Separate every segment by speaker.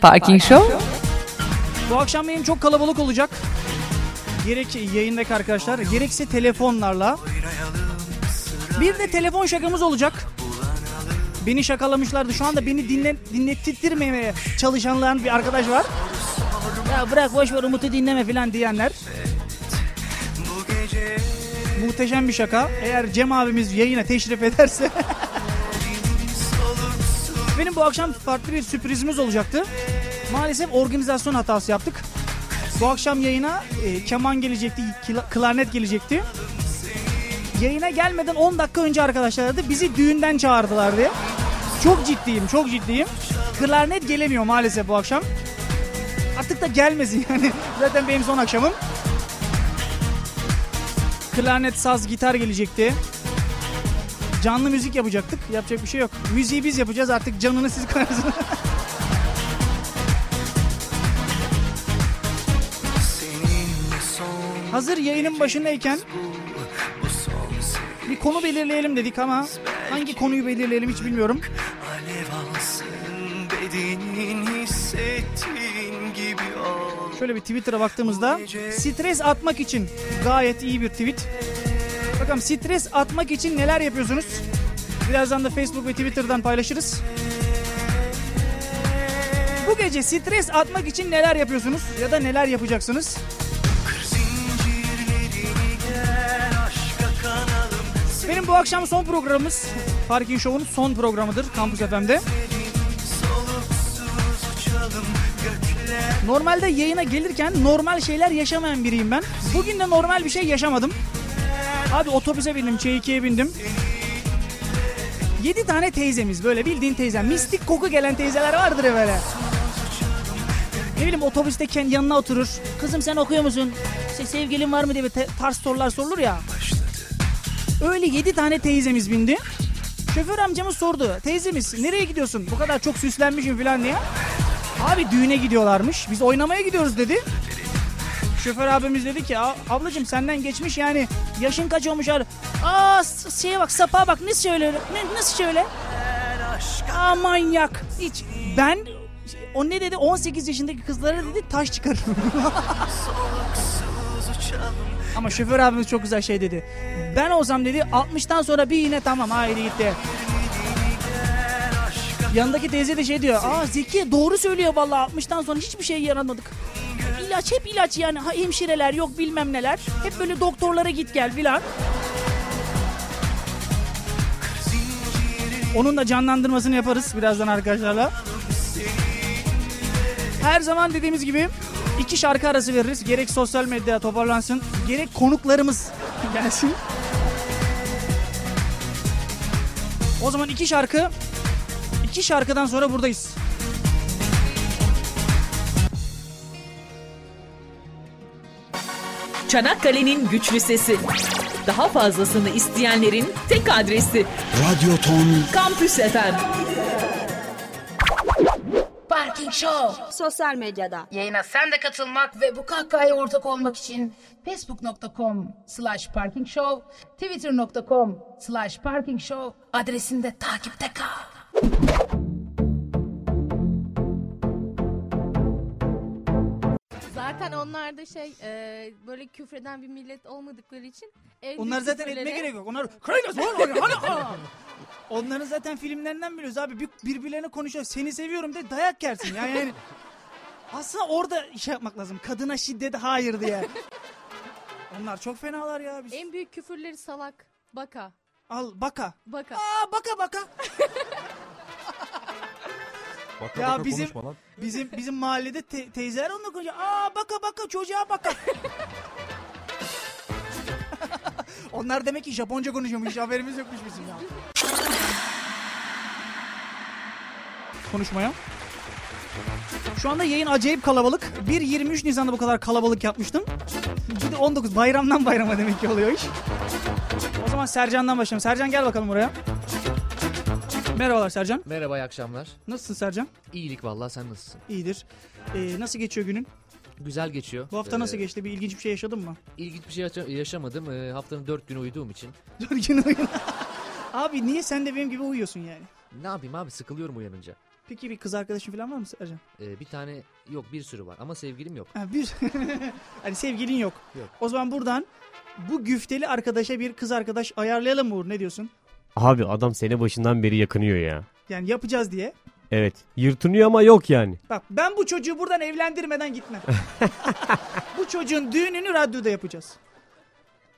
Speaker 1: Parking Show.
Speaker 2: Bu akşam yayın çok kalabalık olacak. Gerek yayındaki arkadaşlar, gerekse telefonlarla. Bir de telefon şakamız olacak. Beni şakalamışlardı. Şu anda beni dinle, dinlettirmemeye çalışanların bir arkadaş var. Ya bırak boş ver Umut'u dinleme falan diyenler. Muhteşem bir şaka. Eğer Cem abimiz yayına teşrif ederse. Benim bu akşam farklı bir sürprizimiz olacaktı. Maalesef organizasyon hatası yaptık. Bu akşam yayına e, keman gelecekti, kla- klarnet gelecekti. Yayına gelmeden 10 dakika önce arkadaşlar aradı, bizi düğünden çağırdılar diye. Çok ciddiyim, çok ciddiyim. Klarnet gelemiyor maalesef bu akşam. Artık da gelmesin yani. Zaten benim son akşamım. Klarnet, saz, gitar gelecekti. Canlı müzik yapacaktık. Yapacak bir şey yok. Müziği biz yapacağız artık canını siz koyarsınız. Hazır yayının başındayken bir konu belirleyelim dedik ama hangi konuyu belirleyelim hiç bilmiyorum.
Speaker 3: Alev alsın bedenin hissettiğin gibi ol
Speaker 2: Şöyle bir Twitter'a baktığımızda stres atmak için gayet iyi bir tweet. Bakalım stres atmak için neler yapıyorsunuz? Birazdan da Facebook ve Twitter'dan paylaşırız. Bu gece stres atmak için neler yapıyorsunuz ya da neler yapacaksınız?
Speaker 3: Zincirlerini gel aşka kanalım
Speaker 2: Benim bu akşam son programımız Parking Show'un son programıdır Kampüs FM'de.
Speaker 3: Soluksuz uçalım gökler
Speaker 2: Normalde yayına gelirken normal şeyler yaşamayan biriyim ben. Bugün de normal bir şey yaşamadım. Abi otobüse bindim, Ç2'ye bindim. 7 tane teyzemiz böyle bildiğin teyzem. Mistik koku gelen teyzeler vardır ya böyle. Ne bileyim otobüste kendi yanına oturur. Kızım sen okuyor musun? İşte sevgilin var mı diye bir te- ters sorular sorulur ya. Öyle 7 tane teyzemiz bindi. Şoför amcamız sordu. Teyzemiz nereye gidiyorsun? Bu kadar çok süslenmişim falan diye. Abi düğüne gidiyorlarmış. Biz oynamaya gidiyoruz dedi. Şoför abimiz dedi ki "A- ablacığım senden geçmiş yani yaşın kaç olmuş abi. Aa s- şeye bak sapa bak nasıl şöyle ne, nasıl şöyle. Aa manyak. Hiç. Ben o ne dedi 18 yaşındaki kızlara dedi taş çıkarırım.
Speaker 3: Soluksuz uçalım
Speaker 2: Ama şoför abimiz çok güzel şey dedi. Ben olsam dedi 60'tan sonra bir yine tamam haydi gitti. Yanındaki teyze de şey diyor. Aa Zeki doğru söylüyor vallahi 60'tan sonra hiçbir şey yaramadık. İlaç hep ilaç yani ha, hemşireler yok bilmem neler. Hep böyle doktorlara git gel filan. Onun da canlandırmasını yaparız birazdan arkadaşlarla. Her zaman dediğimiz gibi iki şarkı arası veririz. Gerek sosyal medya toparlansın, gerek konuklarımız gelsin. O zaman iki şarkı, iki şarkıdan sonra buradayız.
Speaker 4: Çanakkale'nin güçlü sesi. Daha fazlasını isteyenlerin tek adresi
Speaker 5: Radyo Ton
Speaker 4: Kampüs FM.
Speaker 6: Parking Show.
Speaker 7: Sosyal medyada
Speaker 6: Yayına sen de katılmak ve bu kahkahaya ortak olmak için facebook.com slash parking show, twitter.com slash parking show adresinde takipte kal.
Speaker 8: Zaten onlar da şey e, böyle küfreden bir millet olmadıkları için en büyük
Speaker 2: Onlar zaten
Speaker 8: küfürleri-
Speaker 2: etme gerek yok. Onlar Kratos, Onların Onları zaten filmlerinden biliyoruz abi. Bir- Birbirlerine konuşuyor. Seni seviyorum de dayak yersin. Yani, yani aslında orada şey yapmak lazım. Kadına şiddet hayır diye. Onlar çok fenalar ya. Biz.
Speaker 8: En büyük küfürleri salak, baka,
Speaker 2: Al baka.
Speaker 8: baka.
Speaker 2: Aa baka baka.
Speaker 9: Baka
Speaker 2: Ya
Speaker 9: baka
Speaker 2: bizim-
Speaker 9: konuşma lan.
Speaker 2: Bizim bizim mahallede te- teyzeler onunla konuşuyor. Aa baka baka çocuğa baka. Onlar demek ki Japonca konuşuyormuş. Hiç haberimiz yokmuş bizim ya. Konuşmaya. Şu anda yayın acayip kalabalık. 1-23 Nisan'da bu kadar kalabalık yapmıştım. Bir de 19 bayramdan bayrama demek ki oluyor iş. O zaman Sercan'dan başlayalım. Sercan gel bakalım buraya. Merhabalar Sercan.
Speaker 10: Merhaba, iyi akşamlar.
Speaker 2: Nasılsın Sercan?
Speaker 10: İyilik vallahi sen nasılsın?
Speaker 2: İyidir. Ee, nasıl geçiyor günün?
Speaker 10: Güzel geçiyor.
Speaker 2: Bu hafta nasıl
Speaker 10: Ee,
Speaker 2: geçti? Bir ilginç bir şey yaşadın mı?
Speaker 10: İlginç bir şey yaşa- yaşamadım. Ee, haftanın dört günü uyuduğum için.
Speaker 2: Dur yine oyun. Abi niye sen de benim gibi uyuyorsun yani?
Speaker 10: Ne yapayım abi sıkılıyorum uyanınca.
Speaker 2: Peki bir kız arkadaşın falan var mı Sercan?
Speaker 10: Ee, bir tane yok bir sürü var ama sevgilim yok.
Speaker 2: Ha, bir hani sevgilin yok.
Speaker 10: Yok.
Speaker 2: O zaman buradan bu güfteli arkadaşa bir kız arkadaş ayarlayalım mı Uğur ne diyorsun?
Speaker 1: Abi adam sene başından beri yakınıyor ya.
Speaker 2: Yani yapacağız diye.
Speaker 1: Evet. Yırtınıyor ama yok yani.
Speaker 2: Bak ben bu çocuğu buradan evlendirmeden gitmem. bu çocuğun düğününü radyoda yapacağız.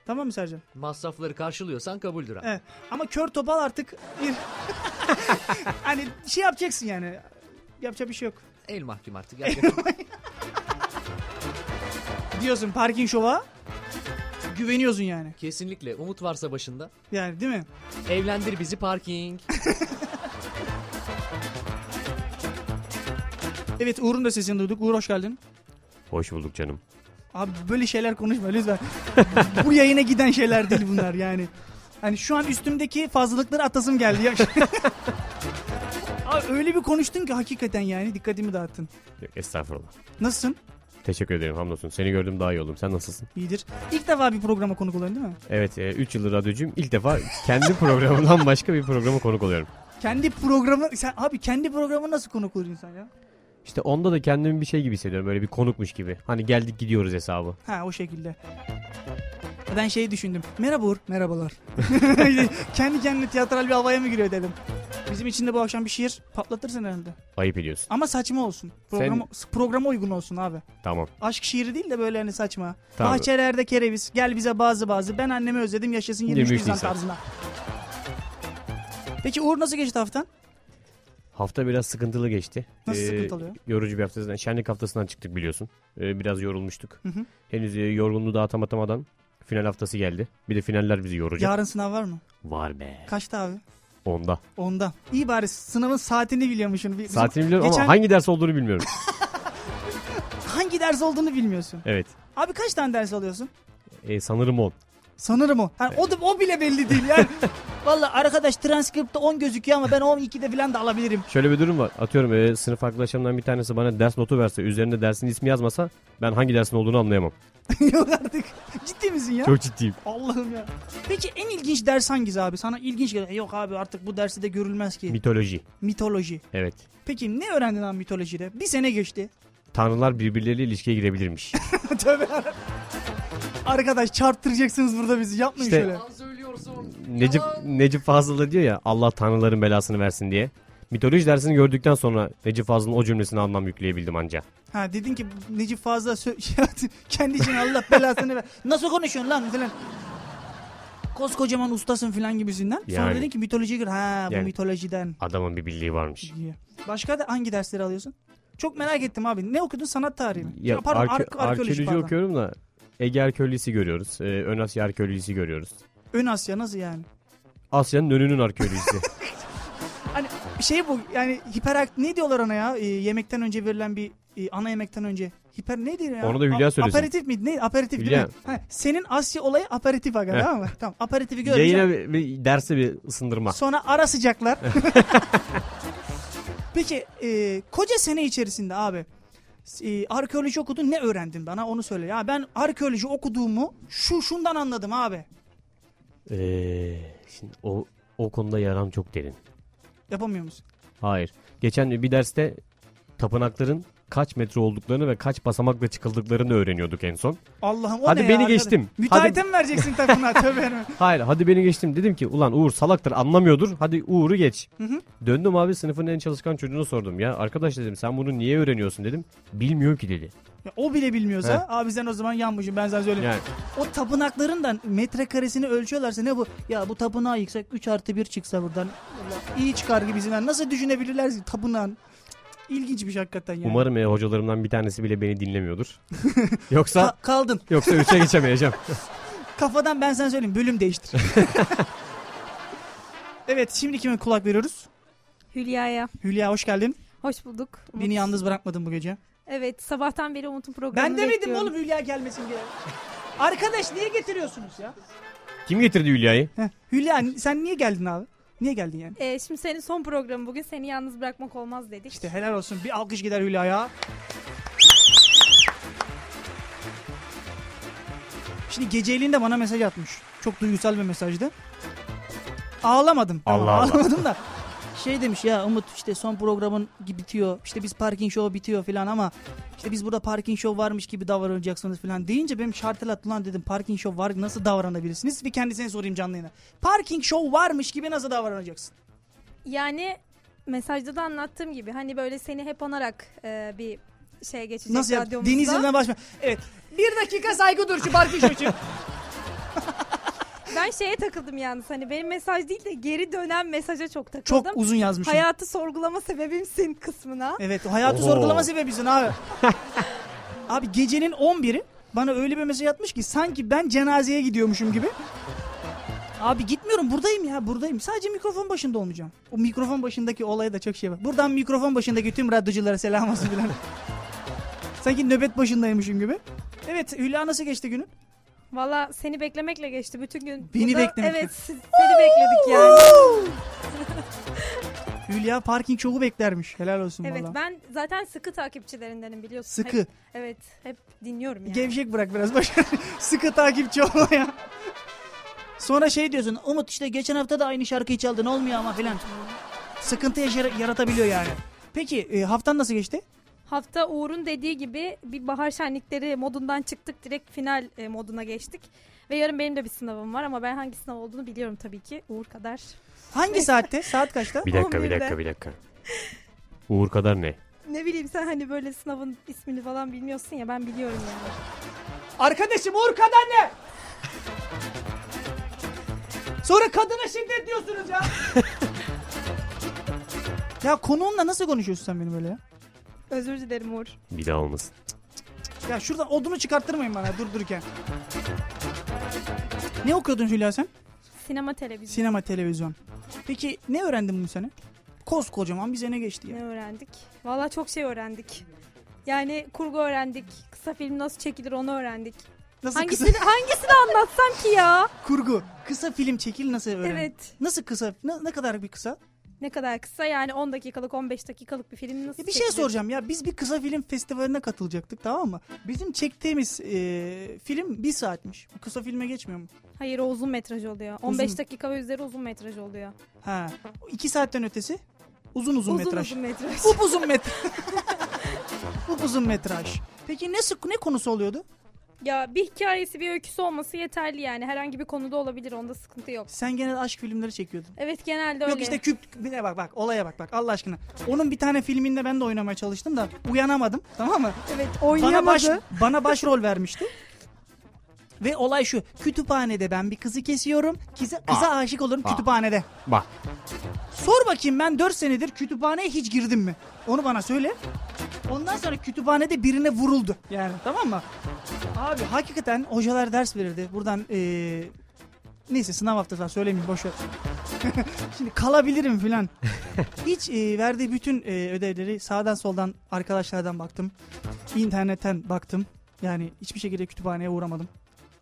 Speaker 2: Tamam mı Sercan?
Speaker 10: Masrafları karşılıyorsan kabuldür abi.
Speaker 2: Evet. Ama kör topal artık bir... hani şey yapacaksın yani. Yapacak bir şey yok.
Speaker 10: El mahkum artık. gerçekten.
Speaker 2: Diyorsun parking şova. Güveniyorsun yani.
Speaker 10: Kesinlikle. Umut varsa başında.
Speaker 2: Yani değil mi?
Speaker 10: Evlendir bizi parking.
Speaker 2: Evet Uğur'un da sesini duyduk. Uğur hoş geldin.
Speaker 1: Hoş bulduk canım.
Speaker 2: Abi böyle şeyler konuşma lütfen. Bu yayına giden şeyler değil bunlar yani. Hani şu an üstümdeki fazlalıkları atasım geldi. Ya. Abi öyle bir konuştun ki hakikaten yani dikkatimi dağıttın.
Speaker 1: Yok, estağfurullah.
Speaker 2: Nasılsın?
Speaker 1: Teşekkür ederim hamdolsun. Seni gördüm daha iyi oldum. Sen nasılsın?
Speaker 2: İyidir. İlk defa bir programa konuk oluyorsun değil mi?
Speaker 1: Evet 3 yıldır radyocuyum. İlk defa kendi programımdan başka bir programa konuk oluyorum.
Speaker 2: Kendi programı... Sen, abi kendi programı nasıl konuk olur insan ya?
Speaker 1: İşte onda da kendimi bir şey gibi hissediyorum. Böyle bir konukmuş gibi. Hani geldik gidiyoruz hesabı.
Speaker 2: Ha o şekilde. Ben şeyi düşündüm. Merhaba Uğur. Merhabalar. Kendi kendine tiyatral bir havaya mı giriyor dedim. Bizim için de bu akşam bir şiir patlatırsın herhalde.
Speaker 1: Ayıp ediyorsun.
Speaker 2: Ama saçma olsun. Programa, programa uygun olsun abi.
Speaker 1: Tamam.
Speaker 2: Aşk şiiri değil de böyle hani saçma.
Speaker 1: Tamam.
Speaker 2: Bahçelerde kereviz. Gel bize bazı bazı. Ben annemi özledim. Yaşasın 23,
Speaker 1: 23
Speaker 2: Nisan
Speaker 1: Nisan.
Speaker 2: tarzına. Peki Uğur nasıl geçti haftan?
Speaker 1: Hafta biraz sıkıntılı geçti. E,
Speaker 2: Nasıl sıkıntılı ya?
Speaker 1: Yorucu bir haftasından. Şenlik haftasından çıktık biliyorsun. Ee, biraz yorulmuştuk.
Speaker 2: Hı hı.
Speaker 1: Henüz e, yorgunluğu dağıtamatamadan final haftası geldi. Bir de finaller bizi yoracak.
Speaker 2: Yarın sınav var mı?
Speaker 1: Var be.
Speaker 2: Kaçta abi?
Speaker 1: Onda.
Speaker 2: Ondan. İyi bari sınavın saatini biliyormuşsun. Bir- bizim-
Speaker 1: Saatini biliyorum
Speaker 2: geçen-
Speaker 1: ama hangi ders olduğunu bilmiyorum.
Speaker 2: hangi ders olduğunu bilmiyorsun.
Speaker 1: evet.
Speaker 2: Abi kaç tane ders alıyorsun?
Speaker 1: E, sanırım 10.
Speaker 2: Sanırım o. Yani o, da, o bile belli değil yani. Valla arkadaş transkripte 10 gözüküyor ama ben 12'de falan da alabilirim.
Speaker 1: Şöyle bir durum var. Atıyorum e, sınıf arkadaşlarımdan bir tanesi bana ders notu verse, üzerinde dersin ismi yazmasa ben hangi dersin olduğunu anlayamam.
Speaker 2: Yok artık. Ciddi misin ya?
Speaker 1: Çok ciddiyim.
Speaker 2: Allah'ım ya. Peki en ilginç ders hangisi abi? Sana ilginç geliyor. E Yok abi artık bu dersi de görülmez ki.
Speaker 1: Mitoloji.
Speaker 2: mitoloji.
Speaker 1: Evet.
Speaker 2: Peki ne öğrendin abi mitolojide? Bir sene geçti.
Speaker 1: Tanrılar birbirleriyle ilişkiye girebilirmiş.
Speaker 2: Tövbe. Arkadaş çarptıracaksınız burada bizi. Yapmayın
Speaker 1: İşte-
Speaker 2: şöyle.
Speaker 1: Necip, Necip Fazıl da diyor ya Allah tanrıların belasını versin diye. Mitoloji dersini gördükten sonra Necip Fazıl'ın o cümlesine anlam yükleyebildim anca.
Speaker 2: Ha dedin ki Necip Fazla sö- şey kendi için Allah belasını ver. Nasıl konuşuyorsun lan falan. Koskocaman ustasın falan gibisinden. Sonra
Speaker 1: Yani.
Speaker 2: dedin ki mitoloji gir. Ha bu
Speaker 1: Yani.
Speaker 2: mitolojiden.
Speaker 1: Adamın bir bildiği varmış.
Speaker 2: diye. Başka da hangi dersleri alıyorsun? Çok merak ettim abi. Ne okudun? Sanat tarihi mi?
Speaker 1: Ya,
Speaker 2: pardon,
Speaker 1: arke-
Speaker 2: ark- arkeoloji,
Speaker 1: arkeoloji
Speaker 2: pardon.
Speaker 1: okuyorum da Ege arkeolojisi görüyoruz. E, Ön Asya arkeolojisi görüyoruz.
Speaker 2: Ön Asya nasıl yani?
Speaker 1: Asya'nın önünün arkeolojisi.
Speaker 2: Şey bu yani hiperakt ne diyorlar ona ya? Ee, yemekten önce verilen bir e, ana yemekten önce. Hiper neydi ya?
Speaker 1: Onu da Hülya
Speaker 2: A-
Speaker 1: söylesin.
Speaker 2: Aperatif miydi? Neydi? Aperatif değil
Speaker 1: Hülya.
Speaker 2: mi? Ha, senin Asya olayı aperatif aga
Speaker 1: Heh.
Speaker 2: tamam mı? Tamam aperitifi göreceğim.
Speaker 1: Yayına bir, bir derse bir ısındırma.
Speaker 2: Sonra ara sıcaklar. Peki e, koca sene içerisinde abi e, arkeoloji okudun ne öğrendin bana onu söyle. Ya ben arkeoloji okuduğumu şu şundan anladım abi.
Speaker 1: Ee, şimdi o o konuda yaram çok derin.
Speaker 2: Yapamıyor musun?
Speaker 1: Hayır. Geçen bir derste tapınakların kaç metre olduklarını ve kaç basamakla çıkıldıklarını öğreniyorduk en son.
Speaker 2: Allah'ım o
Speaker 1: Hadi
Speaker 2: ne
Speaker 1: beni
Speaker 2: ya? arkadaş?
Speaker 1: geçtim.
Speaker 2: Müteahhite
Speaker 1: Hadi-
Speaker 2: mi vereceksin takımına? Tövbe yarabbim.
Speaker 1: Hayır hadi beni geçtim. Dedim ki ulan Uğur salaktır anlamıyordur. Hadi Uğur'u geç.
Speaker 2: hı.
Speaker 1: Döndüm abi sınıfın en çalışkan çocuğuna sordum. Ya arkadaş dedim sen bunu niye öğreniyorsun dedim. Bilmiyor ki dedi.
Speaker 2: Ya O bile bilmiyorsa abi sen o zaman yanmışsın ben sana söyleyeyim.
Speaker 1: Yani
Speaker 2: O tapınakların da metrekaresini ölçüyorlarsa ne bu? Ya bu tapınağı yıksak 3 artı 1 çıksa buradan Allah, iyi çıkar gibisinden. Nasıl düşünebilirler ki tapınağın? İlginç bir şey hakikaten yani.
Speaker 1: umarım e, hocalarımdan bir tanesi bile beni dinlemiyordur.
Speaker 2: Ka-
Speaker 1: yoksa
Speaker 2: kaldın.
Speaker 1: yoksa üçe geçemeyeceğim.
Speaker 2: Kafadan ben sana söyleyeyim bölüm değiştir. evet şimdi kime kulak veriyoruz?
Speaker 5: Hülya'ya.
Speaker 2: Hülya hoş geldin.
Speaker 5: Hoş bulduk. Umut.
Speaker 2: Beni yalnız bırakmadın bu gece.
Speaker 5: Evet sabahtan beri Umut'un programını
Speaker 2: Ben demedim
Speaker 5: bekliyorum.
Speaker 2: oğlum Hülya gelmesin diye. Arkadaş niye getiriyorsunuz ya?
Speaker 1: Kim getirdi Hülya'yı?
Speaker 2: Heh, Hülya sen niye geldin abi? Niye geldin yani?
Speaker 5: Ee, şimdi senin son programı bugün seni yalnız bırakmak olmaz dedik.
Speaker 2: İşte helal olsun. Bir alkış gider Hülya'ya. Şimdi geceliğin de bana mesaj atmış. Çok duygusal bir mesajdı. Ağlamadım. Tamam,
Speaker 1: Allah Allah.
Speaker 2: Ağlamadım da. Şey demiş ya Umut işte son programın gibi bitiyor. İşte biz parking show bitiyor falan ama işte biz burada parking show varmış gibi davranacaksınız falan deyince benim şartel attı lan dedim parking show var nasıl davranabilirsiniz? Bir kendisine sorayım canlı yayına. Parking show varmış gibi nasıl davranacaksın?
Speaker 11: Yani mesajda da anlattığım gibi hani böyle seni hep anarak e, bir şeye geçecek
Speaker 2: Nasıl yap?
Speaker 11: radyomuzda.
Speaker 2: Deniz Yılmaz başma. Evet. Bir dakika saygı duruşu parking show için.
Speaker 11: Ben şeye takıldım yalnız hani benim mesaj değil de geri dönen mesaja çok takıldım.
Speaker 2: Çok uzun yazmışım.
Speaker 11: Hayatı sorgulama sebebimsin kısmına.
Speaker 2: Evet o hayatı
Speaker 1: Oho.
Speaker 2: sorgulama sebebisin abi. abi gecenin 11'i bana öyle bir mesaj atmış ki sanki ben cenazeye gidiyormuşum gibi. Abi gitmiyorum buradayım ya buradayım. Sadece mikrofon başında olmayacağım. O mikrofon başındaki olaya da çok şey var. Buradan mikrofon başındaki tüm radyoculara selam olsun bilen. sanki nöbet başındaymışım gibi. Evet Hülya nasıl geçti günün?
Speaker 11: Valla seni beklemekle geçti bütün gün.
Speaker 2: Beni
Speaker 11: burada.
Speaker 2: beklemek-
Speaker 11: Evet siz- seni bekledik yani.
Speaker 2: Hülya parking şovu beklermiş. Helal olsun
Speaker 11: Evet
Speaker 2: valla.
Speaker 11: ben zaten sıkı takipçilerindenim biliyorsun.
Speaker 2: Sıkı.
Speaker 11: Hep- evet hep dinliyorum yani.
Speaker 2: Gevşek bırak biraz. Boş ver. Sıkı takipçi olma ya. Sonra şey diyorsun. Umut işte geçen hafta da aynı şarkıyı çaldın olmuyor ama filan. Sıkıntı yaşar- yaratabiliyor yani. Peki e, haftan nasıl geçti?
Speaker 11: Hafta Uğur'un dediği gibi bir bahar şenlikleri modundan çıktık direkt final e, moduna geçtik. Ve yarın benim de bir sınavım var ama ben hangi sınav olduğunu biliyorum tabii ki Uğur kadar.
Speaker 2: Hangi saatte? Saat kaçta?
Speaker 1: Bir dakika bir
Speaker 11: 11'de.
Speaker 1: dakika bir dakika. Uğur kadar ne?
Speaker 11: Ne bileyim sen hani böyle sınavın ismini falan bilmiyorsun ya ben biliyorum yani.
Speaker 2: Arkadaşım Uğur kadar ne? Sonra kadına şiddet diyorsunuz ya. ya konuğumla nasıl konuşuyorsun sen benim böyle ya?
Speaker 11: Özür dilerim Uğur.
Speaker 1: Bir daha olmasın.
Speaker 2: Ya şuradan odunu çıkarttırmayın bana dur dururken. Ne okuyordun Hülya sen?
Speaker 11: Sinema televizyonu
Speaker 2: Sinema, televizyon. Peki ne öğrendin bu sene? Koskocaman bir sene geçti ya.
Speaker 11: ne öğrendik? Valla çok şey öğrendik. Yani kurgu öğrendik. Kısa film nasıl çekilir onu öğrendik.
Speaker 2: Nasıl
Speaker 11: Hangisini
Speaker 2: kısa
Speaker 11: hangisini anlatsam ki ya?
Speaker 2: kurgu? Kısa film çekil nasıl öğrendin?
Speaker 11: Evet.
Speaker 2: Nasıl kısa? Ne, ne kadar bir kısa?
Speaker 11: Ne kadar kısa yani 10 dakikalık 15 dakikalık bir film nasıl
Speaker 2: Ya bir şey
Speaker 11: çekilir?
Speaker 2: soracağım ya. Biz bir kısa film festivaline katılacaktık tamam mı? Bizim çektiğimiz e, film bir saatmiş. Bu kısa filme geçmiyor mu?
Speaker 11: Hayır o uzun metraj oluyor. 15
Speaker 2: Uzun.
Speaker 11: dakika ve üzeri uzun metraj oluyor.
Speaker 2: Ha. İki saatten ötesi uzun uzun,
Speaker 11: uzun
Speaker 2: metraj.
Speaker 11: uzun metraj.
Speaker 2: Upuzun metraj. Upuzun metraj. Peki ne sık ne konusu oluyordu?
Speaker 11: ya bir hikayesi bir öyküsü olması yeterli yani. Herhangi bir konuda olabilir onda sıkıntı yok.
Speaker 2: Sen genel aşk filmleri çekiyordun.
Speaker 11: Evet genelde öyle.
Speaker 2: Yok işte küp bir de bak bak olaya bak bak Allah aşkına. Onun bir tane filminde ben de oynamaya çalıştım da uyanamadım tamam mı?
Speaker 11: Evet
Speaker 2: Bana baş
Speaker 11: oynayamadı.
Speaker 2: bana başrol vermişti. Ve olay şu. Kütüphanede ben bir kızı kesiyorum. Kıza, kıza aşık olurum kütüphanede.
Speaker 1: Bak
Speaker 2: Sor bakayım ben 4 senedir kütüphaneye hiç girdim mi? Onu bana söyle. Ondan sonra kütüphanede birine vuruldu. Yani tamam mı? Abi hakikaten hocalar ders verirdi. Buradan eee, neyse sınav haftası var söylemeyeyim boş ver. Şimdi kalabilirim filan. Hiç eee, verdiği bütün eee, ödevleri sağdan soldan arkadaşlardan baktım. İnternetten baktım. Yani hiçbir şekilde kütüphaneye uğramadım.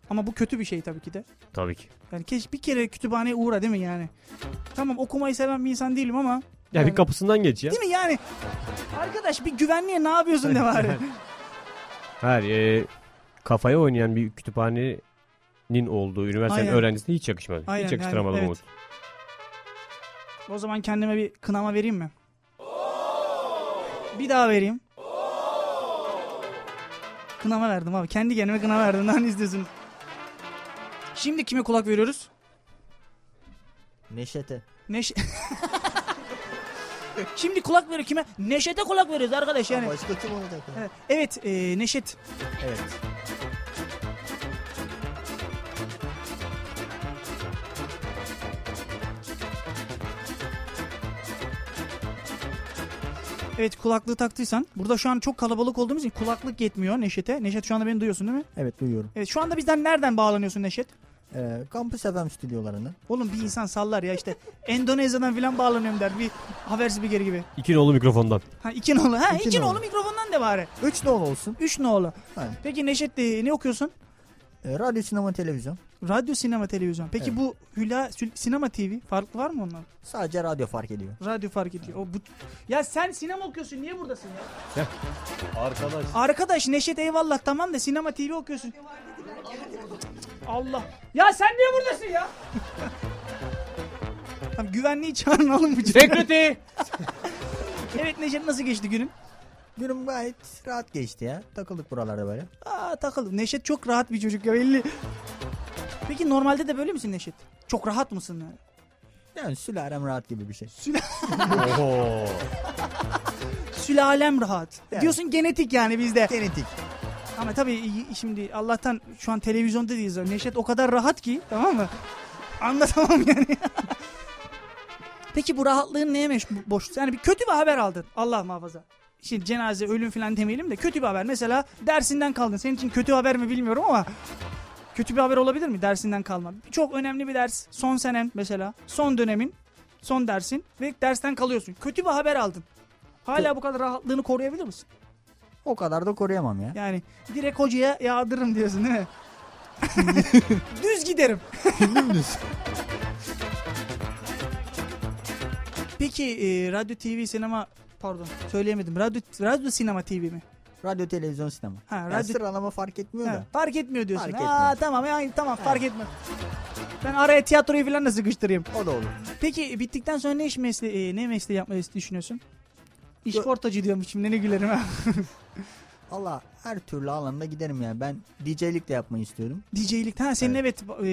Speaker 2: Ama bu kötü bir şey tabii ki de.
Speaker 1: tabii ki.
Speaker 2: Yani keşke bir kere kütüphaneye uğra değil mi yani? Tamam okumayı seven bir insan değilim ama
Speaker 1: Ya bir kapısından geç ya.
Speaker 2: değil mi yani? Arkadaş bir güvenliğe ne yapıyorsun de bari.
Speaker 1: Her e, kafaya oynayan bir kütüphanenin olduğu üniversitenin
Speaker 2: Aynen.
Speaker 1: öğrencisine hiç yakışmadı.
Speaker 2: Aynen,
Speaker 1: hiç yakıştıramadım
Speaker 2: yani,
Speaker 1: Umut.
Speaker 2: o zaman kendime bir kınama vereyim mi? Bir daha vereyim. Kınama verdim abi. Kendi kendime kınama verdim. Lan izliyorsun. Şimdi kime kulak veriyoruz?
Speaker 7: Neşete.
Speaker 2: Neş... Şimdi kulak veriyor kime? Neşet'e kulak veriyoruz arkadaş yani.
Speaker 7: Başka kim olacak? ya?
Speaker 2: Evet e, Neşet.
Speaker 7: Evet.
Speaker 2: Evet kulaklığı taktıysan. Burada şu an çok kalabalık olduğumuz için kulaklık yetmiyor Neşet'e. Neşet şu anda beni duyuyorsun değil mi?
Speaker 7: Evet duyuyorum.
Speaker 2: Evet şu anda bizden nereden bağlanıyorsun Neşet?
Speaker 7: Ee, Kampüs FM stüdyolarını.
Speaker 2: Oğlum bir insan sallar ya işte Endonezya'dan falan bağlanıyorum der. Bir haber spikeri gibi.
Speaker 1: İki nolu mikrofondan.
Speaker 2: Ha iki nolu. Ha iki,
Speaker 7: İki
Speaker 2: nolu.
Speaker 7: nolu.
Speaker 2: mikrofondan de bari.
Speaker 7: Üç ne olsun?
Speaker 2: Üç nolu.
Speaker 7: Aynen.
Speaker 2: Peki Neşet e, ne okuyorsun?
Speaker 7: Ee, radyo, sinema, televizyon.
Speaker 2: Radyo, sinema, televizyon. Peki
Speaker 7: Evet.
Speaker 2: bu Hülya Sül- Sinema TV farklı var mı onlar?
Speaker 7: Sadece radyo fark ediyor.
Speaker 2: Radyo fark ediyor. O bu... Ya sen sinema okuyorsun niye buradasın ya?
Speaker 1: Arkadaş.
Speaker 2: Arkadaş Neşet eyvallah tamam da sinema TV okuyorsun. Allah. Ya sen niye buradasın ya? Tamam, güvenliği çağırın alın bu çocuğu.
Speaker 10: Security!
Speaker 2: evet Neşet nasıl geçti günün?
Speaker 7: Günüm gayet rahat geçti ya. Takıldık buralarda böyle.
Speaker 2: Aa takıldım. Neşet çok rahat bir çocuk ya belli. Peki normalde de böyle misin Neşet? Çok rahat mısın? yani?
Speaker 7: Yani sülalem rahat gibi bir şey.
Speaker 1: Oho.
Speaker 2: Sülalem rahat.
Speaker 7: Yani.
Speaker 2: Diyorsun genetik yani bizde.
Speaker 7: Genetik.
Speaker 2: Ama tabii y- şimdi Allah'tan şu an televizyonda değiliz. Neşet o kadar rahat ki tamam mı? Anlatamam yani. Peki bu rahatlığın neye meş boş? Yani bir kötü bir haber aldın. Allah muhafaza. Şimdi cenaze, ölüm falan demeyelim de kötü bir haber. Mesela dersinden kaldın. Senin için kötü haber mi bilmiyorum ama kötü bir haber olabilir mi dersinden kalma? Çok önemli bir ders. Son senen mesela. Son dönemin. Son dersin. Ve dersten kalıyorsun. Kötü bir haber aldın. Hala bu kadar rahatlığını koruyabilir misin?
Speaker 7: O kadar da koruyamam ya.
Speaker 2: Yani direkt hocaya yağdırırım diyorsun değil mi? Düz giderim. Peki e, radyo TV sinema pardon söyleyemedim. Radyo radyo sinema TV mi?
Speaker 7: Radyo, televizyon, sinema.
Speaker 2: Ha,
Speaker 7: Yani
Speaker 2: radyo-
Speaker 7: sıralama fark etmiyor
Speaker 2: Ha,
Speaker 7: da.
Speaker 2: fark etmiyor diyorsun.
Speaker 7: Fark
Speaker 2: Aa
Speaker 7: etmiyor.
Speaker 2: tamam yani tamam fark etmez. Ben araya tiyatroyu falan da sıkıştırayım.
Speaker 7: O da olur.
Speaker 2: Peki e, bittikten sonra ne iş mesleği e, ne mesleği yapmayı düşünüyorsun? İşportacı diyorum şimdi ne gülerim ha.
Speaker 7: Allah her türlü alanda giderim yani. Ben DJ'lik de yapmayı istiyorum.
Speaker 2: DJ'lik. Ha senin evet, e,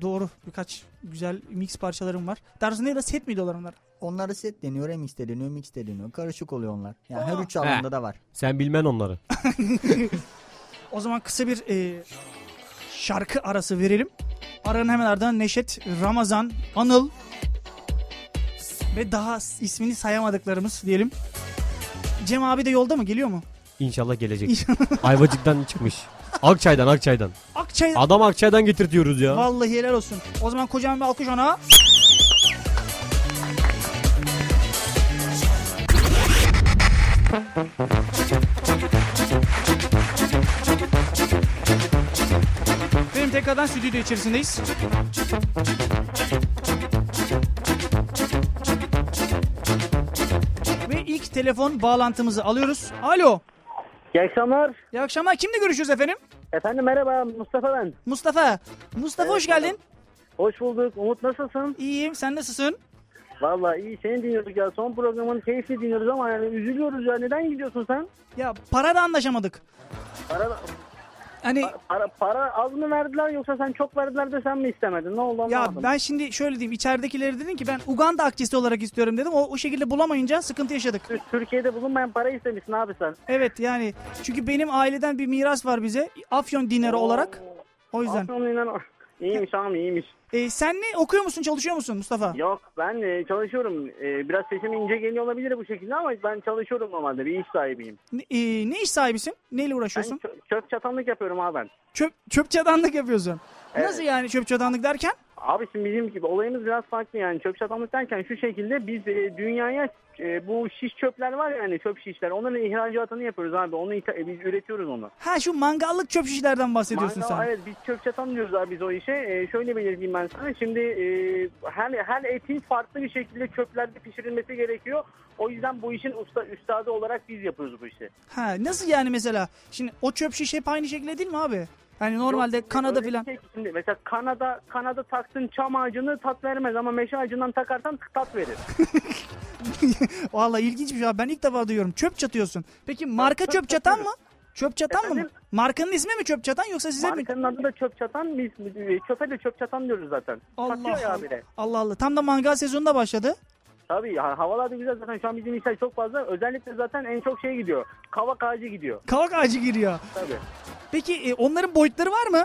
Speaker 2: doğru birkaç güzel mix parçalarım var. Daha doğrusu neydi set mi diyorlar onlar?
Speaker 7: Onlara set deniyor, remix de deniyor, mix de deniyor. Karışık oluyor onlar. Yani her
Speaker 2: Aa.
Speaker 7: üç alanda da var.
Speaker 1: Sen bilmen onları.
Speaker 2: O zaman kısa bir e, şarkı arası verelim. Aranın hemen ardından Neşet, Ramazan, Anıl ve daha s- ismini sayamadıklarımız diyelim. Cem abi de yolda mı? Geliyor mu?
Speaker 1: İnşallah gelecek. Ayvacık'tan çıkmış. Akçay'dan Akçay'dan.
Speaker 2: Akçay...
Speaker 1: Adam Akçay'dan getirtiyoruz ya.
Speaker 2: Vallahi helal olsun. O zaman kocaman bir alkış ona. Benim tekrardan stüdyo içerisindeyiz. Ve ilk telefon bağlantımızı alıyoruz. Alo.
Speaker 9: İyi akşamlar.
Speaker 2: İyi akşamlar. Kimle görüşüyoruz efendim?
Speaker 9: Efendim merhaba Mustafa ben.
Speaker 2: Mustafa. Mustafa hoş geldin.
Speaker 9: Hoş bulduk. Umut nasılsın?
Speaker 2: İyiyim. Sen nasılsın?
Speaker 9: Vallahi iyi seni dinliyorduk ya. Son programın keyifli dinliyoruz ama yani üzülüyoruz ya. Neden gidiyorsun sen?
Speaker 2: Ya para da anlaşamadık.
Speaker 9: Para,
Speaker 2: Hani
Speaker 9: para, para az mı verdiler yoksa sen çok verdiler de sen mi istemedin? Ne oldu
Speaker 2: ya
Speaker 9: anlamadım.
Speaker 2: ben şimdi şöyle diyeyim içeridekileri dedim ki ben Uganda akçesi olarak istiyorum dedim. O, o şekilde bulamayınca sıkıntı yaşadık.
Speaker 9: Türkiye'de bulunmayan para istemişsin abi sen.
Speaker 2: Evet yani çünkü benim aileden bir miras var bize Afyon dinarı olarak. O yüzden.
Speaker 9: Afyonlu'yla... İyiymiş abi iyiymiş.
Speaker 2: Ee, sen ne okuyor musun çalışıyor musun Mustafa?
Speaker 9: Yok ben e, çalışıyorum. E, biraz sesim ince geliyor olabilir bu şekilde ama ben çalışıyorum normalde. Bir iş sahibiyim.
Speaker 2: Ne, ee, ne iş sahibisin? Neyle
Speaker 9: Ben
Speaker 2: uğraşıyorsun?
Speaker 9: çö- çöp çatanlık yapıyorum abi ben.
Speaker 2: Çöp, çöp çadanlık yapıyorsun. Nasıl yani çöp çadanlık derken?
Speaker 9: Abi şimdi bizim gibi olayımız biraz farklı yani çöp çatanlık derken şu şekilde biz e, dünyaya e, bu şiş çöpler var yani çöp şişler onların ihracatını yapıyoruz abi onu itha- e, biz üretiyoruz onu.
Speaker 2: Ha şu mangallık çöp şişlerden bahsediyorsun
Speaker 9: Mangal-
Speaker 2: sen.
Speaker 9: Evet biz çöp çatan diyoruz abi biz o işe. E, şöyle belirteyim ben sana şimdi e, her, her etin farklı bir şekilde çöplerde pişirilmesi gerekiyor. O yüzden bu işin usta, üstadı olarak biz yapıyoruz bu işi.
Speaker 2: Ha nasıl yani mesela? Şimdi o çöp şiş hep aynı şekilde değil mi abi? Hani normalde
Speaker 9: Yok,
Speaker 2: Kanada
Speaker 9: öyle bir
Speaker 2: filan.
Speaker 9: şey ki şimdi mesela Kanada Kanada taktın çam ağacını tat vermez ama meşe ağacından takarsan tat verir.
Speaker 2: Vallahi ilginç bir şey abi. Ben ilk defa duyuyorum. Çöp çatıyorsun. Peki marka
Speaker 9: çöp
Speaker 2: çöp çatan
Speaker 9: çatıyoruz.
Speaker 2: mı? Çöp çatan mı?
Speaker 9: Efendim?
Speaker 2: Markanın ismi mi çöp çatan yoksa size mi?
Speaker 9: Markanın adı da çöp çatan. Biz e, çöpe de çöp çatan diyoruz zaten.
Speaker 2: Allah
Speaker 9: Satıyor ya
Speaker 2: Allah.
Speaker 9: bire.
Speaker 2: Allah Allah. Tam da mangal sezonu da başladı.
Speaker 9: Tabii ya, havalar da güzel zaten. Şu an bizim işler çok fazla. Özellikle zaten en çok şey gidiyor. Kavak ağacı gidiyor.
Speaker 2: Kavak ağacı giriyor.
Speaker 9: Tabii.
Speaker 2: Peki e, onların boyutları var mı?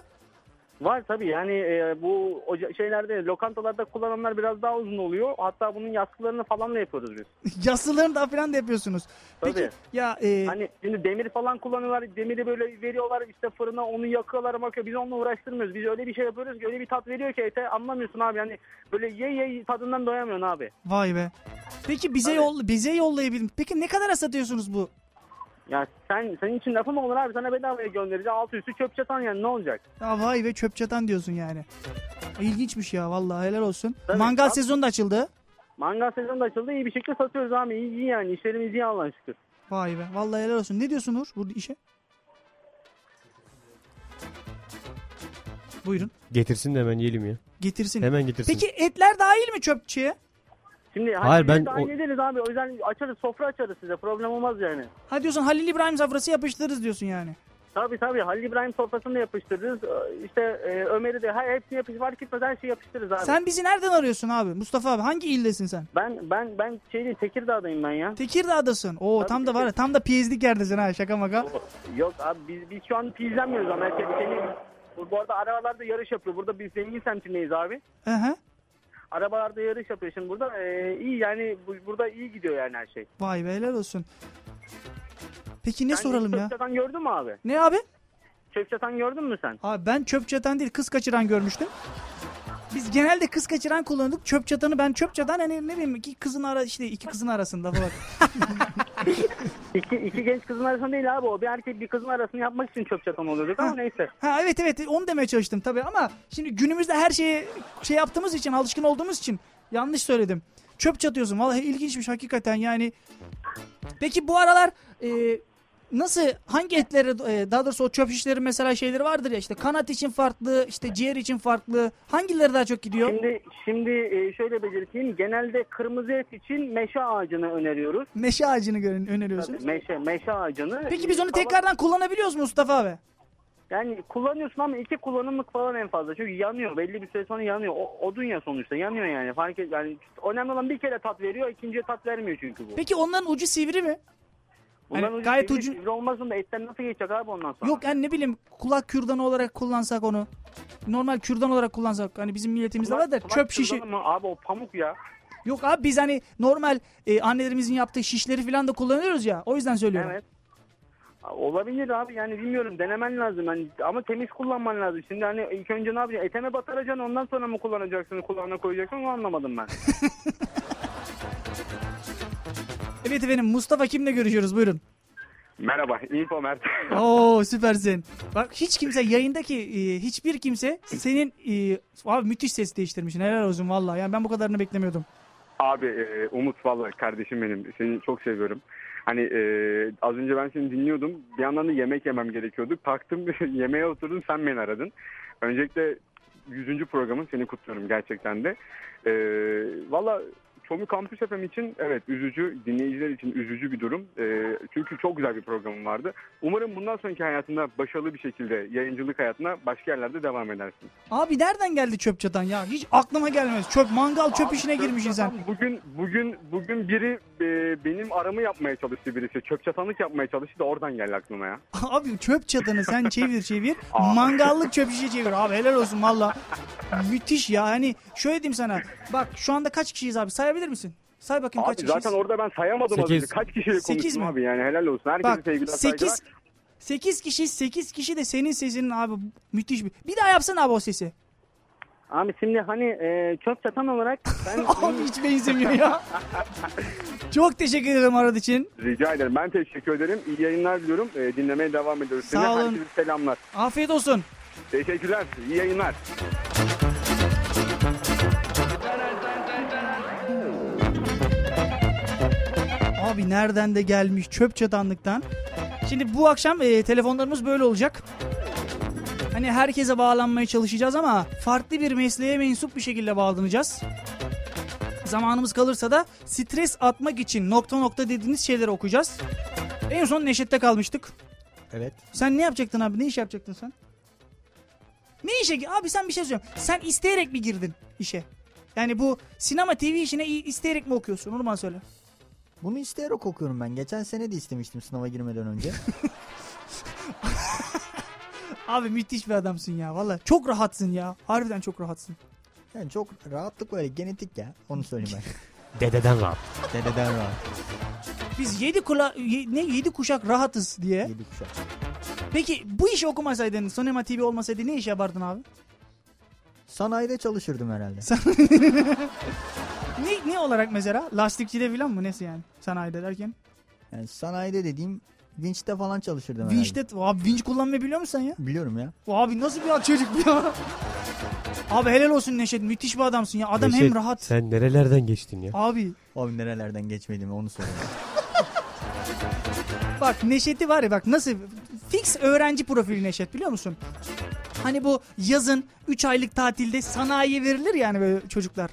Speaker 9: Var tabii yani e, bu oca- şeylerde lokantalarda kullananlar biraz daha uzun oluyor. Hatta bunun yaskılarını falan da yapıyoruz biz.
Speaker 2: Yassılarını da falan da yapıyorsunuz. Peki
Speaker 9: Tabii.
Speaker 2: ya e,
Speaker 9: Hani şimdi demir falan kullanıyorlar. Demiri böyle veriyorlar işte fırına onu yakıyorlar bakıyor. Biz onunla uğraştırmıyoruz. Biz öyle bir şey yapıyoruz ki öyle bir tat veriyor ki ete anlamıyorsun abi. Yani böyle ye ye tadından doyamıyorsun abi.
Speaker 2: vay be. Peki bize
Speaker 9: Tabii.
Speaker 2: yol bize yollayabilir. Peki ne kadar satıyorsunuz bu?
Speaker 9: Ya sen senin için lafı mı olur abi sana bedavaya göndereceğim. Altı üstü çöp çatan yani ne olacak?
Speaker 2: Ya vay be çöp çatan diyorsun yani. İlginçmiş ya vallahi helal olsun.
Speaker 9: Tabii,
Speaker 2: Mangal
Speaker 9: abi.
Speaker 2: sezonu da açıldı.
Speaker 9: Mangal sezonu da açıldı iyi bir şekilde satıyoruz abi iyi, iyi yani işlerimiz iyi Allah'a şükür.
Speaker 2: Vay be. Vallahi helal olsun. Ne diyorsun Uğur bu işe? Buyurun.
Speaker 1: Getirsin de hemen yiyelim ya.
Speaker 2: Getirsin.
Speaker 1: Hemen getirsin.
Speaker 2: Peki etler dahil mi çöpçüye?
Speaker 9: Şimdi
Speaker 1: Hayır,
Speaker 9: Hayır,
Speaker 1: ben
Speaker 9: ben
Speaker 1: o-
Speaker 9: ederiz abi. O yüzden açarız sofra açarız size. Problem olmaz yani.
Speaker 2: Ha diyorsun Halil İbrahim safrası yapıştırırız diyorsun yani.
Speaker 9: Tabii tabii Halil İbrahim sofrasını da yapıştırırız. Ee, İşte e, Ömer'i de her hepsini yapış fark etmez her şeyi yapıştırırız abi.
Speaker 2: Sen bizi nereden arıyorsun abi? Mustafa abi hangi ildesin sen?
Speaker 9: Ben ben ben şeyde Tekirdağ'dayım ben ya.
Speaker 2: Tekirdağ'dasın. Oo
Speaker 9: Tabii,
Speaker 2: tam da var ya tam da PhD'lik yerdesin ha şaka maka.
Speaker 9: Yok abi biz biz şu an pizlenmiyoruz ama herkes seni bu, bu arada arabalarda yarış yapıyor. Burada biz zengin semtindeyiz abi.
Speaker 2: Hı hı.
Speaker 9: Arabalarda yarış yapıyor şimdi burada. Ee, iyi yani bu, burada iyi gidiyor yani her şey.
Speaker 2: Vay be helal olsun. Peki ne
Speaker 9: Sen
Speaker 2: soralım
Speaker 9: hiç Çöp
Speaker 2: ya?
Speaker 9: çatan gördün mü abi?
Speaker 2: Ne abi?
Speaker 9: Çöp çatan gördün mü sen?
Speaker 2: Abi ben çöp çatan değil kız kaçıran görmüştüm. Biz genelde kız kaçıran kullandık. Çöp çatanı ben çöp çatan hani ne bileyim iki kızın ara işte iki kızın arasında falan.
Speaker 9: İki, iki genç kızın arasında değil abi o. Bir erkek bir kızın arasını yapmak için çöp çatan oluyorduk ama neyse.
Speaker 2: ha evet evet onu demeye çalıştım tabii ama şimdi günümüzde her şeye şey yaptığımız için alışkın olduğumuz için yanlış söyledim. Çöp çatıyorsun. Vallahi ilginçmiş hakikaten yani. Peki bu aralar e, nasıl hangi etleri e, daha doğrusu o çöp şişleri mesela şeyleri vardır ya işte kanat için farklı işte ciğer için farklı hangileri daha çok gidiyor?
Speaker 9: Şimdi şimdi e, şöyle belirteyim. Genelde kırmızı et için meşe ağacını öneriyoruz.
Speaker 2: Meşe ağacını görün- öneriyorsunuz.
Speaker 9: Tabii, meşe meşe ağacını.
Speaker 2: Peki biz onu
Speaker 9: Ama-
Speaker 2: tekrardan kullanabiliyoruz mu Mustafa abi?
Speaker 9: yani kullanıyorsun ama iki kullanımlık falan en fazla. Çünkü yanıyor. Belli bir süre sonra yanıyor. O, odun ya sonuçta. Yanıyor yani. Fark et yani önemli olan bir kere tat veriyor, ikinciye tat vermiyor çünkü bu.
Speaker 2: Peki onların ucu sivri mi?
Speaker 9: Bundan
Speaker 2: hani
Speaker 9: ucu
Speaker 2: gayet
Speaker 9: sivri,
Speaker 2: ucu-
Speaker 9: sivri olmasın da etten nasıl geçecek abi ondan sonra?
Speaker 2: Yok yani ne bileyim kulak kürdanı olarak kullansak onu. Normal kürdan olarak kullansak hani bizim milletimizde
Speaker 9: Kulak-
Speaker 2: var da
Speaker 9: kulak
Speaker 2: çöp şişi.
Speaker 9: kürdanı mı? Abi o pamuk ya.
Speaker 2: Yok abi biz hani normal e, annelerimizin yaptığı şişleri falan da kullanıyoruz ya. O yüzden söylüyorum.
Speaker 9: Evet. Olabilir abi yani bilmiyorum denemen lazım yani ama temiz kullanman lazım. Şimdi hani ilk önce ne yapacaksın? Eteme batıracaksın ondan sonra mı kullanacaksın kulağına koyacaksın onu anlamadım ben.
Speaker 2: Evet efendim Mustafa kimle görüşüyoruz buyurun.
Speaker 9: Merhaba info Mert.
Speaker 2: Oo süpersin. Bak hiç kimse yayındaki e, hiçbir kimse senin e, abi müthiş ses değiştirmişsin. Helal olsun vallahi. Yani ben bu kadarını beklemiyordum.
Speaker 12: Abi e, Umut vallahi kardeşim benim. Seni çok seviyorum. Hani e, az önce ben seni dinliyordum. Bir yandan da yemek yemem gerekiyordu. Kalktım yemeğe oturdum sen beni aradın. Öncelikle 100. programın seni kutluyorum gerçekten de. E, Valla Çomu Kampüs FM için evet üzücü, dinleyiciler için üzücü bir durum. E, çünkü çok güzel bir programım vardı. Umarım bundan sonraki hayatında başarılı bir şekilde yayıncılık hayatına başka yerlerde devam edersin.
Speaker 2: Abi nereden geldi çöp çatan ya? Hiç aklıma gelmez. Çöp mangal çöp
Speaker 12: Abi
Speaker 2: işine
Speaker 12: çöp
Speaker 2: girmişsin sen.
Speaker 12: çatan Bugün bugün bugün biri e, benim aramı yapmaya çalıştı birisi. Çöp çatanlık yapmaya çalıştı da oradan geldi aklıma ya.
Speaker 2: Abi çöp çatanı sen çevir çevir. Mangallık çöp şişe çevir. Abi helal olsun valla. Müthiş ya. Hani şöyle diyeyim sana. Bak şu anda kaç kişiyiz abi? Sayabilir misin? Say bakayım kaç
Speaker 12: abi
Speaker 2: kişiyiz.
Speaker 12: zaten orada ben sayamadım az
Speaker 1: Sekiz.
Speaker 12: önce. Kaç kişiyle
Speaker 2: Sekiz
Speaker 12: konuştum
Speaker 2: mi?
Speaker 12: abi yani helal olsun. Herkese sevgiler saygılar.
Speaker 2: 8 8 kişi 8 kişi de senin sesinin abi müthiş bir. Bir daha yapsana abi o sesi.
Speaker 9: Abi şimdi hani e, çöp çatan olarak ben
Speaker 2: Abi hiç benzemiyor ya. Çok teşekkür ederim aradığı için.
Speaker 12: Rica ederim. Ben teşekkür ederim. İyi yayınlar diliyorum. E, dinlemeye devam ediyoruz.
Speaker 2: Sağ
Speaker 12: Seni.
Speaker 2: olun.
Speaker 12: Herkese selamlar.
Speaker 2: Afiyet olsun.
Speaker 12: Teşekkürler. İyi yayınlar.
Speaker 2: Abi nereden de gelmiş çöp çatanlıktan. Şimdi bu akşam e, telefonlarımız böyle olacak. Hani herkese bağlanmaya çalışacağız ama farklı bir mesleğe mensup bir şekilde bağlanacağız. Zamanımız kalırsa da stres atmak için nokta nokta dediğiniz şeyleri okuyacağız. En son Neşet'te kalmıştık.
Speaker 7: Evet.
Speaker 2: Sen ne yapacaktın abi? Ne iş yapacaktın sen? Ne işe? gi- Abi sen bir şey söyleyeyim. Sen isteyerek mi girdin işe? Yani bu sinema TV işine i- isteyerek mi okuyorsun? Onu bana söyle.
Speaker 7: Bunu isteyerek okuyorum ben. Geçen sene de istemiştim sınava girmeden önce.
Speaker 2: Abi müthiş bir adamsın ya valla. Çok rahatsın ya. Harbiden çok rahatsın.
Speaker 7: Yani çok rahatlık böyle genetik ya. Onu söyleyeyim
Speaker 1: Dededen rahat.
Speaker 7: ben. Dededen rahat.
Speaker 2: Biz yedi kula ye- ne yedi kuşak rahatız diye.
Speaker 7: Yedi kuşak.
Speaker 2: Peki bu işi okumasaydın, Sonema TV olmasaydı ne iş yapardın abi?
Speaker 7: Sanayide çalışırdım herhalde.
Speaker 2: Ne ne olarak mesela? Lastikçide falan mı? Nesi yani? Sanayide derken?
Speaker 7: Yani sanayide dediğim vinçte falan çalışırdım herhalde.
Speaker 2: Vinç'te abi vinç kullanmayı biliyor musun sen ya?
Speaker 7: Biliyorum ya.
Speaker 2: Abi nasıl bir çocuk bu ya? Abi helal olsun Neşet. Müthiş bir adamsın ya. Adam hem
Speaker 1: Neşet,
Speaker 2: rahat.
Speaker 1: Sen nerelerden geçtin ya?
Speaker 2: Abi
Speaker 7: Abi nerelerden geçmeliyim onu soruyorum.
Speaker 2: Bak Neşet'i var ya bak nasıl fix öğrenci profili Neşet biliyor musun? Hani bu yazın 3 aylık tatilde sanayiye verilir yani hani böyle çocuklar.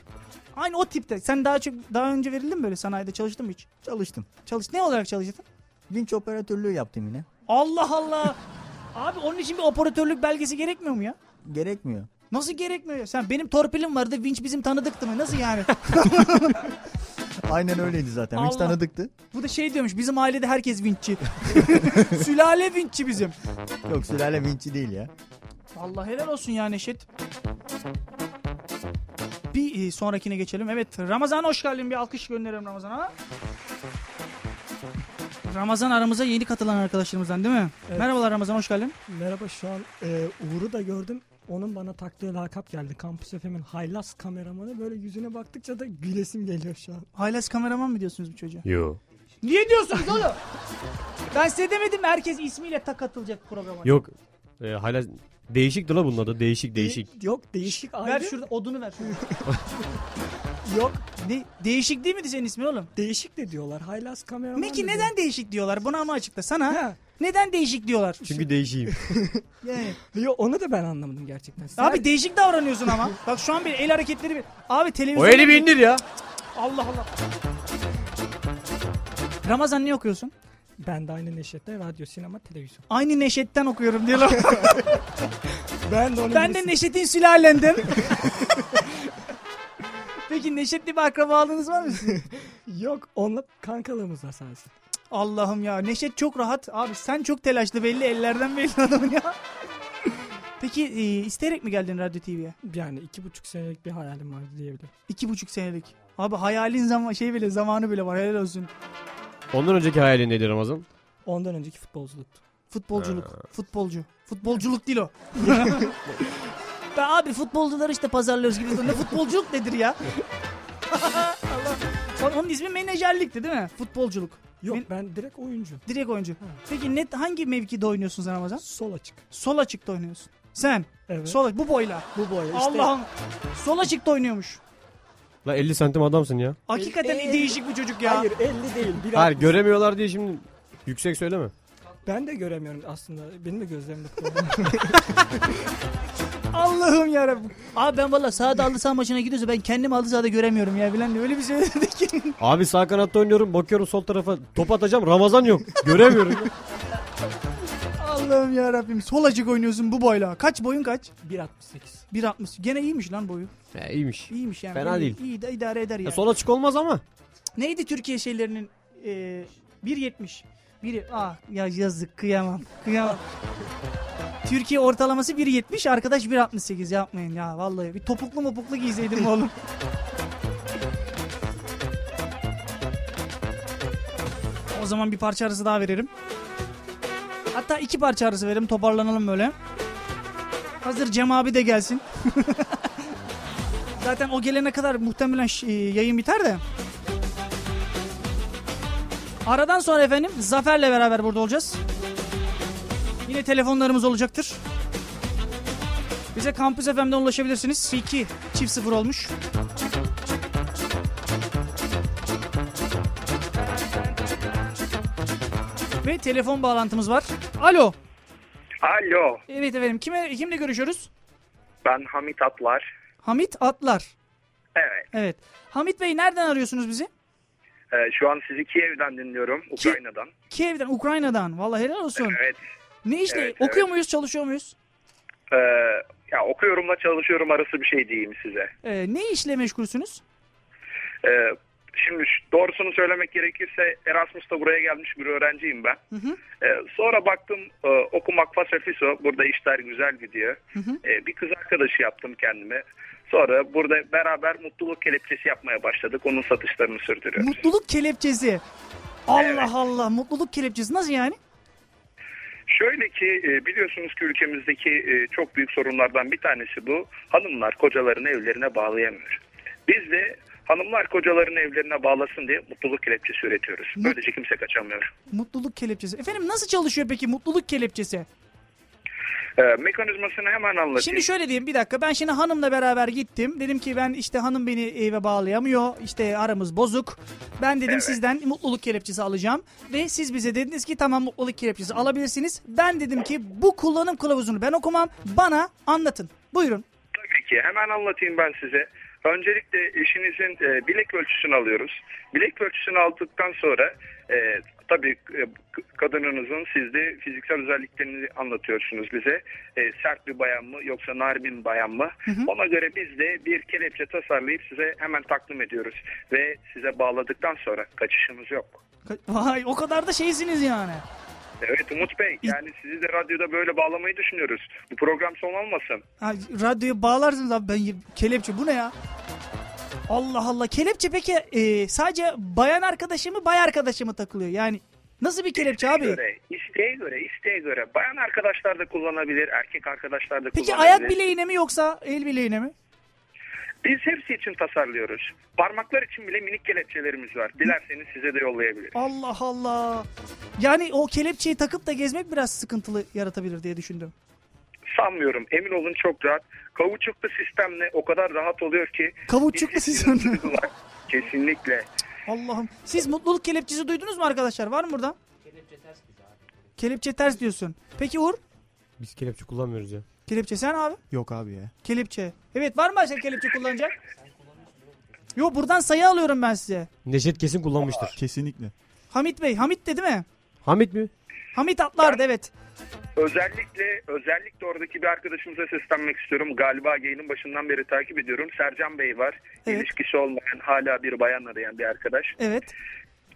Speaker 2: Aynı o tipte. Sen daha çok daha önce verildin mi böyle sanayide çalıştın mı hiç?
Speaker 7: Çalıştım.
Speaker 2: Çalış ne olarak çalıştın?
Speaker 7: Vinç operatörlüğü yaptım yine.
Speaker 2: Allah Allah. Abi onun için bir operatörlük belgesi gerekmiyor mu ya?
Speaker 7: Gerekmiyor.
Speaker 2: Nasıl gerekmiyor? Sen benim torpilim vardı. Vinç bizim tanıdıktı mı? Nasıl yani?
Speaker 7: Aynen öyleydi zaten. Vinç
Speaker 2: Allah.
Speaker 7: tanıdıktı.
Speaker 2: Bu da şey diyormuş. Bizim ailede herkes vinççi. Sülale vinççi bizim.
Speaker 7: Yok sülale vinçi değil ya.
Speaker 2: Allah helal olsun ya Neşet. Bir e, sonrakine geçelim. Evet Ramazan hoş geldin. Bir alkış gönderelim Ramazan'a. Ramazan aramıza yeni katılan arkadaşlarımızdan değil mi?
Speaker 13: Evet.
Speaker 2: Merhabalar Ramazan hoş geldin.
Speaker 13: Merhaba şu an e, Uğur'u da gördüm. Onun bana taktığı lakap geldi. Kampüs FM'in haylaz kameramanı. Böyle yüzüne baktıkça da gülesim geliyor şu an.
Speaker 2: Haylaz kameraman mı diyorsunuz bu çocuğa?
Speaker 1: Yo.
Speaker 2: Niye diyorsunuz oğlum? ben size demedim mi? herkes ismiyle tak atılacak programa.
Speaker 1: Yok. E, hala değişik dola bunun adı. Değişik değişik.
Speaker 13: Yok değişik ayrı.
Speaker 2: Ver şurada odunu ver. Yok. De- değişik değil miydi senin ismin oğlum?
Speaker 13: Değişik de diyorlar. Haylaz kameraman
Speaker 2: Peki
Speaker 13: da
Speaker 2: neden değişik diyorlar? Bunu ama açıkla sana. Neden değişik diyorlar?
Speaker 1: Çünkü değişeyim.
Speaker 2: Yani.
Speaker 13: diyor. Yo, onu da ben anlamadım gerçekten. Sen-
Speaker 2: Abi değişik davranıyorsun ama. Bak şu an bir el hareketleri bir. Abi televizyon.
Speaker 1: o eli bir indir ya.
Speaker 2: Allah Allah. Ramazan ne okuyorsun?
Speaker 13: Ben de aynı neşette radyo, sinema, televizyon.
Speaker 2: Aynı Neşet'ten okuyorum diyor.
Speaker 13: Ben de onun
Speaker 2: ben de
Speaker 13: birisi-
Speaker 2: Neşet'in sülalendim. Peki Neşet'le bir akrabalığınız var mı sizin?
Speaker 13: Yok onunla kankalığımız var sadece.
Speaker 2: Allah'ım ya Neşet çok rahat. Abi sen çok telaşlı belli ellerden belli adamın ya. Peki e, isteyerek mi geldin Radyo TV'ye?
Speaker 13: Yani iki buçuk senelik bir hayalim vardı diyebilirim.
Speaker 2: İki buçuk senelik. Abi hayalin zaman şey bile zamanı bile var helal olsun.
Speaker 1: Ondan önceki hayalin neydi Ramazan?
Speaker 13: Ondan önceki futbolculuktu.
Speaker 2: Futbolculuk. Futbolcu. Futbolculuk değil o. ben abi futbolcuları işte pazarlıyoruz gibi. Ne futbolculuk nedir ya? Allah. Onun- Onun ismi menajerlikti değil mi? Futbolculuk.
Speaker 13: Yok ben direkt oyuncu.
Speaker 2: Direkt oyuncu. Peki net hangi mevkide oynuyorsun sen Ramazan?
Speaker 13: Sol açık.
Speaker 2: Sol açıkta oynuyorsun. Sen?
Speaker 13: Evet.
Speaker 2: Sol açık. Bu boyla.
Speaker 13: Bu boyla işte.
Speaker 2: Allah'ım. Sol açıkta oynuyormuş.
Speaker 1: La 50 santim adamsın ya.
Speaker 2: Hakikaten
Speaker 13: Ee,
Speaker 2: değişik bu çocuk ya.
Speaker 13: Hayır 50 değil. Bir
Speaker 1: Hayır göremiyorlar diye şimdi yüksek söyleme.
Speaker 13: Ben de göremiyorum aslında. Benim de gözlerimde
Speaker 2: Allah'ım yarabbim. Abi ben valla sahada halı saha maçına gidiyorsa ben kendim halı sahada göremiyorum ya bilen de öyle bir şey dedi ki.
Speaker 1: Abi sağ kanatta oynuyorum bakıyorum sol tarafa top atacağım Ramazan yok. Göremiyorum. ya.
Speaker 2: Allah'ım ya Rabbim. Sol açık oynuyorsun bu boyla. Kaç boyun kaç?
Speaker 13: 1.68.
Speaker 2: 1.60. Gene iyiymiş lan boyu.
Speaker 1: Ya, iyiymiş.
Speaker 2: İyiymiş yani.
Speaker 1: Fena
Speaker 2: İyi-
Speaker 1: değil.
Speaker 2: İyi de idare eder yani.
Speaker 1: Ya, sol açık E, olmaz ama.
Speaker 2: Neydi Türkiye şeylerinin e, 1.70. Biri ah ya yazık kıyamam. Kıyamam. Türkiye ortalaması 1.70 arkadaş 1.68 yapmayın ya vallahi. Bir topuklu mopuklu giyseydim oğlum. o zaman bir parça arası daha veririm. Hatta iki parça arası verelim toparlanalım böyle. Hazır Cem abi de gelsin. Zaten o gelene kadar muhtemelen ş- e, yayın biter de. Aradan sonra efendim Zafer'le beraber burada olacağız. Yine telefonlarımız olacaktır. Bize Kampüs FM'den ulaşabilirsiniz. 2 çift 0 olmuş. Ve telefon bağlantımız var. Alo.
Speaker 14: Alo,
Speaker 2: Evet efendim. Kime kimle görüşüyoruz?
Speaker 14: ben Hamit Atlar.
Speaker 2: Hamit Atlar.
Speaker 14: Evet,
Speaker 2: Evet. Hamit Bey nereden arıyorsunuz bizi?
Speaker 14: e, şu an sizi Kiev'den dinliyorum, Ukrayna'dan.
Speaker 2: Kiev'den, Ukrayna'dan. Vallahi helal olsun.
Speaker 14: Evet,
Speaker 2: Ne işte?
Speaker 14: Evet,
Speaker 2: okuyor muyuz, çalışıyor muyuz?
Speaker 14: e, ya okuyorumla çalışıyorum arası bir şey diyeyim size.
Speaker 2: Ee, ne işle meşgulsünüz?
Speaker 14: E, şimdi şu- doğrusunu söylemek gerekirse Erasmus'ta buraya gelmiş bir öğrenciyim ben.
Speaker 2: Hı hı.
Speaker 14: E, sonra baktım e, okumak fasafiso, burada işler güzel gidiyor.
Speaker 2: Hı hı.
Speaker 14: E, bir kız arkadaşı yaptım kendime. Sonra burada beraber mutluluk kelepçesi yapmaya başladık, onun satışlarını sürdürüyoruz.
Speaker 2: Mutluluk kelepçesi. Allah Allah mutluluk kelepçesi nasıl yani?
Speaker 14: Şöyle ki e, biliyorsunuz ki ülkemizdeki e, çok büyük sorunlardan bir tanesi bu. Hanımlar kocalarını evlerine bağlayamıyor. Biz de hanımlar kocalarını evlerine bağlasın diye mutluluk kelepçesi üretiyoruz. Böylece kimse kaçamıyor.
Speaker 2: Mutluluk kelepçesi. Efendim nasıl çalışıyor peki mutluluk kelepçesi?
Speaker 14: E, mekanizmasını hemen anlatayım.
Speaker 2: Şimdi şöyle diyeyim bir dakika ben şimdi hanımla beraber gittim. Dedim ki ben işte hanım beni eve bağlayamıyor. İşte aramız bozuk. Ben dedim sizden mutluluk kelepçesi alacağım. Ve siz bize dediniz ki tamam mutluluk kelepçesi alabilirsiniz. Ben dedim ki bu kullanım kılavuzunu ben okumam. Bana anlatın. Buyurun.
Speaker 14: Peki hemen anlatayım ben size. Öncelikle eşinizin e, bilek ölçüsünü alıyoruz. Bilek ölçüsünü aldıktan sonra e, tabii e, k- kadınınızın sizde fiziksel özelliklerini anlatıyorsunuz bize. E, sert bir bayan mı yoksa narin bir bayan mı? Ona göre biz de bir kelepçe tasarlayıp size hemen takdim ediyoruz. Ve size bağladıktan sonra kaçışımız yok.
Speaker 2: Ka- Vay o kadar da şeysiniz yani.
Speaker 14: Evet Umut Bey yani sizi de radyoda böyle bağlamayı düşünüyoruz. Bu program son olmasın.
Speaker 2: Ha, radyoya bağlarsınız abi ben y- kelepçe bu ne ya? Allah Allah kelepçe peki e, sadece bayan arkadaşı mı bay arkadaşı mı takılıyor yani? Nasıl bir kelepçe abi?
Speaker 14: Göre, isteğe göre, isteğe göre. Bayan arkadaşlar da kullanabilir, erkek arkadaşlar da
Speaker 2: Peki
Speaker 14: kullanabilir.
Speaker 2: ayak bileğine mi yoksa el bileğine mi?
Speaker 14: Biz hepsi için tasarlıyoruz. Parmaklar için bile minik kelepçelerimiz var. Dilerseniz size de yollayabiliriz.
Speaker 2: Allah Allah. Yani o kelepçeyi takıp da gezmek biraz sıkıntılı yaratabilir diye düşündüm.
Speaker 14: Sanmıyorum. Emin olun çok rahat. Kavuçuklu sistemle o kadar rahat oluyor ki.
Speaker 2: Kavuçuklu sistem.
Speaker 14: Kesinlikle.
Speaker 2: Allah'ım. Siz mutluluk kelepçesi duydunuz mu arkadaşlar? Var mı burada? Kelepçe ters diyorsun. Peki Uğur?
Speaker 1: Biz kelepçe kullanmıyoruz ya.
Speaker 2: Kelepçe sen abi?
Speaker 1: Yok abi ya.
Speaker 2: Kelepçe. Evet var mı başka kelepçe kullanacak? Yo buradan sayı alıyorum ben size.
Speaker 1: Neşet kesin kullanmıştır. Kesinlikle.
Speaker 2: Hamit Bey. Hamit de değil mi?
Speaker 1: Hamit mi?
Speaker 2: Hamit atlardı evet.
Speaker 14: Özellikle özellikle oradaki bir arkadaşımıza seslenmek istiyorum. Galiba yayının başından beri takip ediyorum. Sercan Bey var. İlişkisi olmayan hala bir bayan arayan bir arkadaş.
Speaker 2: Evet.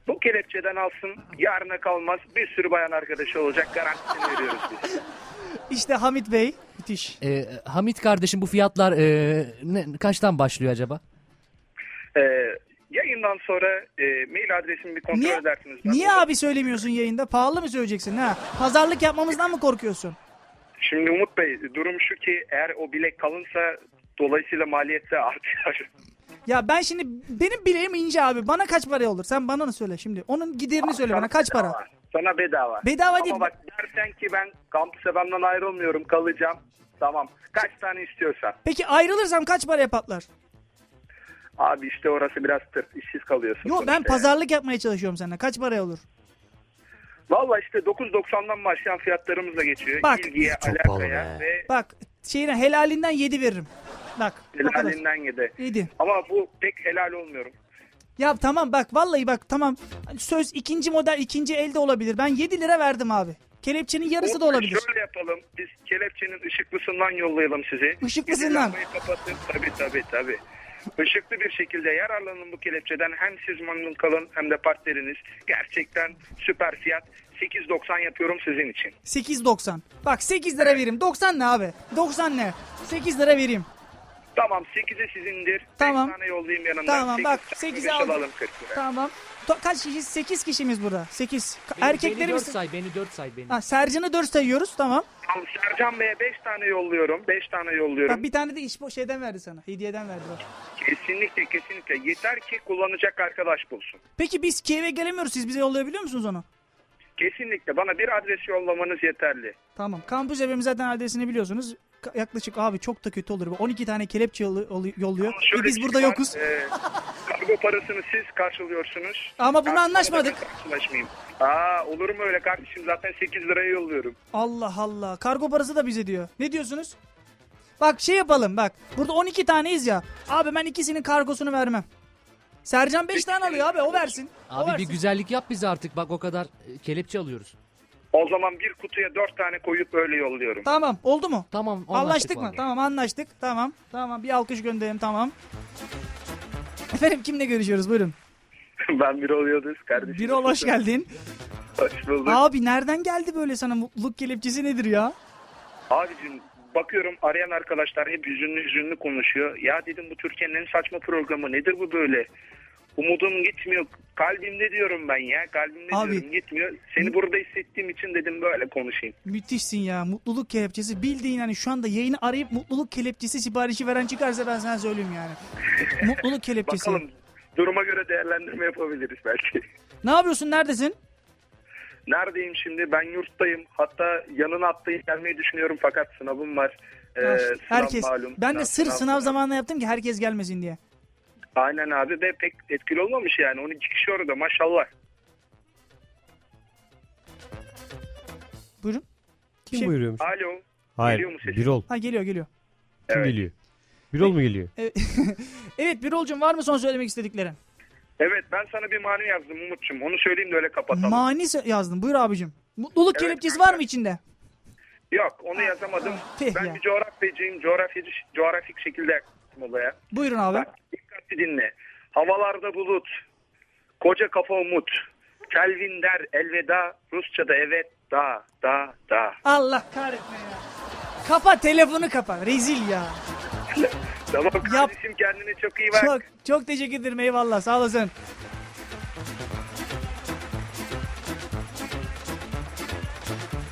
Speaker 14: Bu kelepçeden alsın. Yarına kalmaz. Bir sürü bayan arkadaşı olacak. Garantisini veriyoruz biz.
Speaker 2: İşte Hamit Bey. Müthiş.
Speaker 10: Ee, Hamit kardeşim bu fiyatlar e, ne- kaçtan başlıyor acaba?
Speaker 14: Ee, yayından sonra e, mail adresimi bir kontrol edersiniz. Ben
Speaker 2: Niye abi söylemiyorsun yayında? Pahalı mı söyleyeceksin ha? Pazarlık yapmamızdan mı korkuyorsun?
Speaker 14: Şimdi Umut Bey durum şu ki eğer o bilek kalınsa dolayısıyla maliyette artıyor.
Speaker 2: Ya ben şimdi benim bileğim ince abi. Bana kaç para olur? Sen bana ne söyle şimdi? Onun giderini söyle bana kaç para?
Speaker 14: Sana bedava.
Speaker 2: Bedava
Speaker 14: Ama
Speaker 2: değil.
Speaker 14: bak dersen ki ben kampüse benden ayrılmıyorum kalacağım. Tamam. Kaç tane istiyorsan.
Speaker 2: Peki ayrılırsam kaç paraya patlar?
Speaker 14: Abi işte orası biraz tırt. işsiz kalıyorsun.
Speaker 2: Yo ben
Speaker 14: sonuçta.
Speaker 2: pazarlık yapmaya çalışıyorum seninle. Kaç paraya olur?
Speaker 14: Valla işte 9.90'dan başlayan fiyatlarımızla geçiyor.
Speaker 2: Bak.
Speaker 14: İlgiye, alakaya ve
Speaker 2: Bak şeyine helalinden yedi veririm. Bak. o kadar.
Speaker 14: Helalinden yedi.
Speaker 2: Yedi.
Speaker 14: Ama bu pek helal olmuyorum.
Speaker 2: Ya tamam bak vallahi bak tamam. Söz ikinci model ikinci elde olabilir. Ben 7 lira verdim abi. Kelepçenin yarısı da
Speaker 14: Umut Bey,
Speaker 2: olabilir.
Speaker 14: Şöyle yapalım. Biz kelepçenin ışıklısından yollayalım sizi.
Speaker 2: Işıklısından.
Speaker 14: Siz lambayı kapatın. Tabii tabii tabii. Işıklı bir şekilde yararlanın bu kelepçeden. Hem siz memnun kalın hem de partneriniz. Gerçekten süper fiyat. 8.90 yapıyorum sizin için.
Speaker 2: 8.90. Bak 8 lira vereyim. 90 ne abi? 90 ne? 8 lira vereyim.
Speaker 14: Tamam 8'e sizindir.
Speaker 2: Tamam.
Speaker 14: 5 tane yollayayım yanımdan.
Speaker 2: Tamam bak
Speaker 14: 8
Speaker 2: 8'e aldım.
Speaker 14: alalım 40 lira.
Speaker 2: Tamam. To- kaç kişiyiz? 8 kişimiz burada. 8.
Speaker 10: Beni- beni
Speaker 2: Erkeklerimiz...
Speaker 10: dört say, beni 4 say beni.
Speaker 2: Ha, Sercan'ı 4 sayıyoruz tamam.
Speaker 14: Tamam, Sercan Bey'e 5 tane yolluyorum. 5 tane yolluyorum.
Speaker 2: Bak bir tane de iş bu şeyden verdi sana. Hediyeden verdi bak.
Speaker 14: Kesinlikle kesinlikle. Yeter ki kullanacak arkadaş bulsun.
Speaker 2: Peki biz Kiev'e gelemiyoruz. Siz bize yollayabiliyor musunuz onu?
Speaker 14: Kesinlikle bana bir adres yollamanız
Speaker 2: E,
Speaker 14: yeterli.
Speaker 2: Tamam. Kampüs evimin zaten adresini biliyorsunuz. Ka- Yaklaşık abi çok da kötü olur. 12 tane kelepçe yolu- yolu- yolluyor. Ve biz burada
Speaker 14: çıkan,
Speaker 2: yokuz.
Speaker 14: e, kargo parasını siz karşılıyorsunuz.
Speaker 2: Ama bunu
Speaker 14: Ben
Speaker 2: anlaşmadık.
Speaker 14: sonra da Karşılaşmayayım. Aa, olur mu öyle kardeşim zaten 8 liraya yolluyorum.
Speaker 2: Allah Allah. Kargo parası da bize diyor. Ne diyorsunuz? Bak şey yapalım bak. Burada 12 taneyiz ya. Abi ben ikisinin kargosunu vermem. Sercan 5 tane alıyor abi o versin. o
Speaker 10: Abi bir
Speaker 2: versin.
Speaker 10: güzellik yap bize artık bak o kadar e, kelepçe alıyoruz.
Speaker 14: O zaman bir kutuya 4 tane koyup öyle yolluyorum.
Speaker 2: Tamam oldu mu? Tamam
Speaker 10: anlaştık
Speaker 2: Anlaştık mı?
Speaker 10: vallahi.
Speaker 2: Tamam anlaştık. Tamam. Tamam bir alkış gönderelim tamam. Efendim kimle görüşüyoruz buyurun.
Speaker 14: ben bir oluyoruz kardeşim.
Speaker 2: Birol hoş geldin.
Speaker 14: Hoş bulduk.
Speaker 2: Abi nereden geldi böyle sana mutluluk kelepçesi nedir ya?
Speaker 14: Abicim bakıyorum arayan arkadaşlar hep hüzünlü hüzünlü konuşuyor. Ya dedim bu Türkiye'nin en saçma programı nedir bu böyle? Umudum gitmiyor. Kalbimde diyorum ben ya. Kalbimde
Speaker 2: Abi-
Speaker 14: diyorum gitmiyor. Seni burada hissettiğim için dedim böyle konuşayım.
Speaker 2: Müthişsin ya mutluluk kelepçesi bildiğin hani şu anda yayını arayıp mutluluk kelepçesi siparişi veren çıkarsa ben sana söyleyeyim yani. mutluluk kelepçesi.
Speaker 14: Bakalım duruma göre değerlendirme yapabiliriz belki.
Speaker 2: Ne yapıyorsun neredesin?
Speaker 14: Neredeyim şimdi? Ben yurttayım. Hatta yanına atlayıp gelmeyi düşünüyorum fakat sınavım var. Ee,
Speaker 2: Ah,
Speaker 14: sınav
Speaker 2: herkes.
Speaker 14: malum.
Speaker 2: ben de sır sınav,
Speaker 14: sınav.
Speaker 2: zamanında yaptım ki herkes gelmesin diye.
Speaker 14: Aynen abi ve pek etkili olmamış yani. 12 kişi orada maşallah.
Speaker 2: Buyurun.
Speaker 1: Kim buyuruyormuş?
Speaker 14: Alo.
Speaker 1: Hayır.
Speaker 14: Geliyor mu sesim?
Speaker 1: Birol.
Speaker 2: Şey- Ha geliyor geliyor.
Speaker 1: Kim geliyor? Birol mu geliyor?
Speaker 2: Evet Birol'cum var mı son söylemek istediklerin?
Speaker 14: Evet ben sana bir mani yazdım Umut'cum. Onu söyleyeyim de öyle kapatalım.
Speaker 2: Mani se- yazdın buyur abicim. Mutluluk kelepçesi var mı içinde?
Speaker 14: Yok onu yazamadım. ben bir coğrafyacıyım. Coğrafyacı, coğrafik şekilde yaklaştım olaya.
Speaker 2: Buyurun abi.
Speaker 14: Dikkatli dinle. Havalarda bulut. Koca kafa umut. Kelvin der elveda. Rusça'da evet da da da.
Speaker 2: Allah kahretme ya. Kapa telefonu kapa rezil ya.
Speaker 14: Tamam kardeşim kendine çok iyi bak.
Speaker 2: Çok, çok teşekkür ederim eyvallah sağ olasın.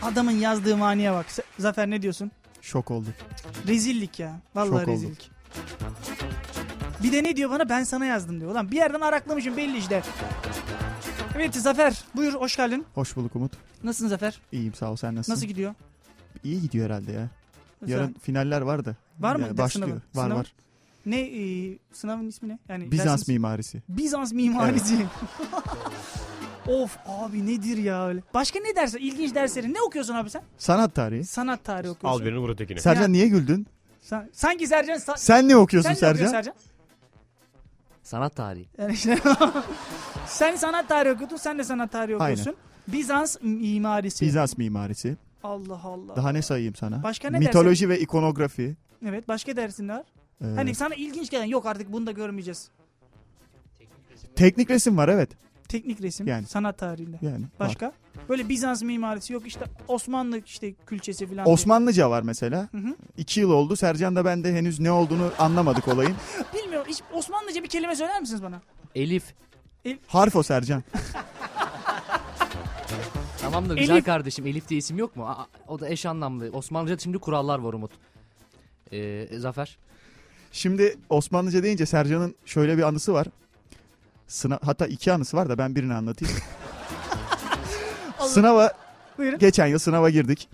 Speaker 2: Adamın yazdığı maniye bak. Z- Zafer ne diyorsun?
Speaker 15: Şok oldum.
Speaker 2: Rezillik ya.
Speaker 15: Şok
Speaker 2: Vallahi
Speaker 15: oldum.
Speaker 2: rezillik. Bir de ne diyor bana ben sana yazdım diyor. Ulan bir yerden araklamışım belli işte. Evet Zafer buyur hoş geldin.
Speaker 15: Hoş bulduk Umut.
Speaker 2: Nasılsın Zafer?
Speaker 15: İyiyim sağ ol sen nasılsın?
Speaker 2: Nasıl gidiyor?
Speaker 15: İyi gidiyor herhalde ya.
Speaker 2: Nasıl?
Speaker 15: Yarın finaller var da.
Speaker 2: Var mı
Speaker 15: Yani
Speaker 2: ders
Speaker 15: başlıyor.
Speaker 2: sınavı?
Speaker 15: Var
Speaker 2: Sınav-
Speaker 15: var.
Speaker 2: Ne e, sınavın ismi ne? Yani
Speaker 15: Bizans
Speaker 2: dersiniz-
Speaker 15: mimarisi.
Speaker 2: Bizans mimarisi. of abi nedir ya öyle. Başka ne dersler? İlginç derslerin. Ne okuyorsun abi sen?
Speaker 15: Sanat tarihi.
Speaker 2: Sanat tarihi okuyorsun.
Speaker 1: birini vur ötekine.
Speaker 15: Sercan niye güldün?
Speaker 2: Sa- sanki Sercan... sa-
Speaker 15: Sen ne okuyorsun
Speaker 2: Sen
Speaker 15: Sercan?
Speaker 2: Sercan?
Speaker 10: Sanat tarihi.
Speaker 2: Yani işte sen sanat tarihi okudun, sen de sanat tarihi
Speaker 15: Aynen.
Speaker 2: okuyorsun. Bizans mimarisi.
Speaker 15: Bizans mimarisi.
Speaker 2: Şey- Allah Allah.
Speaker 15: Daha ne sayayım sana?
Speaker 2: Başka ne
Speaker 15: Mitoloji ve ikonografi.
Speaker 2: Evet başka dersin ne var?
Speaker 15: Ee,
Speaker 2: Hani sana ilginç gelen yok artık bunu da görmeyeceğiz.
Speaker 15: Teknik resim var evet.
Speaker 2: Teknik resim,
Speaker 15: Yani.
Speaker 2: sanat tarihinde.
Speaker 15: Yani var.
Speaker 2: başka? Böyle Bizans mimarisi yok işte Osmanlı işte külçesi falan.
Speaker 15: Osmanlıca var mesela.
Speaker 2: Hı hı.
Speaker 15: İki yıl oldu. Sercan da ben de henüz ne olduğunu anlamadık olayın.
Speaker 2: Bilmiyorum hiç Osmanlıca bir kelime söyler misiniz bana?
Speaker 10: Elif.
Speaker 15: Harf o Sercan.
Speaker 10: Tamam da güzel
Speaker 2: Elif.
Speaker 10: kardeşim Elif diye isim yok mu? Aa, o da eş anlamlı. Osmanlıca'da şimdi kurallar var Umut. Ee, Zafer.
Speaker 15: Şimdi Osmanlıca deyince Sercan'ın şöyle bir anısı var. Sınav, hatta iki anısı var da ben birini anlatayım. Sınava
Speaker 2: Buyurun.
Speaker 15: geçen yıl sınava girdik.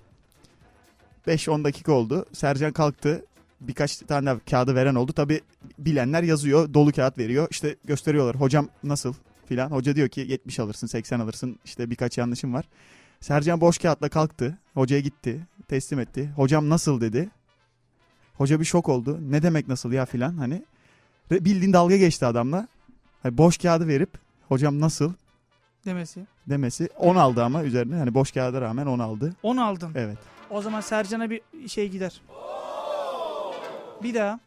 Speaker 15: 5-10 dakika oldu. Sercan kalktı. Birkaç tane daha kağıdı veren oldu. Tabi bilenler yazıyor. Dolu kağıt veriyor. İşte gösteriyorlar. Hocam nasıl filan. Hoca diyor ki 70 alırsın 80 alırsın. İşte birkaç yanlışım var. Sercan boş kağıtla kalktı. Hocaya gitti. Teslim etti. Hocam nasıl dedi. Hoca bir şok oldu. Ne demek nasıl ya filan hani. Ve Bildiğin dalga geçti adamla. Hani boş kağıdı verip hocam nasıl
Speaker 2: Demesi.
Speaker 15: demesi. 10 aldı ama üzerine hani boş kağıda rağmen 10 aldı.
Speaker 2: 10 aldın.
Speaker 15: Evet.
Speaker 2: O zaman Sercan'a bir şey gider. Bir daha.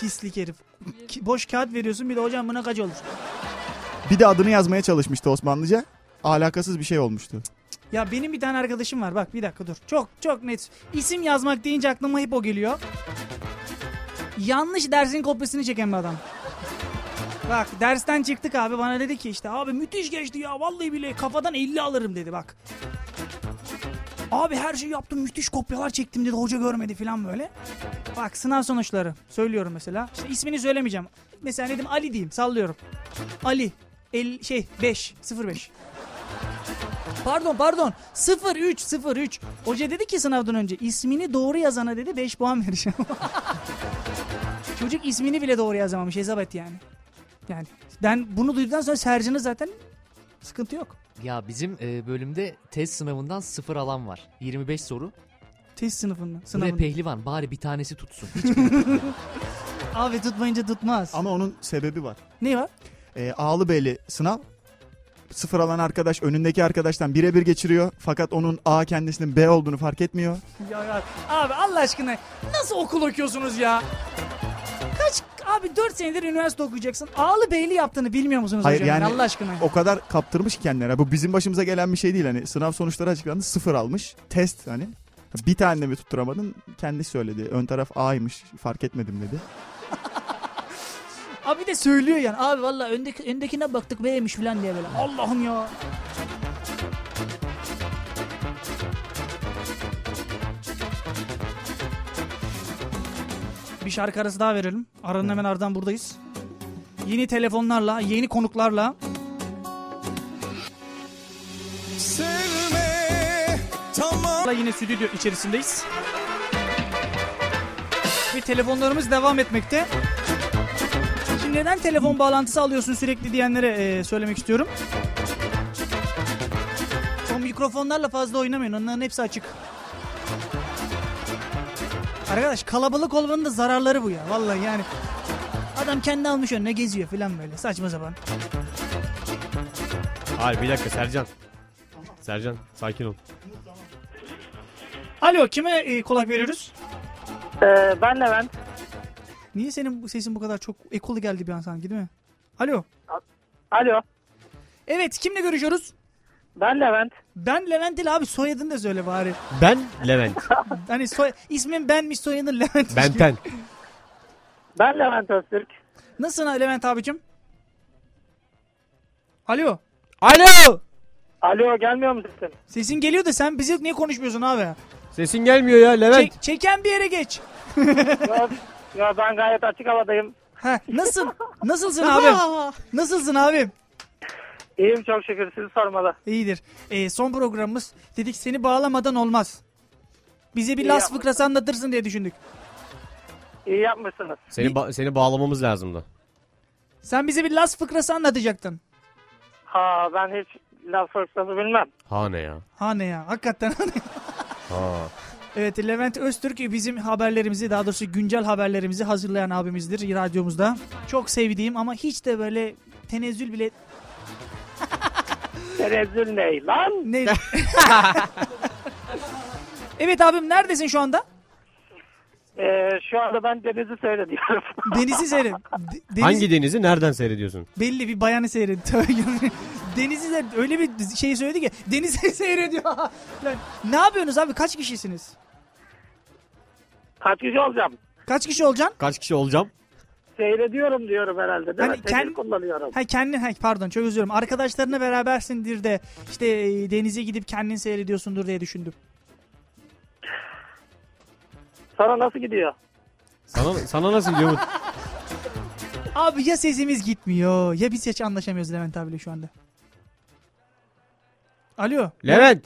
Speaker 2: Pislik herif. Ki- Boş kağıt veriyorsun bir de hocam buna kaç olur?
Speaker 15: Bir de adını yazmaya çalışmıştı Osmanlıca. Alakasız bir şey olmuştu.
Speaker 2: Ya benim bir tane arkadaşım var bak bir dakika dur. Çok çok net. İsim yazmak deyince aklıma hep o geliyor. Yanlış dersin kopyasını çeken bir adam. Bak dersten çıktık abi bana dedi ki işte abi müthiş geçti ya vallahi bile kafadan 50 alırım dedi bak. Abi her şeyi yaptım müthiş kopyalar çektim dedi hoca görmedi falan böyle. Bak sınav sonuçları söylüyorum mesela. İşte ismini söylemeyeceğim. Mesela dedim Ali diyeyim sallıyorum. Ali el, şey 5 05. Pardon pardon 03 03. Hoca dedi ki sınavdan önce ismini doğru yazana dedi 5 puan vereceğim. Çocuk ismini bile doğru yazamamış hesap et yani. Yani ben bunu duyduktan sonra Sercan'ı zaten sıkıntı yok.
Speaker 10: Ya bizim e, bölümde test sınavından sıfır alan var. 25 soru.
Speaker 2: Test sınıfından.
Speaker 10: Buraya
Speaker 2: sınavından.
Speaker 10: pehlivan bari bir tanesi tutsun.
Speaker 2: Abi tutmayınca tutmaz.
Speaker 15: Ama onun sebebi var.
Speaker 2: Ne var?
Speaker 15: Ee, Ağlıbeyli sınav. Sıfır alan arkadaş önündeki arkadaştan birebir geçiriyor. Fakat onun A kendisinin B olduğunu fark etmiyor.
Speaker 2: Ya, ya, abi Allah aşkına nasıl okul okuyorsunuz ya? Kaç abi 4 senedir üniversite okuyacaksın. Ağlı beyli yaptığını bilmiyor musunuz
Speaker 15: Hayır
Speaker 2: hocam?
Speaker 15: yani
Speaker 2: Allah aşkına.
Speaker 15: o kadar kaptırmış ki kendine. Bu bizim başımıza gelen bir şey değil. Hani sınav sonuçları açıklandı sıfır almış. Test hani. Bir tane de mi tutturamadın? Kendi söyledi. Ön taraf A'ymış fark etmedim dedi.
Speaker 2: Abi bir de söylüyor yani. Abi valla öndeki, öndekine baktık beymiş falan diye böyle. Allah'ım ya. Bir şarkı arası daha verelim. Aranın hemen ardından buradayız. Yeni telefonlarla, yeni konuklarla. Sevme tamam. Yine stüdyo içerisindeyiz. Ve telefonlarımız devam etmekte. Şimdi neden telefon bağlantısı alıyorsun sürekli diyenlere e, söylemek istiyorum. O mikrofonlarla fazla oynamayın. Onların hepsi açık. Arkadaş kalabalık olmanın da zararları bu ya. Vallahi yani. Adam kendi almış önüne geziyor falan böyle. Saçma sapan.
Speaker 1: Hayır bir dakika Sercan. Sercan sakin ol.
Speaker 2: Alo kime e, kulak veriyoruz?
Speaker 16: Ee, ben Levent.
Speaker 2: Niye senin bu sesin bu kadar çok ekolu geldi bir an sanki değil mi? Alo.
Speaker 16: Alo.
Speaker 2: Evet kimle görüşüyoruz?
Speaker 16: Ben Levent.
Speaker 2: Ben Levent değil abi soyadını da söyle bari.
Speaker 1: Ben Levent.
Speaker 2: hani soy ismin benmiş soyadın Levent.
Speaker 1: Benten.
Speaker 16: Ben Levent Öztürk.
Speaker 2: Nasılsın Levent abicim? Alo.
Speaker 1: Alo.
Speaker 16: Alo gelmiyor mu sesin?
Speaker 2: Sesin geliyor da sen bizi niye konuşmuyorsun abi?
Speaker 1: Sesin gelmiyor ya Levent.
Speaker 2: Çek- çeken bir yere geç.
Speaker 16: Ya ben gayet açık havadayım.
Speaker 2: Heh, nasıl? Nasılsın abim? Nasılsın abim?
Speaker 16: İyiyim çok şükür sizi sormalı.
Speaker 2: İyidir. Ee, son programımız dedik seni bağlamadan olmaz. Bize bir
Speaker 16: İyi
Speaker 2: Las
Speaker 16: yapmışsın.
Speaker 2: fıkrası anlatırsın diye düşündük.
Speaker 16: İyi yapmışsınız.
Speaker 1: Seni ba- seni bağlamamız lazımdı.
Speaker 2: Sen bize bir Las fıkrası anlatacaktın.
Speaker 16: Ha ben hiç laf fırsatı bilmem.
Speaker 1: Ha ne ya?
Speaker 2: Ha ne ya hakikaten.
Speaker 1: Ha.
Speaker 2: evet Levent Öztürk bizim haberlerimizi daha doğrusu güncel haberlerimizi hazırlayan abimizdir radyomuzda. Çok sevdiğim ama hiç de böyle tenezzül bile...
Speaker 16: Tenezzül ne lan?
Speaker 2: Ne? evet abim neredesin şu anda?
Speaker 16: Ee, şu anda ben Deniz'i seyrediyorum.
Speaker 2: Denizi seyret. De- deniz-
Speaker 1: Hangi denizi nereden seyrediyorsun?
Speaker 2: Belli bir bayanı seyrediyor. Deniz'i de öyle bir şey söyledi ki Deniz'i seyrediyor. Lan, ne yapıyorsunuz abi kaç kişisiniz?
Speaker 16: Kaç kişi olacağım?
Speaker 2: Kaç kişi olacaksın?
Speaker 1: Kaç kişi olacağım?
Speaker 16: Seyrediyorum diyorum herhalde değil
Speaker 2: Hani
Speaker 16: mi? Tekil
Speaker 2: kend-
Speaker 16: kullanıyorum.
Speaker 2: Ha kendin ha, pardon çok özür dilerim. Arkadaşlarına berabersindir de işte e, denize gidip kendin seyrediyorsundur diye düşündüm.
Speaker 16: Sana nasıl gidiyor?
Speaker 1: Sana sana nasıl gidiyor? bu?
Speaker 2: Abi ya sesimiz gitmiyor ya biz hiç anlaşamıyoruz Levent abiyle şu anda. Alo.
Speaker 1: Levent.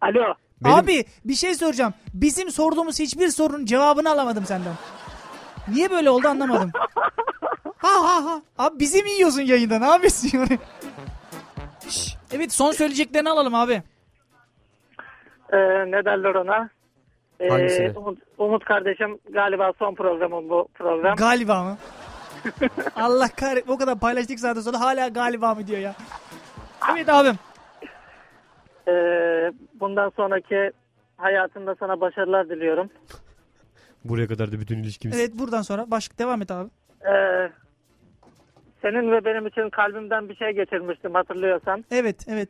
Speaker 16: Alo.
Speaker 2: Abi bir şey soracağım. Bizim sorduğumuz hiçbir sorunun cevabını alamadım senden. Niye böyle oldu anlamadım. ha ha ha. Abi bizi mi yiyorsun yayında? Ne yapıyorsun yani? Şş, evet son söyleyeceklerini alalım abi.
Speaker 16: Ee, ne derler ona? Ee,
Speaker 2: Hangisine?
Speaker 16: Umut, Umut kardeşim galiba son programım bu program.
Speaker 2: Galiba mı? Allah kahretsin. O kadar paylaştık zaten sonra hala galiba mı diyor ya. Evet abim.
Speaker 16: Ee, bundan sonraki hayatında sana başarılar diliyorum.
Speaker 1: Buraya kadar da bütün ilişkimiz.
Speaker 2: Evet buradan sonra başlık devam et abi.
Speaker 16: Ee, senin ve benim için kalbimden bir şey geçirmiştim hatırlıyorsan.
Speaker 2: Evet evet.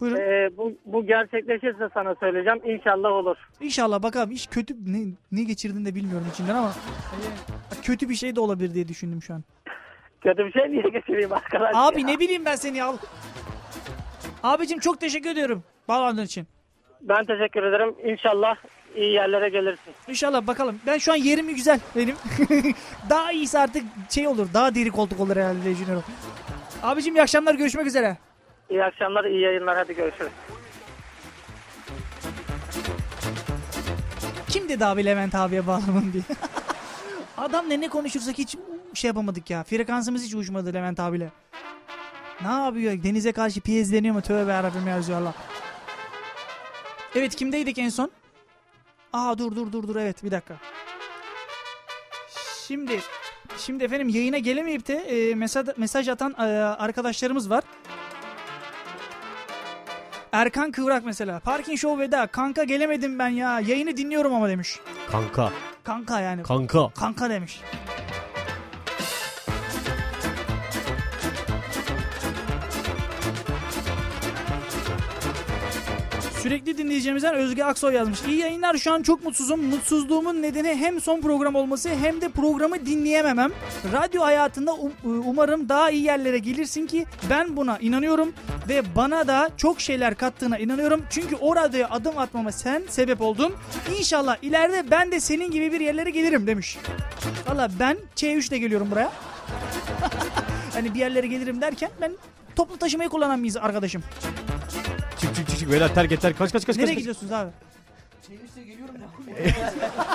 Speaker 2: Buyurun.
Speaker 16: Ee, bu, bu gerçekleşirse sana söyleyeceğim. İnşallah olur.
Speaker 2: İnşallah bakalım iş kötü ne, ne geçirdin de bilmiyorum içinden ama kötü bir şey de olabilir diye düşündüm şu an.
Speaker 16: Kötü bir şey niye geçireyim arkadaş?
Speaker 2: Abi
Speaker 16: ya?
Speaker 2: ne bileyim ben seni al. Abicim çok teşekkür ediyorum bağlandığın için.
Speaker 16: Ben teşekkür ederim. İnşallah iyi yerlere gelirsin.
Speaker 2: İnşallah bakalım. Ben şu an yerim güzel benim. daha iyisi artık şey olur. Daha deri koltuk olur herhalde diye düşünüyorum. Abicim iyi akşamlar görüşmek üzere.
Speaker 16: İyi akşamlar, iyi yayınlar. Hadi görüşürüz.
Speaker 2: Kim dedi abi Levent abiye bağlanın diye. Adamla ne konuşursak hiç şey yapamadık ya. Frekansımız hiç uyuşmadı Levent abiyle. Ne yapıyor? Denize karşı piyezleniyor mu? Tövbe yarabbim ya Allah. Evet kimdeydik en son? Aa dur dur dur dur evet bir dakika. Şimdi şimdi efendim yayına gelemeyip de e, mesaj, mesaj atan e, arkadaşlarımız var. Erkan Kıvrak mesela. Parking Show veda. Kanka gelemedim ben ya. Yayını dinliyorum ama demiş.
Speaker 1: Kanka.
Speaker 2: Kanka yani.
Speaker 1: Kanka.
Speaker 2: Kanka demiş. Sürekli dinleyeceğimizden Özge Aksoy yazmış. İyi yayınlar şu an çok mutsuzum. Mutsuzluğumun nedeni hem son program olması hem de programı dinleyememem. Radyo hayatında um- umarım daha iyi yerlere gelirsin ki ben buna inanıyorum ve bana da çok şeyler kattığına inanıyorum. Çünkü o radyoya adım atmama sen sebep oldun. İnşallah ileride ben de senin gibi bir yerlere gelirim demiş. Valla ben C3 ile geliyorum buraya. hani bir yerlere gelirim derken ben toplu taşımayı kullanan mıyız arkadaşım?
Speaker 1: Çık çık çık çık beyler terk et terk kaç kaç kaç
Speaker 2: Nereye
Speaker 1: kaç.
Speaker 2: gidiyorsunuz abi?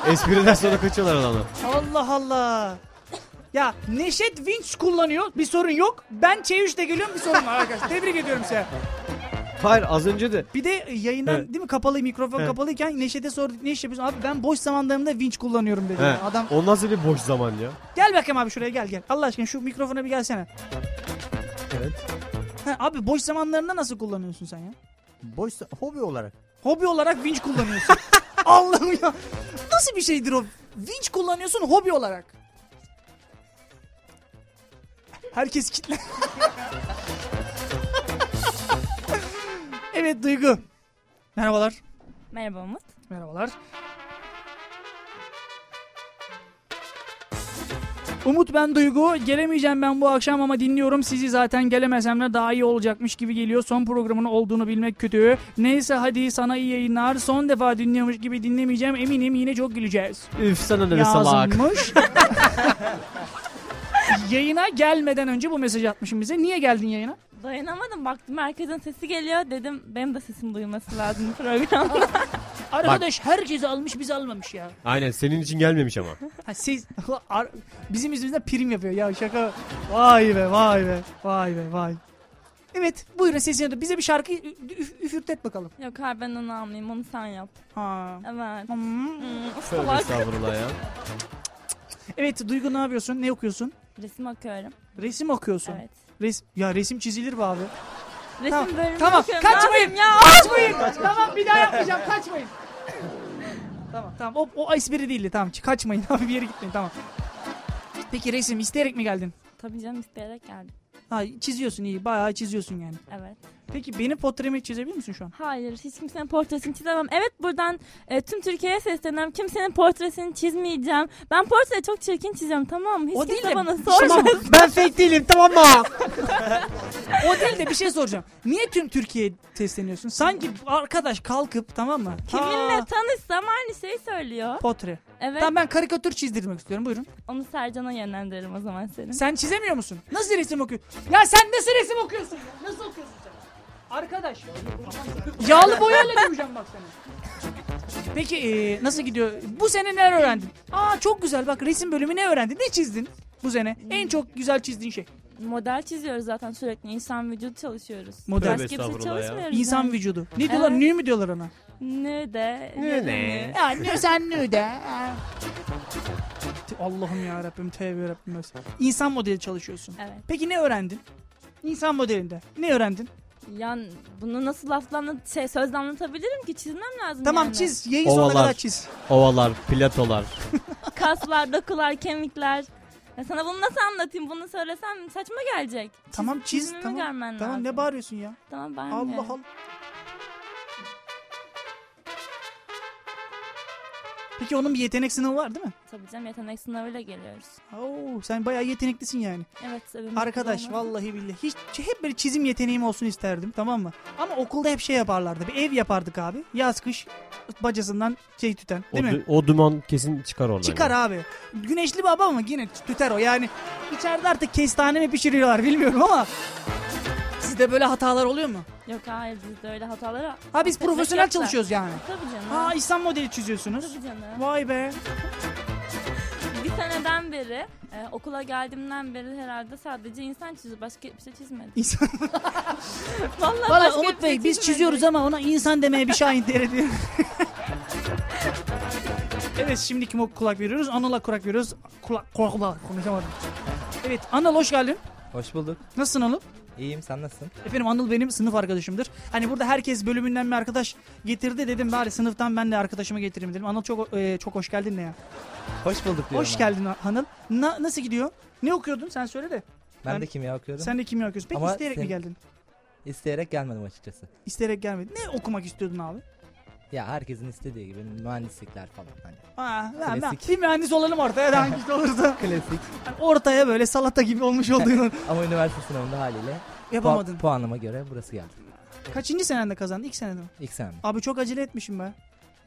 Speaker 1: Espriden sonra kaçıyorlar adamlar.
Speaker 2: Allah Allah. Ya Neşet Vinç kullanıyor. Bir sorun yok. Ben C3'te geliyorum bir sorun var arkadaşlar. Tebrik ediyorum seni.
Speaker 1: Hayır az önce de.
Speaker 2: Bir de yayından
Speaker 1: Evet.
Speaker 2: değil mi kapalı mikrofon
Speaker 1: Evet.
Speaker 2: kapalıyken Neşet'e sorduk ne iş yapıyorsun? Abi ben boş zamanlarımda vinç kullanıyorum dedi.
Speaker 1: He,
Speaker 2: Adam
Speaker 1: O nasıl bir boş zaman ya?
Speaker 2: gel bakayım abi şuraya gel gel. Allah aşkına şu mikrofona bir gelsene.
Speaker 7: Evet.
Speaker 2: He, abi boş zamanlarında nasıl kullanıyorsun sen ya?
Speaker 7: Boş hobi olarak.
Speaker 2: Hobi olarak vinç kullanıyorsun. Allah'ım ya. Nasıl bir şeydir o? Vinç kullanıyorsun hobi olarak. Herkes kitle. evet Duygu. Merhabalar.
Speaker 17: Merhaba Umut.
Speaker 2: Merhabalar. Umut ben Duygu. Gelemeyeceğim ben bu akşam ama dinliyorum sizi zaten gelemesem de daha iyi olacakmış gibi geliyor. Son programın olduğunu bilmek kötü. Neyse hadi sana iyi yayınlar. Son defa dinliyormuş gibi dinlemeyeceğim. Eminim yine çok güleceğiz.
Speaker 1: Üf sana ne be salak.
Speaker 2: Yazmış. Yayına gelmeden önce bu mesajı atmışım bize. Niye geldin yayına?
Speaker 17: Dayanamadım baktım herkesin sesi geliyor dedim benim de sesim duyulması lazım bu programda.
Speaker 2: Arkadaş herkesi almış bizi almamış ya.
Speaker 1: Aynen senin için gelmemiş ama.
Speaker 2: Ha, siz ar- bizim yüzümüzden prim yapıyor ya şaka. Vay be vay be vay be vay. Evet buyurun sesini bize bir şarkı ü- üf- üfürtet bakalım.
Speaker 17: Yok abi ben onu almayayım onu sen yap.
Speaker 2: Ha.
Speaker 17: Evet. Hmm,
Speaker 1: Tövbe
Speaker 17: salak.
Speaker 1: estağfurullah ya.
Speaker 2: Evet Duygu ne yapıyorsun? Ne okuyorsun?
Speaker 17: Resim okuyorum.
Speaker 2: Resim okuyorsun.
Speaker 17: Evet.
Speaker 2: Res ya resim çizilir be abi.
Speaker 17: Resim
Speaker 2: tamam,
Speaker 17: bölümü
Speaker 2: tamam.
Speaker 17: okuyorum. Ne
Speaker 2: kaçmayın.
Speaker 17: yapayım ya?
Speaker 2: Kaçmayın.
Speaker 17: Kaçmayın.
Speaker 2: tamam bir daha yapmayacağım kaçmayın. tamam tamam o, o espri değildi tamam kaçmayın abi bir yere gitmeyin tamam. Peki resim isteyerek mi geldin?
Speaker 17: Tabii canım isteyerek geldim.
Speaker 2: Ha çiziyorsun iyi bayağı çiziyorsun yani.
Speaker 17: Evet.
Speaker 2: Peki benim portremi çizebilir misin şu an?
Speaker 17: Hayır hiç kimsenin portresini çizemem. Evet buradan e, tüm Türkiye'ye sesleniyorum. Kimsenin portresini çizmeyeceğim. Ben portre çok çirkin çiziyorum tamam mı? Hiç
Speaker 2: O değil
Speaker 17: kimse
Speaker 2: de
Speaker 17: bana
Speaker 2: Tamam,
Speaker 17: sormasın.
Speaker 2: ben fake değilim tamam mı? o değil de bir şey soracağım. Niye tüm Türkiye'ye sesleniyorsun? Sanki arkadaş kalkıp tamam mı?
Speaker 17: Kiminle
Speaker 2: Aa,
Speaker 17: tanışsam aynı şeyi söylüyor.
Speaker 2: Portre.
Speaker 17: Evet.
Speaker 2: Tamam ben karikatür çizdirmek istiyorum buyurun.
Speaker 17: Onu Sercan'a yönlendiririm o zaman seni.
Speaker 2: Sen çizemiyor musun? Nasıl resim okuyorsun? Ya sen nasıl resim okuyorsun? ya? Nasıl okuyorsun sen? Arkadaş. Yağlı boyayla döveceğim bak seni. Peki e, nasıl gidiyor? Bu sene neler öğrendin? Aa çok güzel bak resim bölümü ne öğrendin? Ne çizdin bu sene? En çok güzel çizdiğin şey.
Speaker 17: Model çiziyoruz zaten sürekli. insan vücudu çalışıyoruz.
Speaker 2: Model.
Speaker 17: Başka bir şey çalışmıyoruz.
Speaker 2: İnsan
Speaker 17: yani.
Speaker 2: vücudu. Ne diyorlar?
Speaker 17: Evet.
Speaker 2: Nü mü diyorlar ona?
Speaker 17: Nü de.
Speaker 2: Nü ne? Ya nü sen nü de. Te- Allah'ım ya Rabbim tevbe Rabbim. mesela. İnsan modeli çalışıyorsun.
Speaker 17: Evet.
Speaker 2: Peki ne öğrendin? İnsan modelinde. Ne öğrendin?
Speaker 17: Yani bunu nasıl lafla anlat- şey, sözle anlatabilirim ki çizmem lazım
Speaker 2: Tamam
Speaker 17: yani.
Speaker 2: çiz. Yayın sonuna kadar
Speaker 1: Ovalar,
Speaker 2: çiz.
Speaker 1: ovalar, platolar.
Speaker 17: Kaslar, dokular, kemikler. Ya sana bunu nasıl anlatayım? Bunu söylesem saçma gelecek.
Speaker 2: Tamam çiz.
Speaker 17: çizimimi
Speaker 2: Tamam.
Speaker 17: görmen
Speaker 2: Tamam ne
Speaker 17: lazım.
Speaker 2: bağırıyorsun ya?
Speaker 17: Tamam ben
Speaker 2: Allah Allah. Peki onun bir yetenek sınavı var değil mi?
Speaker 17: Tabii canım yetenek sınavıyla geliyoruz.
Speaker 2: Oo, sen bayağı yeteneklisin yani.
Speaker 17: Evet. sevimli
Speaker 2: Arkadaş
Speaker 17: kızım.
Speaker 2: vallahi billahi hiç hep böyle çizim yeteneğim olsun isterdim tamam mı? Ama okulda hep şey yaparlardı. Bir ev yapardık abi. Yaz kış bacasından şey tüten
Speaker 1: O,
Speaker 2: değil mi?
Speaker 1: du- o duman kesin çıkar oradan.
Speaker 2: Çıkar abi. Güneşli baba ama yine tüter o yani. içeride artık kestane mi pişiriyorlar bilmiyorum ama. Sizde böyle hatalar oluyor mu?
Speaker 17: Yok hayır bizde öyle hatalara...
Speaker 2: Ha biz
Speaker 17: affetmek
Speaker 2: profesyonel
Speaker 17: yoklar.
Speaker 2: çalışıyoruz yani.
Speaker 17: Tabii canım.
Speaker 2: Ha insan modeli çiziyorsunuz.
Speaker 17: Tabii canım.
Speaker 2: Vay be.
Speaker 17: Bir seneden beri e, okula geldiğimden beri herhalde sadece insan çiziyor. Başka bir şey çizmedim.
Speaker 2: İnsan.
Speaker 17: Vallahi
Speaker 2: Valla
Speaker 17: başka
Speaker 2: Umut
Speaker 17: bir şey
Speaker 2: Bey biz
Speaker 17: çizmedim.
Speaker 2: çiziyoruz ama ona insan demeye bir şahin derdi. evet şimdi kime kulak veriyoruz? Anıl'a kulak veriyoruz. Kulak, kulak, kulak konuşamadım. Evet Anıl hoş geldin.
Speaker 18: Hoş bulduk.
Speaker 2: Nasılsın Anıl?
Speaker 18: İyiyim sen nasılsın?
Speaker 2: Efendim Anıl benim sınıf arkadaşımdır. Hani burada herkes bölümünden bir arkadaş getirdi dedim bari sınıftan ben de arkadaşımı getireyim dedim. Anıl çok e, çok hoş geldin ne ya.
Speaker 18: Hoş bulduk diyorum.
Speaker 2: Hoş
Speaker 18: abi.
Speaker 2: geldin Anıl. Na- nasıl gidiyor? Ne okuyordun sen söyle de.
Speaker 18: Ben,
Speaker 2: Ben-
Speaker 18: de kimya okuyorum.
Speaker 2: Sen de kimya okuyorsun. Peki
Speaker 18: Ama
Speaker 2: isteyerek mi
Speaker 18: sen-
Speaker 2: geldin?
Speaker 18: İsteyerek gelmedim açıkçası.
Speaker 2: İsteyerek gelmedin. Ne okumak istiyordun abi?
Speaker 18: Ya herkesin istediği gibi mühendislikler falan hani.
Speaker 2: Ha, ben, ben,
Speaker 18: Klasik.
Speaker 2: bir mühendis olalım ortaya da hangisi olursa.
Speaker 18: Klasik.
Speaker 2: Yani ortaya böyle salata gibi olmuş olduğunu.
Speaker 18: Ama üniversite sınavında haliyle pua-
Speaker 2: Yapamadın.
Speaker 18: puanlama göre burası geldi.
Speaker 2: Kaçıncı senende kazandın? İlk senede mi?
Speaker 18: İlk senem.
Speaker 2: Abi çok acele etmişim ben.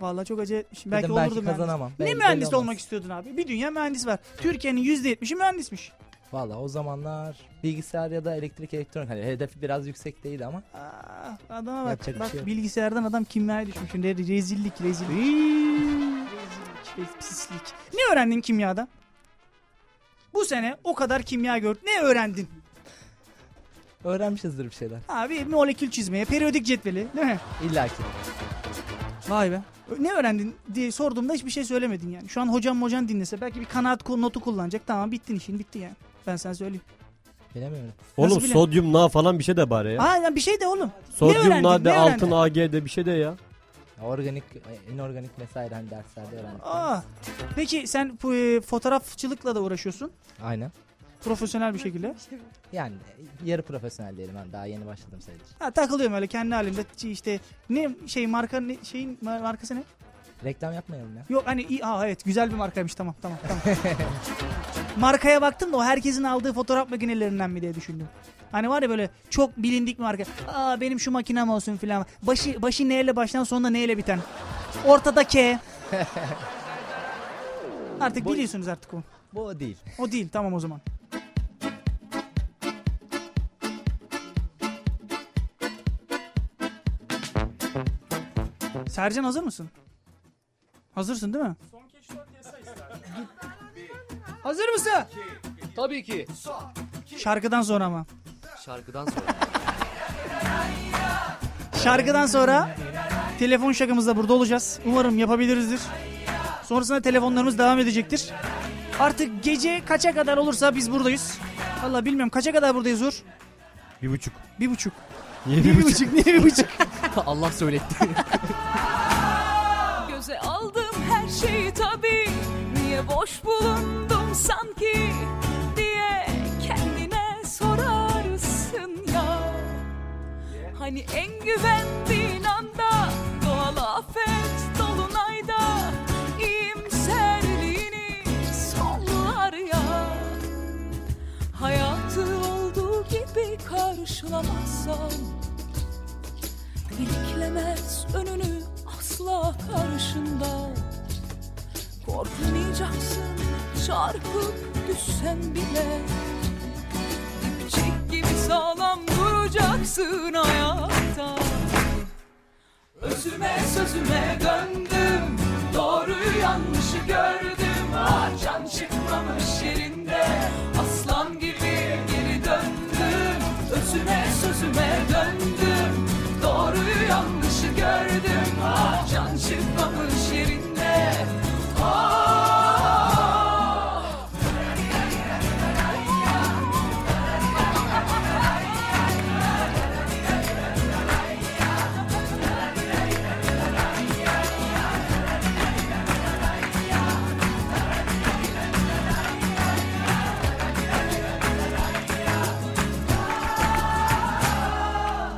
Speaker 2: Vallahi çok acele etmişim. Belki
Speaker 18: Dedim,
Speaker 2: olurdum
Speaker 18: belki
Speaker 2: mühendis.
Speaker 18: kazanamam. Belki
Speaker 2: ne
Speaker 18: belli
Speaker 2: mühendis
Speaker 18: olmaz.
Speaker 2: olmak istiyordun abi? Bir dünya mühendis var. Türkiye'nin %70'i mühendismiş.
Speaker 18: Valla o zamanlar bilgisayar ya da elektrik elektronik hani hedefi biraz yüksek değildi ama.
Speaker 2: Ah, Adama bak.
Speaker 18: Yapacak bir
Speaker 2: bak
Speaker 18: şey yok.
Speaker 2: bilgisayardan adam kimyaya düşmüş. Şimdi rezillik rezillik. rezillik rez- pislik. Ne öğrendin kimyada? Bu sene o kadar kimya gördün. Ne öğrendin?
Speaker 18: Öğrenmişizdir bir şeyler.
Speaker 2: Abi molekül çizmeye, periyodik cetveli değil mi?
Speaker 18: İlla ki.
Speaker 2: Vay be. Ne öğrendin diye sorduğumda hiçbir şey söylemedin yani. Şu an hocam hocan dinlese belki bir kanaat ku- notu kullanacak. Tamam bittin işin bitti yani. Ben sana söyleyeyim.
Speaker 18: Bilemiyorum.
Speaker 1: Oğlum
Speaker 2: bile-
Speaker 1: sodyum na falan bir şey de bari ya.
Speaker 2: Aa ya bir şey de oğlum. ne
Speaker 1: Sodyum
Speaker 2: öğrendin?
Speaker 1: na
Speaker 2: ne
Speaker 1: de
Speaker 2: öğrendin?
Speaker 1: altın AG de bir şey de ya.
Speaker 18: Ya Organik, e, inorganik vesaire hani derslerde öğrendik.
Speaker 2: Aa. Peki sen bu, e, fotoğrafçılıkla da uğraşıyorsun.
Speaker 18: Aynen.
Speaker 2: Profesyonel bir şekilde.
Speaker 18: Yani e, yarı profesyonel diyelim ben daha yeni başladım sayılır.
Speaker 2: Ha, takılıyorum öyle kendi halimde Ç- işte ne şey marka ne, şeyin mar- markası ne?
Speaker 18: Reklam yapmayalım ya.
Speaker 2: Yok hani iyi aa evet güzel bir markaymış tamam tamam tamam. Markaya baktım da o herkesin aldığı fotoğraf makinelerinden mi diye düşündüm. Hani var ya böyle çok bilindik marka. Aa benim şu makinem olsun filan. Başı başı neyle başlayan sonunda neyle biten. Ortada K. Artık biliyorsunuz artık o.
Speaker 18: Bu o değil.
Speaker 2: O değil tamam o zaman. Sercan hazır mısın? Hazırsın değil mi? Hazır mısın?
Speaker 10: Tabii ki.
Speaker 2: Şarkıdan sonra ama.
Speaker 10: Şarkıdan sonra.
Speaker 2: Şarkıdan sonra telefon şakamızda burada olacağız. Umarım yapabilirizdir. Sonrasında telefonlarımız devam edecektir. Artık gece kaça kadar olursa biz buradayız. Valla bilmiyorum kaça kadar buradayız Uğur?
Speaker 1: Bir buçuk.
Speaker 2: Bir buçuk.
Speaker 1: Niye
Speaker 2: bir buçuk? Niye bir buçuk?
Speaker 10: Allah söyletti.
Speaker 19: Göze aldım her şeyi tabii Niye boş bulundum sanki Diye kendine sorarsın ya Hani en güvendiğin anda Doğal afet dolunayda İyimserliğini sollar ya Hayatı olduğu gibi karşılamazsan Beklemez önünü asla karşında Korkmayacaksın çarpıp düşsen bile Dipçik gibi sağlam duracaksın hayatta Özüme sözüme döndüm Doğru yanlışı gördüm Ah can çıkmamış yerinde Aslan gibi geri döndüm Özüme sözüme döndüm Doğruyu yanlışı gördüm Ah can çıkmamış yerinde Ah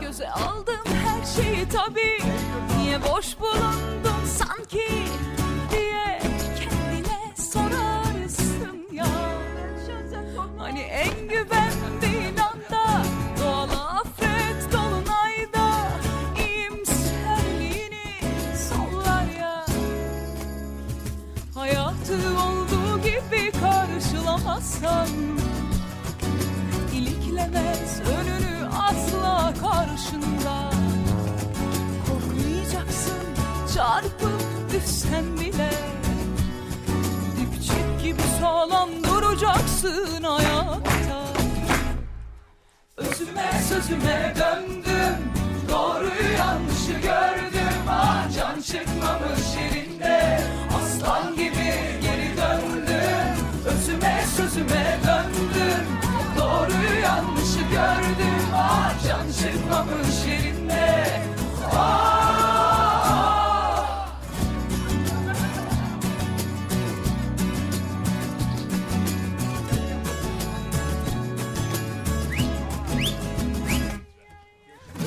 Speaker 19: Göze aldım her şeyi tabii Niye boş bulundum sanki Diye kendine sorarsın ya Hani en güvendiğin anda Doğal afet dolunayda İyimserliğini sollar ya Hayatı olduğu gibi karşılamazsan iliklemez önünü asla karşında Korkmayacaksın çarpıp düşsen bile Dipçik gibi sağlam duracaksın ayakta Özüme sözüme döndüm Doğruyu yanlışı gördüm Ah can çıkmamış yerinde Aslan gibi geri döndüm Özüme sözüme döndüm Doğruyu yanlışı gördüm Ah can çıkmamış yerinde Ah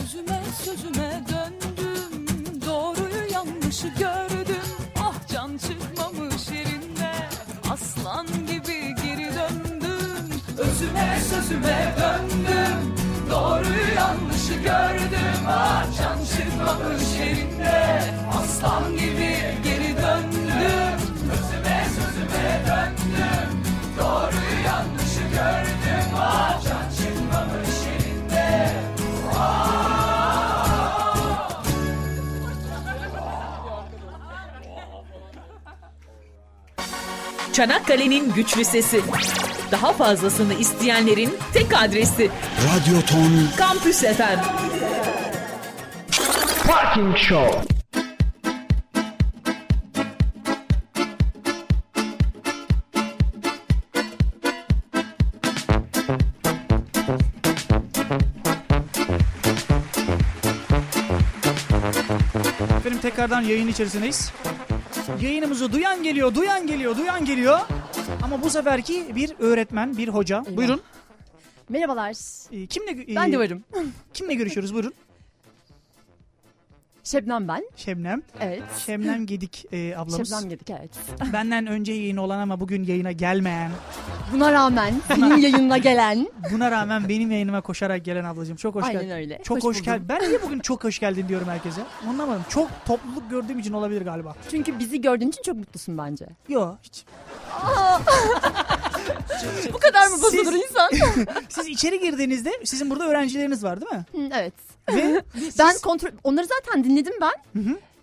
Speaker 19: Özüme sözüme döndüm Doğruyu yanlışı gördüm Ah can çıkmamış yerinde Aslan gibi geri döndüm Özüme sözüme döndüm Doğruyu yanlışı gördüm Ah can çıkmamış yerinde Aslan gibi geri döndüm Özüme sözüme döndüm Doğruyu yanlışı gördüm Ah can çıkmamış yerinde
Speaker 4: Çanakkale'nin güçlü sesi. Daha fazlasını isteyenlerin tek adresi
Speaker 3: Radyo Ton
Speaker 4: Kampüs FM.
Speaker 3: Parking Show.
Speaker 2: Efendim tekrardan yayın içerisindeyiz. Yayınımızı duyan geliyor, duyan geliyor, duyan geliyor. Ama bu seferki bir öğretmen, bir hoca. Buyurun.
Speaker 20: Merhabalar.
Speaker 2: Kimle gö-
Speaker 20: Ben de
Speaker 2: e,
Speaker 20: varım.
Speaker 2: Kimle görüşüyoruz buyurun?
Speaker 20: Şebnem ben.
Speaker 2: Şebnem.
Speaker 20: Evet.
Speaker 2: Şebnem Gedik e, ablamız.
Speaker 20: Şebnem Gedik, evet.
Speaker 2: Benden önce yayın olan ama bugün yayına gelmeyen.
Speaker 20: Buna rağmen senin yayınına gelen
Speaker 2: Buna rağmen benim yayınıma koşarak gelen ablacığım. Çok hoş
Speaker 20: Aynen
Speaker 2: geldin.
Speaker 20: öyle.
Speaker 2: Çok
Speaker 20: Hoş
Speaker 2: hoş,
Speaker 20: buldum.
Speaker 2: geldin. Ben niye bugün çok hoş geldin diyorum herkese? Anlamadım. Çok topluluk gördüğüm için olabilir galiba.
Speaker 20: çünkü bizi gördüğün için çok mutlusun bence.
Speaker 2: Yo hiç.
Speaker 20: Bu kadar mı bozulur
Speaker 2: Siz-
Speaker 20: insan?
Speaker 2: Siz içeri girdiğinizde sizin burada öğrencileriniz var değil mi?
Speaker 20: Hı, evet. ben kontrol onları zaten dinledim ben.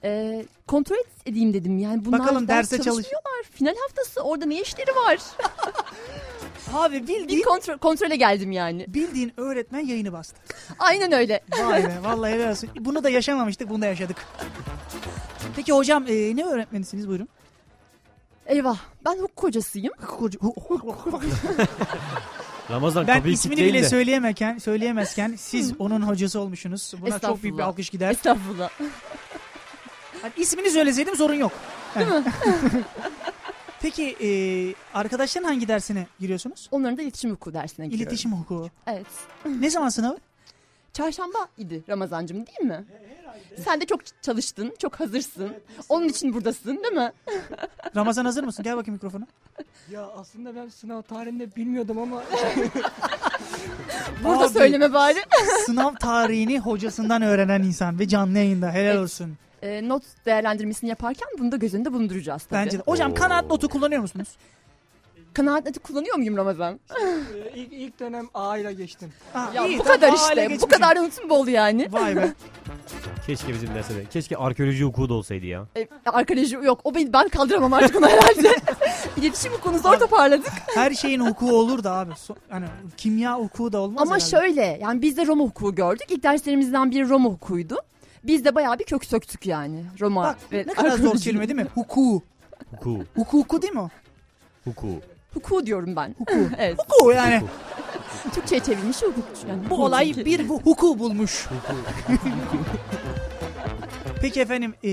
Speaker 20: Ee, kontrol edeyim dedim yani bunlar
Speaker 2: Bakalım
Speaker 20: ders
Speaker 2: derse çalış-
Speaker 20: çalışmıyorlar. Final haftası orada ne işleri var?
Speaker 2: Abi bildiğin
Speaker 20: bir kontrol kontrole geldim yani.
Speaker 2: Bildiğin öğretmen yayını bastı.
Speaker 20: Aynen öyle.
Speaker 2: Vay be vallahi helal olsun. Bunu da yaşamamıştık bunu da yaşadık. Peki hocam e, ne öğretmenisiniz buyurun?
Speaker 20: Eyvah ben hukuk hocasıyım.
Speaker 1: Ramazan
Speaker 2: Ben
Speaker 1: kapıyı
Speaker 2: ismini
Speaker 1: kilitleyin
Speaker 2: bile
Speaker 1: de.
Speaker 2: söyleyemezken, söyleyemezken siz onun hocası olmuşsunuz. Buna çok büyük bir
Speaker 20: Estağfurullah.
Speaker 2: alkış gider.
Speaker 20: Estağfurullah.
Speaker 2: Hani ismini söyleseydim sorun yok. Değil mi? Peki e, arkadaşların hangi dersine giriyorsunuz?
Speaker 20: Onların da iletişim hukuku dersine giriyorum.
Speaker 2: İletişim hukuku.
Speaker 20: Evet.
Speaker 2: Ne zaman sınavı?
Speaker 20: Çarşamba idi Ramazancığım değil mi? Sen de çok çalıştın, çok hazırsın. Onun için buradasın değil mi?
Speaker 2: Ramazan hazır mısın? Gel bakayım mikrofona.
Speaker 13: Ya aslında ben sınav tarihinde bilmiyordum ama
Speaker 20: Burada söyleme bari.
Speaker 2: sınav tarihini hocasından öğrenen insan ve canlı yayında helal olsun.
Speaker 20: Ee, not değerlendirmesini yaparken bunu da göz önünde bulunduracağız tabii.
Speaker 2: Bence de. Hocam kanaat notu kullanıyor musunuz?
Speaker 20: Kanaat notu kullanıyor muyum Ramazan?
Speaker 13: e, ilk, ilk dönem A ile geçtim.
Speaker 20: ya
Speaker 13: iyi,
Speaker 20: bu
Speaker 13: tamam,
Speaker 20: kadar
Speaker 13: aile
Speaker 20: işte. Bu
Speaker 13: geçmişim.
Speaker 20: kadar unutun bol yani.
Speaker 2: Vay be.
Speaker 1: Keşke bizim derse de. Keşke arkeoloji hukuku da olsaydı ya.
Speaker 20: Arkeoloji E, yok. O beni ben kaldıramam artık onu herhalde. İletişim hukukunu zor toparladık.
Speaker 2: Her şeyin hukuku olur da abi. So- hani kimya hukuku da olmaz
Speaker 20: Ama
Speaker 2: herhalde.
Speaker 20: şöyle yani biz de Roma hukuku gördük. İlk derslerimizden biri Roma hukukuydu. Biz de bayağı bir kök söktük yani Roma
Speaker 2: Bak
Speaker 20: ve
Speaker 2: ne kadar zor
Speaker 20: arkeoloji.
Speaker 2: kelime değil mi? Hukuku.
Speaker 1: Hukuku.
Speaker 2: Hukuku değil mi o?
Speaker 1: Hukuku.
Speaker 20: Hukuku diyorum ben. Hukuku. evet.
Speaker 2: Hukuku yani.
Speaker 20: Türkçe'ye çevirmiş hukukçu. Yani
Speaker 2: Bu olay bir bu- huku bulmuş. Peki efendim eee,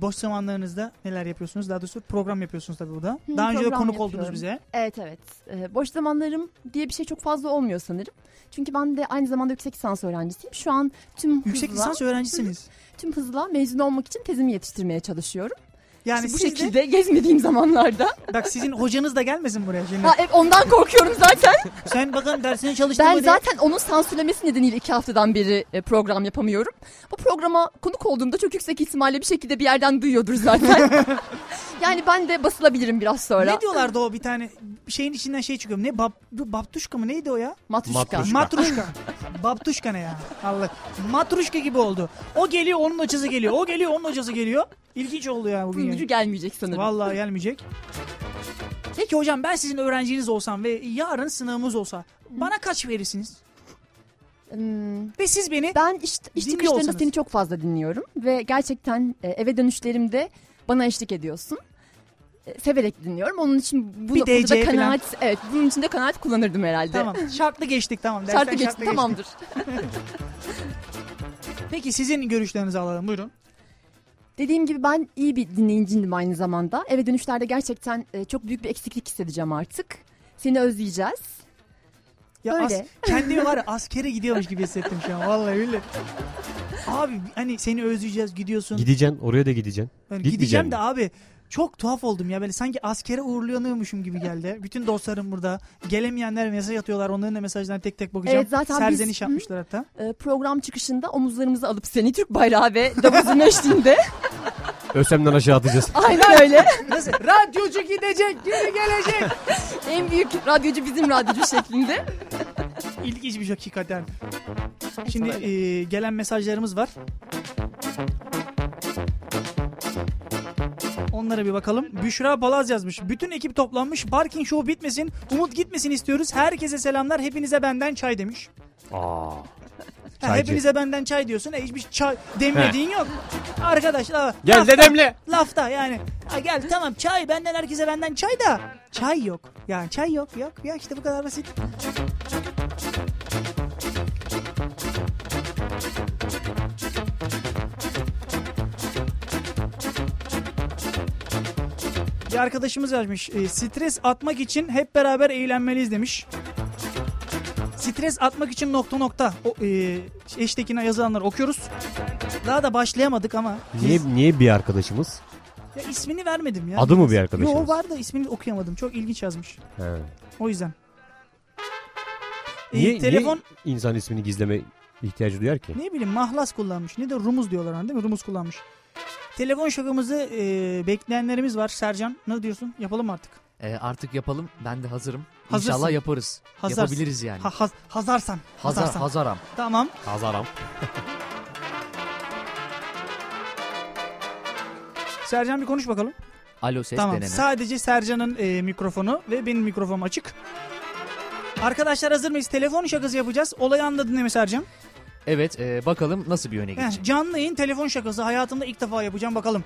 Speaker 2: boş zamanlarınızda neler yapıyorsunuz? Daha doğrusu program yapıyorsunuz tabii burada.
Speaker 20: Hı,
Speaker 2: Daha önce de
Speaker 20: program
Speaker 2: konuk
Speaker 20: yapıyorum.
Speaker 2: oldunuz bize.
Speaker 20: Evet evet. Ee, boş zamanlarım diye bir şey çok fazla olmuyor sanırım. Çünkü ben de aynı zamanda yüksek lisans öğrencisiyim. Şu an tüm hızla...
Speaker 2: Yüksek lisans öğrencisiniz.
Speaker 20: Tüm hızla mezun olmak için tezimi yetiştirmeye çalışıyorum.
Speaker 2: Yani
Speaker 20: İşte bu
Speaker 2: siz de-
Speaker 20: şekilde gezmediğim zamanlarda.
Speaker 2: Bak sizin hocanız da gelmesin buraya şimdi.
Speaker 20: Ha, evet, ondan korkuyorum zaten.
Speaker 2: Sen bakın dersini çalıştın
Speaker 20: Ben
Speaker 2: mı diye-
Speaker 20: zaten onun sansürlemesi nedeniyle iki haftadan beri e, program yapamıyorum. Bu programa konuk olduğumda çok yüksek ihtimalle bir şekilde bir yerden duyuyordur zaten. yani ben de basılabilirim biraz sonra.
Speaker 2: Ne diyorlardı o bir tane şeyin içinden şey çıkıyor. Ne bab, bu baptuşka mı neydi o ya?
Speaker 20: Matruşka.
Speaker 2: Matruşka. Baptuşka ne ya? Allah. Matruşka gibi oldu. O geliyor onun hocası geliyor. O geliyor onun hocası geliyor. İlginç oldu ya bugün.
Speaker 20: Bugünkü
Speaker 2: yani.
Speaker 20: gelmeyecek sanırım.
Speaker 2: Vallahi gelmeyecek. Peki hocam ben sizin öğrenciniz olsam ve yarın sınavımız olsa bana kaç verirsiniz? Ve siz beni
Speaker 20: Hmm. Ben iş, iş
Speaker 2: dinliyor
Speaker 20: çıkışlarında
Speaker 2: olsanız.
Speaker 20: seni çok fazla dinliyorum ve gerçekten e, eve dönüşlerimde bana eşlik ediyorsun. E, Severek dinliyorum. Onun için bu,
Speaker 2: Bir
Speaker 20: bunu da
Speaker 2: DC falan.
Speaker 20: kanaat, evet bunun için de kanaat kullanırdım herhalde.
Speaker 2: Tamam şartlı geçtik tamam.
Speaker 20: Şartlı
Speaker 2: Dersten
Speaker 20: geçti,
Speaker 2: şartlı
Speaker 20: tamamdır.
Speaker 2: Peki sizin görüşlerinizi alalım buyurun.
Speaker 20: Dediğim gibi ben iyi bir dinleyiciydim aynı zamanda. Eve dönüşlerde gerçekten e, çok büyük bir eksiklik hissedeceğim artık. Seni özleyeceğiz.
Speaker 2: Ya
Speaker 20: Böyle.
Speaker 2: as- kendimi var ya askere gidiyormuş gibi hissettim şu an vallahi öyle. Abi hani seni özleyeceğiz gidiyorsun.
Speaker 1: Gideceksin oraya da gideceksin.
Speaker 2: Yani
Speaker 1: Gitmeyeceksin
Speaker 2: gideceğim
Speaker 1: mi?
Speaker 2: de abi çok tuhaf oldum ya böyle sanki askere uğurlanıyormuşum gibi geldi. Bütün dostlarım burada. Gelemeyenler mesaj atıyorlar. Onların da mesajlarına tek tek bakacağım.
Speaker 20: Evet, zaten biz-
Speaker 2: Serzeniş
Speaker 20: Hı.
Speaker 2: yapmışlar hatta.
Speaker 20: E, program çıkışında omuzlarımızı alıp seni Türk bayrağı ve davulun eşliğinde.
Speaker 1: Ösemden aşağı atacağız.
Speaker 20: Aynen öyle.
Speaker 2: Nasıl? Radyocu gidecek, geri gelecek.
Speaker 20: en büyük radyocu bizim radyocu şeklinde.
Speaker 2: İlginç bir şey hakikaten. Şimdi e, gelen mesajlarımız var. Onlara bir bakalım. Büşra Palaz yazmış. Bütün ekip toplanmış. Barking Show bitmesin. Umut gitmesin istiyoruz. Herkese selamlar. Hepinize benden çay demiş.
Speaker 1: Aa.
Speaker 2: Ha,
Speaker 1: Çaycı.
Speaker 2: hepinize benden çay diyorsun. E, hiçbir çay demlediğin yok. Arkadaşlar.
Speaker 1: Gel
Speaker 2: lafta-
Speaker 1: dedemle.
Speaker 2: Lafta yani. Ha, gel tamam çay benden herkese benden çay da. Çay yok. Yani çay yok yok. Ya işte bu kadar basit. Bir arkadaşımız yazmış. e, stres atmak için hep beraber eğlenmeliyiz demiş. Stres atmak için nokta nokta. O, e, eştekine yazılanları okuyoruz. Daha da başlayamadık ama.
Speaker 1: Niye, niye bir arkadaşımız?
Speaker 2: Ya ismini vermedim ya.
Speaker 1: Adı mı bir arkadaşımız?
Speaker 2: Yo var da ismini okuyamadım. Çok ilginç yazmış.
Speaker 1: He.
Speaker 2: O yüzden. E,
Speaker 1: Niye,
Speaker 2: telefon
Speaker 1: niye insan ismini gizleme ihtiyacı duyar ki?
Speaker 2: ne bileyim mahlas kullanmış. Ne de rumuz diyorlar hani değil mi? Rumuz kullanmış. Telefon şakamızı e, bekleyenlerimiz var. Sercan ne diyorsun? Yapalım mı artık?
Speaker 10: Ee, artık yapalım. Ben de hazırım.
Speaker 2: Hazırsın.
Speaker 10: İnşallah yaparız.
Speaker 2: Hazarsın.
Speaker 10: Yapabiliriz yani.
Speaker 2: Ha, haz- hazarsan.
Speaker 10: Hazar-
Speaker 2: hazarsan.
Speaker 10: hazaram.
Speaker 2: Tamam.
Speaker 1: Hazaram.
Speaker 2: Sercan bir konuş bakalım.
Speaker 10: Alo ses
Speaker 2: tamam.
Speaker 10: deneme.
Speaker 2: Sadece Sercan'ın e, mikrofonu ve benim mikrofonum açık. Arkadaşlar hazır mıyız? Telefon şakası yapacağız. Olayı anladın değil mi Sercan?
Speaker 10: evet e, bakalım nasıl bir yöne
Speaker 2: Heh,
Speaker 10: gidecek.
Speaker 2: canlı yayın telefon şakası. Hayatımda ilk defa yapacağım bakalım.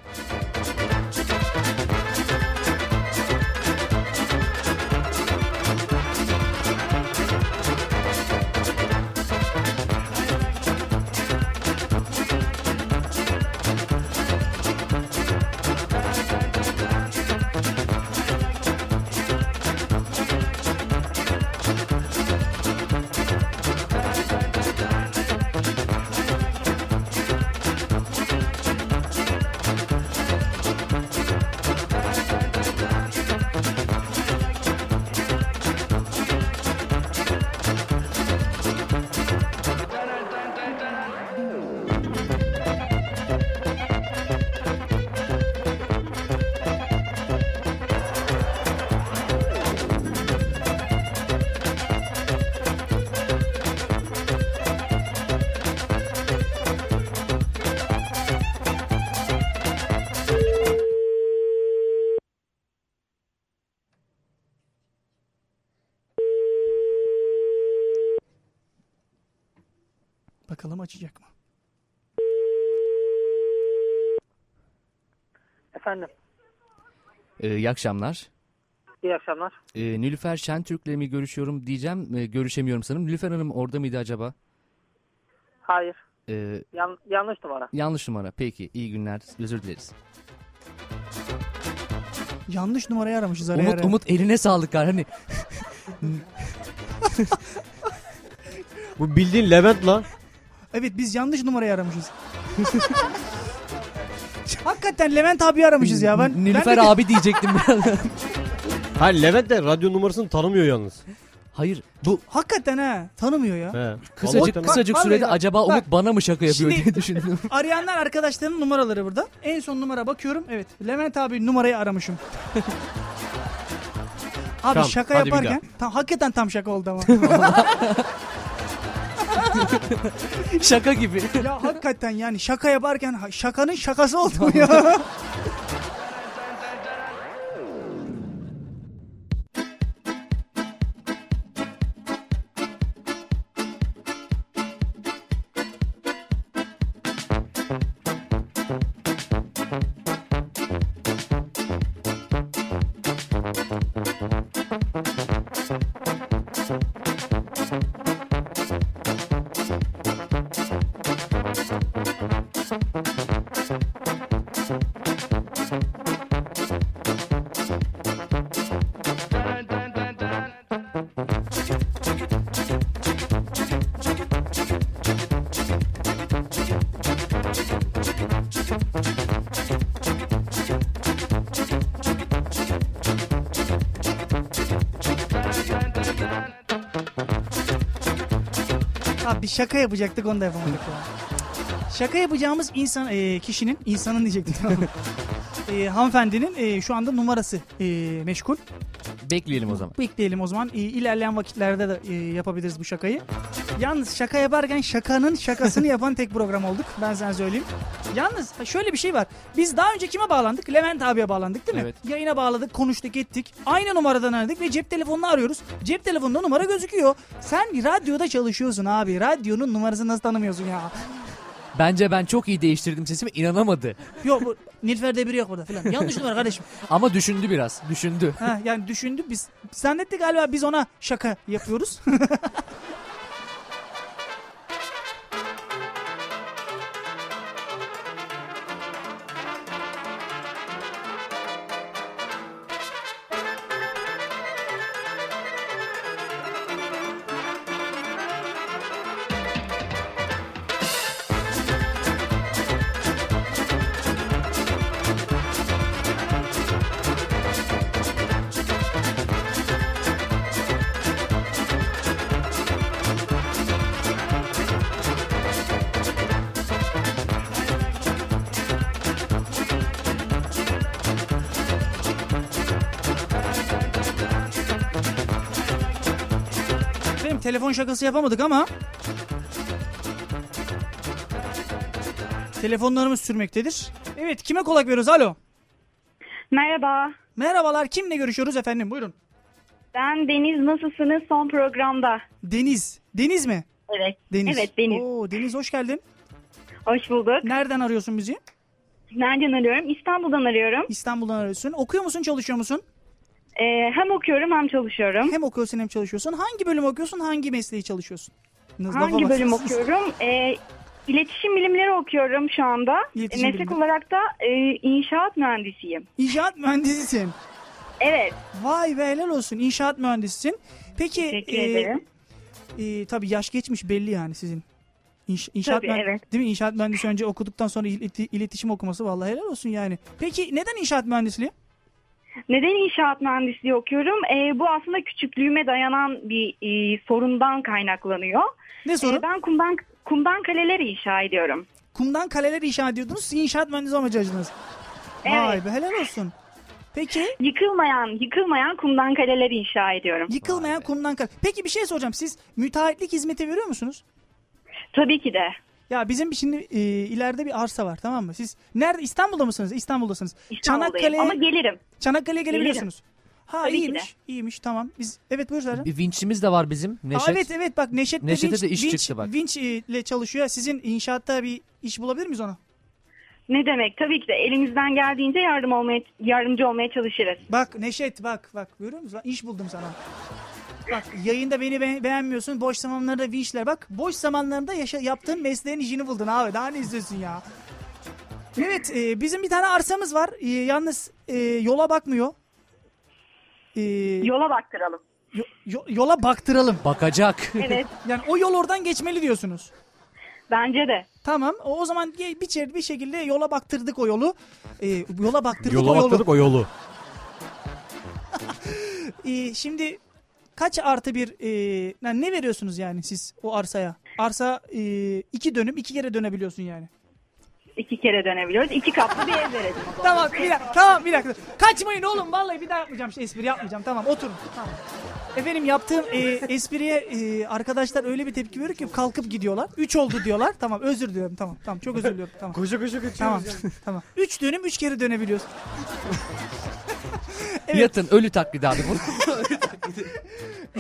Speaker 2: Bakalım açacak mı?
Speaker 16: Efendim
Speaker 10: Ee, iyi akşamlar.
Speaker 16: iyi akşamlar.
Speaker 10: Ee, Nilüfer Şentürk'le mi görüşüyorum diyeceğim. Ee, görüşemiyorum sanırım. Nilüfer Hanım orada mıydı acaba?
Speaker 16: Hayır
Speaker 10: Ee,
Speaker 16: yan- yanlış numara.
Speaker 10: yanlış numara. Peki iyi günler. Özür dileriz.
Speaker 2: Yanlış numarayı aramışız araya
Speaker 10: Umut,
Speaker 2: araya.
Speaker 10: Umut eline sağlık gar. Hani
Speaker 1: Bu bildiğin Levent lan.
Speaker 2: Evet biz yanlış numarayı aramışız. Hakikaten Levent abi aramışız ya ben. ben de-
Speaker 10: diyecektim
Speaker 1: Ha Levent de radyo numarasını tanımıyor yalnız.
Speaker 10: Hayır bu
Speaker 2: Hakikaten ha tanımıyor ya.
Speaker 1: He.
Speaker 10: kısacık
Speaker 1: Allah'tan-
Speaker 10: kısacık
Speaker 2: Bak,
Speaker 10: sürede
Speaker 2: vallahi bak,
Speaker 10: acaba
Speaker 2: bak.
Speaker 10: Umut bana mı şaka yapıyor
Speaker 2: Şimdi-
Speaker 10: diye düşündüm.
Speaker 2: Arayanlar arkadaşlarının numaraları burada. En son numara bakıyorum. Evet. Levent abi numarayı aramışım. abi
Speaker 10: Tamam,
Speaker 2: şaka
Speaker 10: hadi bir
Speaker 2: yaparken tam hakikaten tam şaka oldu ama.
Speaker 10: şaka gibi.
Speaker 2: ya hakikaten yani şaka yaparken ha- şakanın şakası oldu bu ya. abi bir şaka yapacaktık onu da yapamadık ya. Şaka yapacağımız insan e, kişinin insanın diyecektim. e, hanımefendinin e, şu anda numarası e, meşgul.
Speaker 10: Bekleyelim o zaman.
Speaker 2: Bekleyelim o zaman. E, ilerleyen vakitlerde de e, yapabiliriz bu şakayı. Yalnız şaka yaparken şakanın şakasını yapan tek program olduk. Ben sana söyleyeyim. Yalnız şöyle bir şey var. Biz daha önce kime bağlandık? Levent abiye bağlandık değil mi?
Speaker 10: Evet.
Speaker 2: Yayına bağladık, konuştuk, ettik. Aynı numaradan aradık ve cep telefonunu arıyoruz. Cep telefonunda numara gözüküyor. Sen radyoda çalışıyorsun abi. Radyonun numarasını nasıl tanımıyorsun ya?
Speaker 10: Bence ben çok iyi değiştirdim sesimi inanamadı.
Speaker 2: Yok bu Nilfer Debiri yok burada falan. Yanlış numara kardeşim.
Speaker 10: Ama düşündü biraz. Düşündü.
Speaker 2: Ha, yani düşündü biz. Zannetti galiba biz ona şaka yapıyoruz. Efendim telefon şakası yapamadık ama telefonlarımız sürmektedir. Evet kime kolak veriyoruz? Alo.
Speaker 21: Merhaba.
Speaker 2: Merhabalar kimle görüşüyoruz efendim? Buyurun.
Speaker 21: Ben Deniz nasılsınız son programda?
Speaker 2: Deniz. Deniz mi?
Speaker 21: Evet.
Speaker 2: Deniz.
Speaker 21: Evet Deniz.
Speaker 2: Oo, Deniz hoş geldin.
Speaker 21: Hoş bulduk.
Speaker 2: Nereden arıyorsun bizi?
Speaker 21: Nereden arıyorum? İstanbul'dan arıyorum.
Speaker 2: İstanbul'dan arıyorsun. Okuyor musun çalışıyor musun?
Speaker 21: Ee, hem okuyorum hem çalışıyorum.
Speaker 2: Hem okuyorsun hem çalışıyorsun. Hangi bölüm okuyorsun hangi mesleği çalışıyorsun?
Speaker 21: Hangi bölüm okuyorum? Ee, iletişim bilimleri okuyorum şu anda.
Speaker 2: İletişim
Speaker 21: Meslek
Speaker 2: bilimleri.
Speaker 21: olarak da e, inşaat mühendisiyim.
Speaker 2: İnşaat mühendisisin.
Speaker 21: Evet.
Speaker 2: Vay be helal olsun inşaat mühendisisin. Peki
Speaker 21: Teşekkür
Speaker 2: e,
Speaker 21: ederim.
Speaker 2: e, tabii yaş geçmiş belli yani sizin. İnş, inşaat
Speaker 21: Tabii, evet.
Speaker 2: Değil mi? İnşaat mühendisi önce okuduktan sonra ileti- iletişim okuması vallahi helal olsun yani. Peki neden inşaat mühendisliği?
Speaker 21: Neden inşaat mühendisliği okuyorum? Ee, bu aslında küçüklüğüme dayanan bir e, sorundan kaynaklanıyor.
Speaker 2: Ne sorun?
Speaker 21: Ee, ben kumdan, kumdan kaleler inşa ediyorum.
Speaker 2: Kumdan kaleler inşa ediyordunuz. Siz inşaat mühendisi olmaya çalıştınız. Vay
Speaker 21: Evet.
Speaker 2: be helal olsun. Peki
Speaker 21: Yıkılmayan, yıkılmayan kumdan kaleler inşa ediyorum.
Speaker 2: yıkılmayan kumdan kale. Peki bir şey soracağım. Siz müteahhitlik hizmeti veriyor musunuz?
Speaker 21: Tabii ki de.
Speaker 2: Ya bizim şimdi e, ileride bir arsa var tamam mı? Siz nerede İstanbul'da mısınız? İstanbul'dasınız.
Speaker 21: İstanbul'dayım ama gelirim.
Speaker 2: Çanakkale'ye gelebiliyorsunuz. Ha
Speaker 21: Tabii ki
Speaker 2: iyiymiş. iyiymiş tamam. Biz evet buyur Zerre.
Speaker 10: Bir E, vinçimiz de var bizim. Neşet.
Speaker 2: Aa, evet evet bak Neşet de
Speaker 10: Neşet'e
Speaker 2: vinç,
Speaker 10: de iş
Speaker 2: vinç-
Speaker 10: çıktı bak.
Speaker 2: vinç ile çalışıyor. Sizin inşaatta bir iş bulabilir miyiz ona?
Speaker 21: Ne demek? Tabii ki de elimizden geldiğince yardım olmaya, yardımcı olmaya çalışırız.
Speaker 2: Bak Neşet bak bak görüyor musun? Bak, iş buldum sana. Bak yayında beni be- beğenmiyorsun. Boş zamanlarda vinçler. Bak boş zamanlarında yaşa- yaptığın mesleğin işini buldun abi. Daha ne istiyorsun ya? Evet e, bizim bir tane arsamız var. E, yalnız e, yola bakmıyor. E,
Speaker 21: yola baktıralım.
Speaker 2: yola baktıralım.
Speaker 10: Bakacak.
Speaker 21: Evet.
Speaker 2: yani o yol oradan geçmeli diyorsunuz.
Speaker 21: Bence de.
Speaker 2: Tamam. O, o zaman bir, çe- bir şekilde yola baktırdık o yolu. E, yola baktırdık
Speaker 1: Yola
Speaker 2: o yolu.
Speaker 1: baktırdık o yolu.
Speaker 2: Ee, şimdi kaç artı bir e, yani ne veriyorsunuz yani siz o arsaya? Arsa e, iki dönüm iki kere dönebiliyorsun yani.
Speaker 21: İki kere dönebiliyoruz. İki katlı bir ev verelim. o zaman.
Speaker 2: Tamam bir dakika tamam bir dakika. Kaçmayın oğlum vallahi bir daha yapmayacağım şey espri yapmayacağım tamam oturun. Tamam. Efendim yaptığım e, espriye e, arkadaşlar öyle bir tepki veriyor ki kalkıp gidiyorlar. Üç oldu diyorlar. Tamam özür diliyorum tamam tamam çok özür diliyorum tamam.
Speaker 13: Koşa koşa kaçıyoruz
Speaker 2: Tamam
Speaker 13: yani.
Speaker 2: tamam. Üç dönüm üç kere dönebiliyorsun.
Speaker 10: Yatın ölü taklidi abi.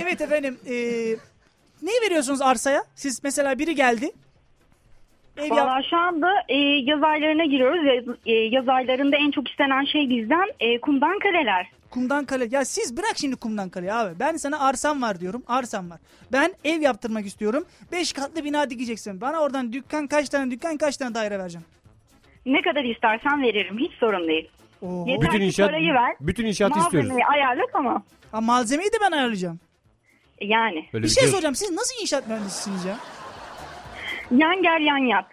Speaker 2: Evet efendim. E, ne veriyorsunuz arsaya? Siz mesela biri geldi. Ev yap-
Speaker 21: Valla şu anda e, yaz aylarına giriyoruz. Yaz, e, yaz aylarında en çok istenen şey bizden e, kumdan kaleler.
Speaker 2: Kumdan kale. Ya siz bırak şimdi kumdan kaleyi abi. Ben sana arsam var diyorum. Arsam var. Ben ev yaptırmak istiyorum. Beş katlı bina dikeceksin. Bana oradan dükkan kaç tane dükkan kaç tane daire vereceksin.
Speaker 21: Ne kadar istersen veririm. Hiç sorun değil. Yeter
Speaker 1: Bütün
Speaker 21: ki
Speaker 1: inşaat-
Speaker 21: parayı ver.
Speaker 1: bütün inşaatı
Speaker 21: Malzemeyi
Speaker 1: istiyoruz.
Speaker 21: ayarla tamam.
Speaker 2: Ha, malzemeyi de ben ayarlayacağım.
Speaker 21: Yani.
Speaker 1: Öyle
Speaker 2: bir şey
Speaker 1: şey yok.
Speaker 2: soracağım. Siz nasıl inşaat mühendisisiniz ya?
Speaker 21: Yan gel yan yat.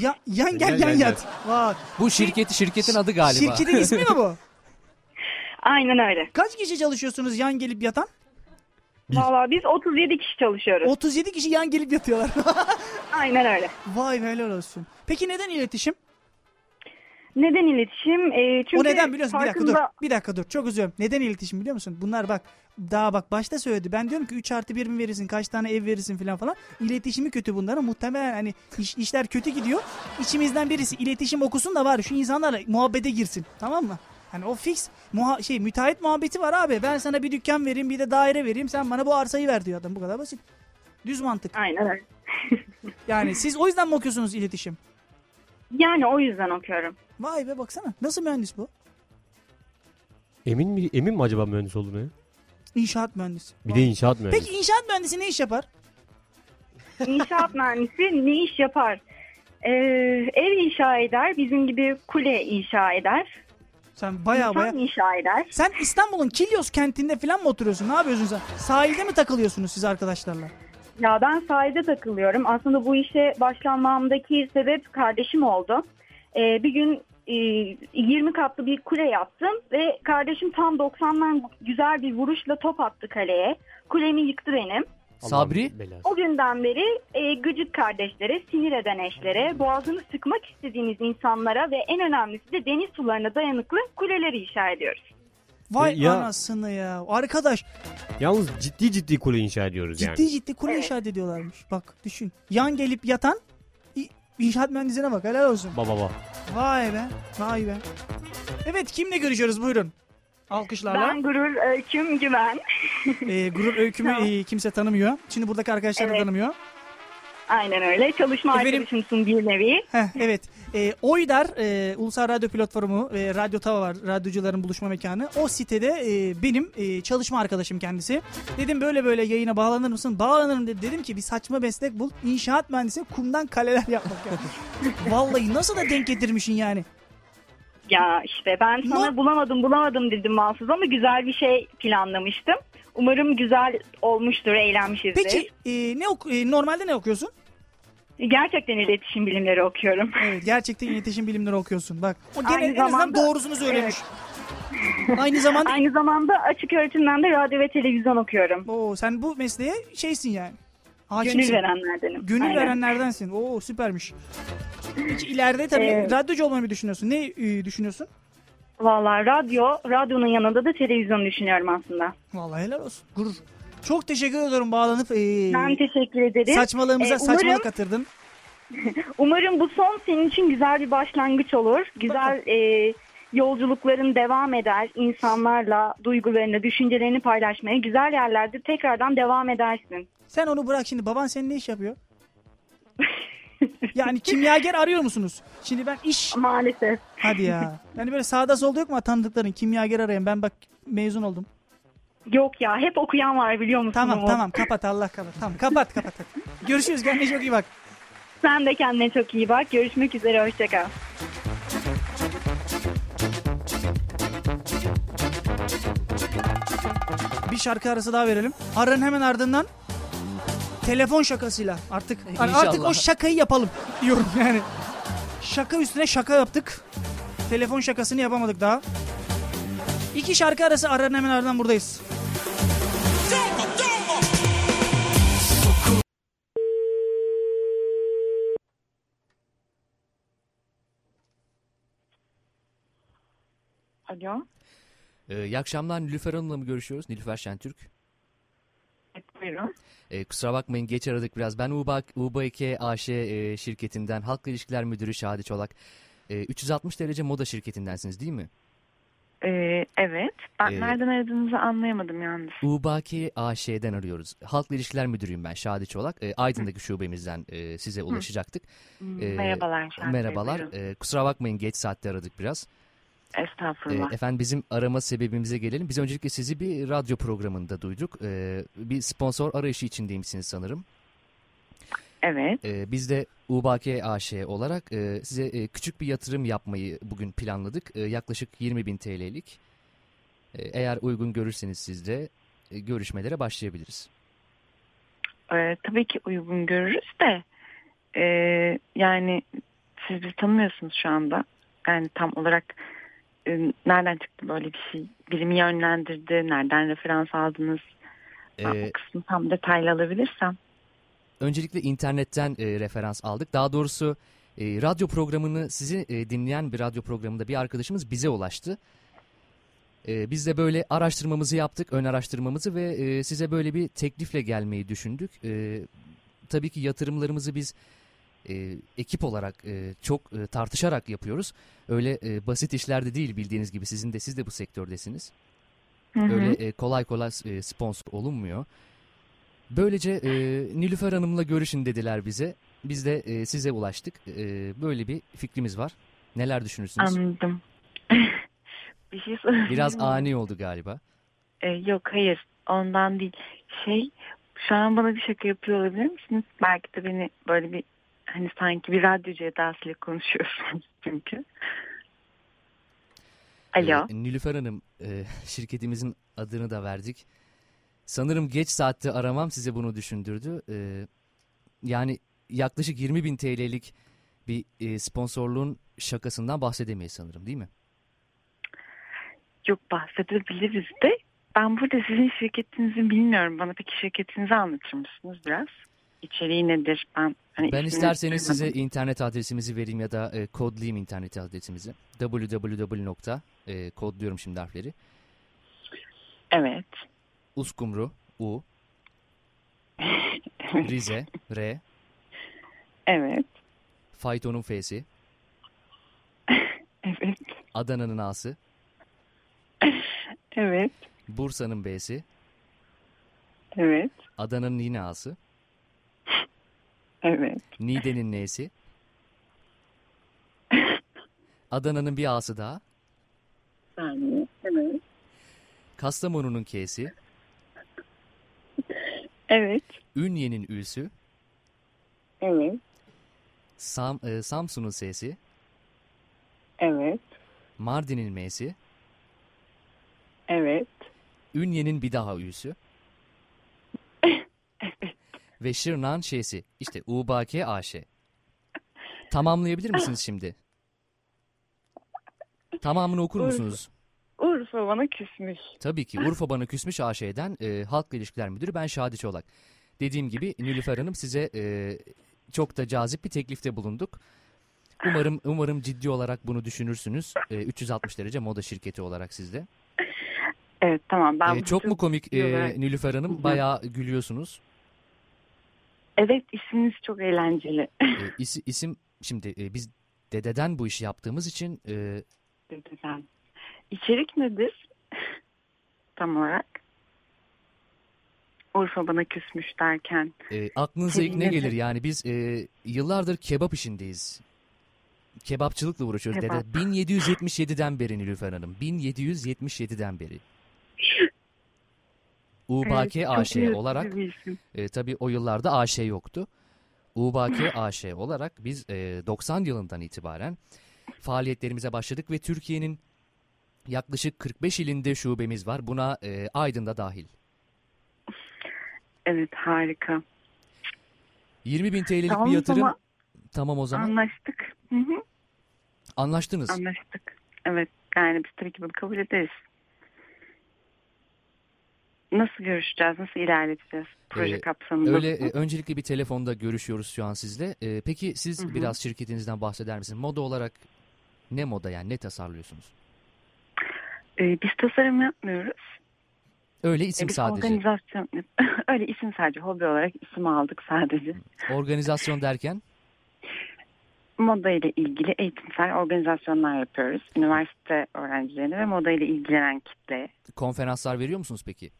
Speaker 2: Ya, yan
Speaker 10: Yan
Speaker 2: gel
Speaker 10: gel
Speaker 2: yan yat.
Speaker 10: yat.
Speaker 2: Bak.
Speaker 10: Bu şirketi şirketin adı galiba.
Speaker 2: Şirketin ismi mi bu?
Speaker 21: Aynen öyle.
Speaker 2: Kaç kişi çalışıyorsunuz yan gelip yatan?
Speaker 21: Valla biz 37 kişi çalışıyoruz.
Speaker 2: 37 kişi yan gelip yatıyorlar.
Speaker 21: Aynen öyle.
Speaker 2: Vay be helal olsun. Peki neden iletişim?
Speaker 21: Neden iletişim? Ee, çünkü
Speaker 2: o neden biliyorsun? Bir dakika dur.
Speaker 21: farkında-
Speaker 2: Bir dakika dur. Çok üzüyorum. Neden iletişim biliyor musun? Bunlar bak daha bak başta söyledi. Ben diyorum ki 3 artı 1 mi verirsin? Kaç tane ev verirsin falan falan. İletişimi kötü bunların. Muhtemelen hani iş- işler kötü gidiyor. İçimizden birisi iletişim okusun da var. Şu insanlarla muhabbete girsin. Tamam mı? Hani o fix muha- şey müteahhit muhabbeti var abi. Ben sana bir dükkan vereyim bir de daire vereyim. Sen bana bu arsayı ver diyor adam. Bu kadar basit. Düz mantık.
Speaker 21: Aynen öyle.
Speaker 2: yani siz o yüzden mi okuyorsunuz iletişim?
Speaker 21: Yani o yüzden okuyorum.
Speaker 2: Vay be baksana. Nasıl mühendis bu?
Speaker 1: Emin mi emin mi acaba mühendis olduğunu? ya?
Speaker 2: İnşaat mühendisi.
Speaker 1: Bir de inşaat mühendisi.
Speaker 2: Peki inşaat mühendisi ne iş yapar?
Speaker 21: İnşaat mühendisi ne iş yapar? Ee, ev inşa eder, bizim gibi kule inşa eder.
Speaker 2: Sen baya
Speaker 21: İnsan
Speaker 2: baya...
Speaker 21: inşa eder.
Speaker 2: Sen İstanbul'un Kilyos kentinde falan mı oturuyorsun? Ne yapıyorsun sen? Sahilde mi takılıyorsunuz siz arkadaşlarla?
Speaker 21: Ya ben sahilde takılıyorum. Aslında bu işe başlanmamdaki sebep kardeşim oldu. Ee, bir gün e, 20 katlı bir kule yaptım ve kardeşim tam 90'dan güzel bir vuruşla top attı kaleye. Kulemi yıktı benim.
Speaker 10: Sabri?
Speaker 21: O günden beri e, gıcık kardeşlere, sinir eden eşlere, boğazını sıkmak istediğiniz insanlara ve en önemlisi de deniz sularına dayanıklı kuleleri inşa ediyoruz.
Speaker 2: Vay
Speaker 1: Ya-
Speaker 2: anasını ya. Arkadaş
Speaker 1: Yalnız ciddi ciddi kule inşa ediyoruz yani.
Speaker 2: ciddi ciddi kule inşa ediyorlarmış. Bak düşün. Yan gelip yatan i- inşaat mühendisine bak helal olsun.
Speaker 1: Baba baba.
Speaker 2: Vay be. Vay be. Evet kimle görüşüyoruz buyurun. Alkışlarla.
Speaker 21: Ben Gurur Öyküm Güven.
Speaker 2: Ee, gurur öykümü e, kimse tanımıyor. Şimdi buradaki arkadaşlar da tanımıyor.
Speaker 21: Aynen öyle. Çalışma
Speaker 2: E,
Speaker 21: arkadaşımsın bir nevi.
Speaker 2: evet. Ee, Oydar e, Ulusal Radyo Platformu ve Radyo Tava var. Radyocuların buluşma mekanı. O sitede e, benim e, çalışma arkadaşım kendisi. Dedim böyle böyle yayına bağlanır mısın? Bağlanırım dedi. Dedim ki bir saçma meslek bul. İnşaat mühendisi kumdan kaleler yapmak. yani. Vallahi nasıl da denk getirmişsin yani.
Speaker 21: Ya işte ben sana bulamadım bulamadım dedim Mansız ama güzel bir şey planlamıştım. Umarım güzel olmuştur, eğlenmişizdir.
Speaker 2: Peki e, ne oku- e, normalde ne okuyorsun?
Speaker 21: Gerçekten iletişim bilimleri okuyorum.
Speaker 2: Evet, gerçekten iletişim bilimleri okuyorsun. Bak o gene
Speaker 21: Aynı
Speaker 2: en azından
Speaker 21: zamanda-
Speaker 2: doğrusunu söylemiş. Aynı zamanda
Speaker 21: Aynı zamanda açık öğretimden de radyo ve televizyon okuyorum.
Speaker 2: Oo, sen bu mesleğe şeysin yani.
Speaker 21: Gönül verenlerdenim.
Speaker 2: Gönül
Speaker 21: Aynen.
Speaker 2: verenlerdensin. Oo süpermiş. Peki ileride tabii
Speaker 21: Evet.
Speaker 2: radyocu olmayı mı düşünüyorsun? Ne e, düşünüyorsun?
Speaker 21: Vallahi radyo, radyonun yanında da televizyon düşünüyorum aslında.
Speaker 2: Vallahi helal olsun. Gurur. Çok teşekkür ediyorum bağlanıp e,
Speaker 21: Ben teşekkür ederim.
Speaker 2: saçmalığımıza
Speaker 21: Ee, umarım-
Speaker 2: saçmalık atırdın.
Speaker 21: Umarım bu son senin için güzel bir başlangıç olur. Güzel e, yolculukların devam eder. İnsanlarla duygularını, düşüncelerini paylaşmaya güzel yerlerde tekrardan devam edersin.
Speaker 2: Sen onu bırak şimdi baban senin ne iş yapıyor? yani kimyager arıyor musunuz? Şimdi ben iş...
Speaker 21: Maalesef.
Speaker 2: Hadi ya. Yani böyle sağda solda yok mu tanıdıkların kimyager arayan? Ben bak mezun oldum.
Speaker 21: Yok ya hep okuyan var biliyor musun?
Speaker 2: Tamam
Speaker 21: Umut?
Speaker 2: tamam kapat Allah kapat. Tamam kapat kapat. Görüşürüz kendine çok iyi bak.
Speaker 21: Sen de kendine çok iyi bak. Görüşmek üzere hoşçakal.
Speaker 2: Bir şarkı arası daha verelim. Aranın hemen ardından telefon şakasıyla artık
Speaker 10: İnşallah.
Speaker 2: artık o şakayı yapalım diyorum yani. Şaka üstüne şaka yaptık. Telefon şakasını yapamadık daha. İki şarkı arası aranın hemen ardından buradayız.
Speaker 21: Alo.
Speaker 10: Ee, iyi akşamlar Nilüfer Hanım'la mı görüşüyoruz? Nilüfer Şentürk.
Speaker 21: Buyurun.
Speaker 10: Ee, kusura bakmayın geç aradık biraz. Ben UBA, UBK AŞ e, şirketinden Halkla İlişkiler Müdürü Şadi Çolak. Ee, 360 derece moda şirketindensiniz değil mi?
Speaker 22: Ee, evet. Ben
Speaker 10: Ee,
Speaker 22: nereden aradığınızı anlayamadım yalnız.
Speaker 10: UBK AŞ'den arıyoruz. Halkla İlişkiler Müdürüyüm ben Şadi Çolak. Ee, Aydın'daki şubemizden e, size ulaşacaktık.
Speaker 22: Hmm,
Speaker 10: Ee,
Speaker 22: merhabalar Şadi Bey,
Speaker 10: Merhabalar.
Speaker 22: buyurun.
Speaker 10: Ee, kusura bakmayın geç saatte aradık biraz. Ee,
Speaker 22: Estağfurullah.
Speaker 10: efendim bizim arama sebebimize gelelim. Biz öncelikle sizi bir radyo programında duyduk. Ee, bir sponsor arayışı içindeymişsiniz sanırım.
Speaker 22: Evet.
Speaker 10: Ee, biz de UBK AŞ olarak e, size e, küçük bir yatırım yapmayı bugün planladık. Ee, yaklaşık 20 bin TL'lik. Ee, eğer uygun görürseniz siz de e, görüşmelere başlayabiliriz.
Speaker 22: Ee, tabii ki uygun görürüz de ee, yani siz bizi tanımıyorsunuz şu anda. Yani tam olarak e, nereden çıktı böyle bir şey? Biri mi yönlendirdi? Nereden referans aldınız? Ben
Speaker 10: Ee,
Speaker 22: o kısmı tam detaylı alabilirsem.
Speaker 10: öncelikle internetten e, referans aldık. Daha doğrusu E, radyo programını sizi e, dinleyen bir radyo programında bir arkadaşımız bize ulaştı. E, biz de böyle araştırmamızı yaptık, ön araştırmamızı ve e, size böyle bir teklifle gelmeyi düşündük. E, tabii ki yatırımlarımızı biz e, ekip olarak e, çok e, tartışarak yapıyoruz. Öyle e, basit işlerde değil bildiğiniz gibi sizin de siz de bu sektördesiniz.
Speaker 6: Hı hı.
Speaker 10: Öyle e, kolay kolay e, sponsor olunmuyor. Böylece e, Nilüfer Hanım'la görüşün dediler bize. Biz de e, size ulaştık. E, böyle bir fikrimiz var. Neler düşünürsünüz?
Speaker 22: Anladım. Bir şey sorabilir
Speaker 10: Biraz
Speaker 22: miyim?
Speaker 10: ani oldu galiba.
Speaker 22: Ee, yok hayır ondan değil. Şey şu an bana bir şaka yapıyor olabilir misiniz? Belki de beni böyle bir hani sanki bir radyocu edasıyla konuşuyorsunuz çünkü. Alo.
Speaker 10: E, Nilüfer Hanım, e, şirketimizin adını da verdik. Sanırım geç saatte aramam size bunu düşündürdü. E, yani yaklaşık 20 bin TL'lik bir e, sponsorluğun şakasından bahsedemeyiz sanırım değil mi?
Speaker 22: Yok bahsedebiliriz de ben burada sizin şirketinizi bilmiyorum. Bana peki şirketinizi anlatır mısınız biraz? İçeriği nedir? Ben hani
Speaker 10: Ben
Speaker 22: ismini
Speaker 10: isterseniz
Speaker 22: duymadım.
Speaker 10: size internet adresimizi vereyim ya da e, kodlayayım internet adresimizi. www. nokta, E, kodluyorum şimdi harfleri.
Speaker 22: Evet.
Speaker 10: Uskumru U Rize R
Speaker 22: Evet.
Speaker 10: Fayton'un F'si
Speaker 22: Evet.
Speaker 10: Adana'nın A'sı
Speaker 22: Evet.
Speaker 10: Bursa'nın B'si
Speaker 22: Evet.
Speaker 10: Adana'nın yine A'sı
Speaker 22: Evet.
Speaker 10: Niğde'nin N'si Adana'nın bir A'sı daha
Speaker 22: Yani, evet.
Speaker 10: Kastamonu'nun K'si
Speaker 22: Evet.
Speaker 10: Ünye'nin Ü'sü
Speaker 22: Evet.
Speaker 10: Sam, e, Samsun'un S'si
Speaker 22: Evet.
Speaker 10: Mardin'in M'si
Speaker 22: Evet.
Speaker 10: Ünye'nin bir daha Ü'sü. Ve Şırnak'ın Ş'si. İşte UBK AŞ. Tamamlayabilir misiniz şimdi? Tamamını okur musunuz?
Speaker 22: Urfa bana küsmüş.
Speaker 10: Tabii ki Urfa Bana Küsmüş AŞ'den e, Halkla İlişkiler Müdürü ben Şadi Çolak. Dediğim gibi Nilüfer Hanım size e, çok da cazip bir teklifte bulunduk. Umarım umarım ciddi olarak bunu düşünürsünüz. E, 360 derece moda şirketi olarak sizde.
Speaker 22: Evet tamam ben
Speaker 10: E,
Speaker 22: bu
Speaker 10: çok mu komik
Speaker 22: ciddi
Speaker 10: e,
Speaker 22: olarak-
Speaker 10: Nilüfer Hanım? Bayağı gülüyorsunuz.
Speaker 22: Evet isminiz çok eğlenceli.
Speaker 10: E, isi- isim şimdi e, biz dededen bu işi yaptığımız için e,
Speaker 22: Dededen. İçerik nedir? Tam olarak. Urfa bana küsmüş derken.
Speaker 10: e, aklınıza ilk ne
Speaker 22: Sevindim.
Speaker 10: gelir? Yani biz e, yıllardır kebap işindeyiz. Kebapçılıkla uğraşıyoruz
Speaker 22: Kebap.
Speaker 10: dede. 1777'den beri Nilüfer Hanım. 1777'den beri. UBK
Speaker 22: Evet, çok
Speaker 10: AŞ
Speaker 22: yaratıcı
Speaker 10: olarak
Speaker 22: bir isim.
Speaker 10: e, tabii o yıllarda AŞ yoktu. UBK AŞ olarak biz e, 90 yılından itibaren faaliyetlerimize başladık ve Türkiye'nin yaklaşık 45 ilinde şubemiz var. Buna e, Aydın da dahil.
Speaker 22: Evet harika.
Speaker 10: 20 bin TL'lik
Speaker 22: Tamam
Speaker 10: bir
Speaker 22: o
Speaker 10: yatırım.
Speaker 22: zaman.
Speaker 10: Tamam o zaman.
Speaker 22: Anlaştık. Hı hı.
Speaker 10: Anlaştınız.
Speaker 22: Anlaştık. Evet yani biz tabii ki bunu kabul ederiz. Nasıl görüşeceğiz? Nasıl ilerleteceğiz? Proje
Speaker 10: Ee,
Speaker 22: kapsamında.
Speaker 10: Öyle e, öncelikle bir telefonda görüşüyoruz şu an sizle. E, peki siz
Speaker 22: Hı hı.
Speaker 10: biraz şirketinizden bahseder misiniz? Moda olarak ne moda yani ne tasarlıyorsunuz?
Speaker 22: Ee, biz tasarım yapmıyoruz.
Speaker 10: Öyle
Speaker 22: Ee,
Speaker 10: isim
Speaker 22: biz
Speaker 10: sadece.
Speaker 22: organizasyon... Öyle isim sadece. Hobi olarak isim aldık sadece.
Speaker 10: Organizasyon derken
Speaker 22: Moda ile ilgili eğitimsel organizasyonlar yapıyoruz. Üniversite öğrencilerine ve moda ile ilgilenen kitleye.
Speaker 10: konferanslar veriyor musunuz peki?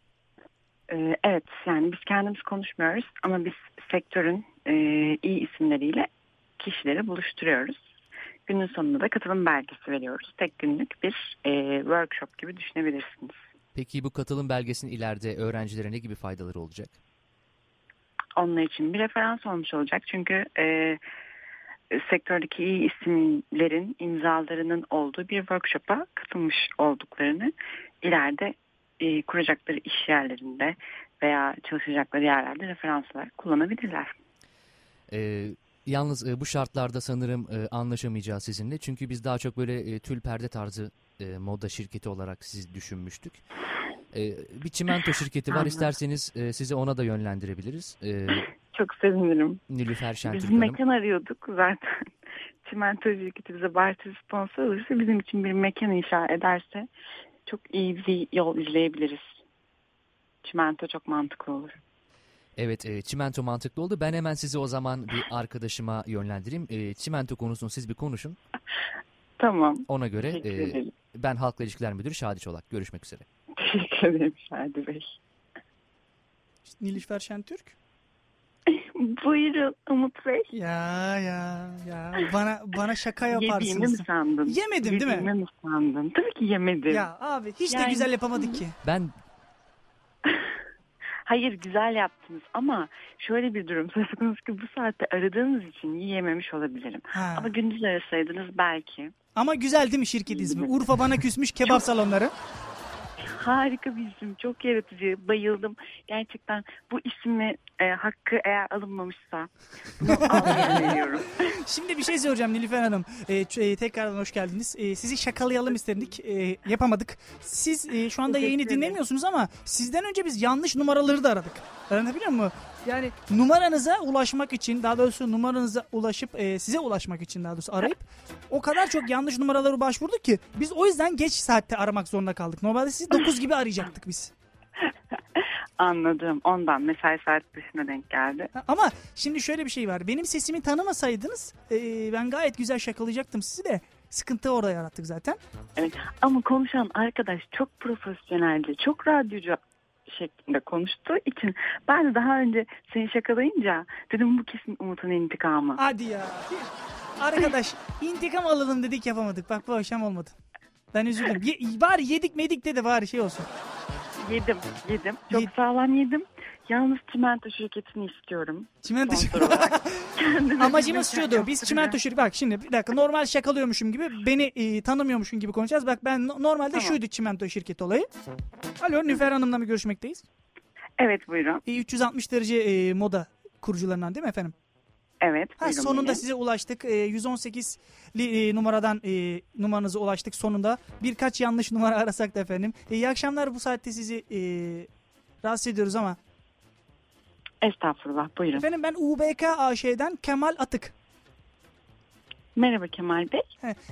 Speaker 22: Ee, evet yani biz kendimiz konuşmuyoruz ama biz sektörün e, iyi isimleriyle kişileri buluşturuyoruz. Günün sonunda da katılım belgesi veriyoruz. Tek günlük bir e, workshop gibi düşünebilirsiniz.
Speaker 10: Peki bu katılım belgesinin ileride öğrencilere ne gibi faydaları olacak?
Speaker 22: Onlar için bir referans olmuş olacak. Çünkü e, sektördeki iyi isimlerin imzalarının olduğu bir workshop'a katılmış olduklarını ileride e, kuracakları iş yerlerinde veya çalışacakları yerlerde referans olarak kullanabilirler.
Speaker 10: E, yalnız e, bu şartlarda sanırım e, anlaşamayacağız sizinle. Çünkü biz daha çok böyle e, tül perde tarzı e, moda şirketi olarak siz düşünmüştük. E, bir çimento şirketi var.
Speaker 22: Anladım.
Speaker 10: isterseniz e, sizi ona da yönlendirebiliriz. E,
Speaker 22: Çok sevinirim.
Speaker 10: Nilüfer Şentürk
Speaker 22: Biz
Speaker 10: Hanım.
Speaker 22: mekan arıyorduk zaten. çimentocu şirketi bize barter sponsor olursa bizim için bir mekan inşa ederse çok iyi bir yol izleyebiliriz. Çimento çok mantıklı olur.
Speaker 10: Evet, e, çimento mantıklı oldu. Ben hemen sizi o zaman bir arkadaşıma yönlendireyim. E, çimento konusunu siz bir konuşun.
Speaker 22: Tamam.
Speaker 10: Ona göre
Speaker 22: Teşekkür
Speaker 10: e,
Speaker 22: ederim.
Speaker 10: ben Halkla İlişkiler Müdürü Şadi Çolak. Görüşmek üzere.
Speaker 22: Teşekkür ederim Şadi Bey.
Speaker 2: Nilüfer Şentürk.
Speaker 22: Buyurun Umut Bey.
Speaker 2: Ya ya ya. Bana bana şaka yaparsınız.
Speaker 22: Yediğimi mi sandın?
Speaker 2: Yemedim değil mi?
Speaker 22: Yediğimi mi sandın? Tabii ki yemedim.
Speaker 2: Ya abi hiç de
Speaker 22: Yani-
Speaker 2: güzel yapamadık ki.
Speaker 10: Ben
Speaker 22: Hayır güzel yaptınız ama şöyle bir durum söz konusu ki bu saatte aradığınız için yiyememiş olabilirim.
Speaker 2: Ha.
Speaker 22: Ama gündüz arasaydınız belki.
Speaker 2: Ama güzel değil mi şirket ismi? Urfa bana küsmüş kebap salonları.
Speaker 22: Harika bir isim. Çok yaratıcı. Bayıldım. Gerçekten bu ismi e, hakkı eğer alınmamışsa
Speaker 2: Şimdi bir şey söyleyeceğim Nilüfer Hanım. Ee, ç- e, tekrardan hoş geldiniz. Ee, sizi şakalayalım istedik. Ee, yapamadık. Siz e, şu anda
Speaker 6: Teşekkür
Speaker 2: yayını
Speaker 6: ederim.
Speaker 2: dinlemiyorsunuz ama sizden önce biz yanlış numaraları da aradık. Anlatabiliyor muyum? Yani numaranıza ulaşmak için daha doğrusu numaranıza ulaşıp e, size ulaşmak için daha doğrusu arayıp o kadar çok yanlış numaralara başvurduk ki biz o yüzden geç saatte aramak zorunda kaldık. Normalde sizi 9 gibi arayacaktık biz.
Speaker 22: anladım. Ondan mesai saat dışına denk geldi.
Speaker 2: Ama şimdi şöyle bir şey var. Benim sesimi tanımasaydınız e, ben gayet güzel şakalayacaktım sizi de. Sıkıntı orada yarattık zaten.
Speaker 22: Evet. Ama konuşan arkadaş çok profesyonelce, çok radyocu şeklinde konuştuğu için ben de daha önce seni şakalayınca dedim bu kesin Umut'un intikamı.
Speaker 2: Hadi ya. Arkadaş intikam alalım dedik yapamadık. Bak bu akşam olmadı. Ben üzüldüm. Ye- bari yedik medik de de bari şey olsun.
Speaker 22: Yedim, yedim. Çok sağlam yedim. Yalnız çimento şirketini istiyorum.
Speaker 2: Çimento
Speaker 22: Kendime bir mekan
Speaker 2: Amacımız şuydu. Biz
Speaker 22: yaptıracağım.
Speaker 2: çimento şirketi. Bak şimdi bir dakika normal şakalıyormuşum gibi beni e, tanımıyormuşum gibi konuşacağız. Bak ben no- normalde şuydu çimento şirketi olayı. Alo Nüfer Hanım'la mı görüşmekteyiz?
Speaker 22: Evet buyurun.
Speaker 2: E, 360 derece e, moda kurucularından değil mi efendim?
Speaker 22: Evet.
Speaker 2: Ha,
Speaker 22: buyurun
Speaker 2: sonunda
Speaker 22: beni.
Speaker 2: size ulaştık. E, 118 li- e, numaradan e, numaranıza ulaştık sonunda. Birkaç yanlış numara arasak da efendim. E, iyi akşamlar bu saatte sizi e, rahatsız ediyoruz ama.
Speaker 22: Estağfurullah buyurun.
Speaker 2: Efendim ben UBK AŞ'den Kemal Atık.
Speaker 22: Merhaba Kemal Bey.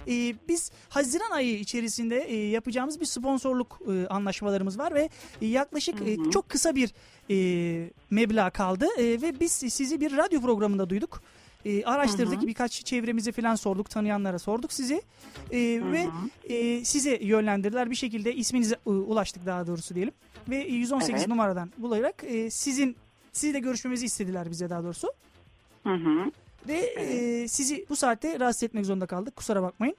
Speaker 2: e, biz Haziran ayı içerisinde e, yapacağımız bir sponsorluk e, anlaşmalarımız var ve e, yaklaşık e, çok kısa bir e, meblağ kaldı E, ve biz sizi bir radyo programında duyduk. E, araştırdık
Speaker 6: Hı hı.
Speaker 2: birkaç çevremize falan sorduk tanıyanlara sorduk sizi E, ve e, size yönlendirdiler bir şekilde isminize e, ulaştık daha doğrusu diyelim ve e, 118
Speaker 22: Evet.
Speaker 2: numaradan bularak e, sizin sizle görüşmemizi istediler bize daha doğrusu
Speaker 22: Hı hı.
Speaker 2: ve e, sizi bu saatte rahatsız etmek zorunda kaldık kusura bakmayın.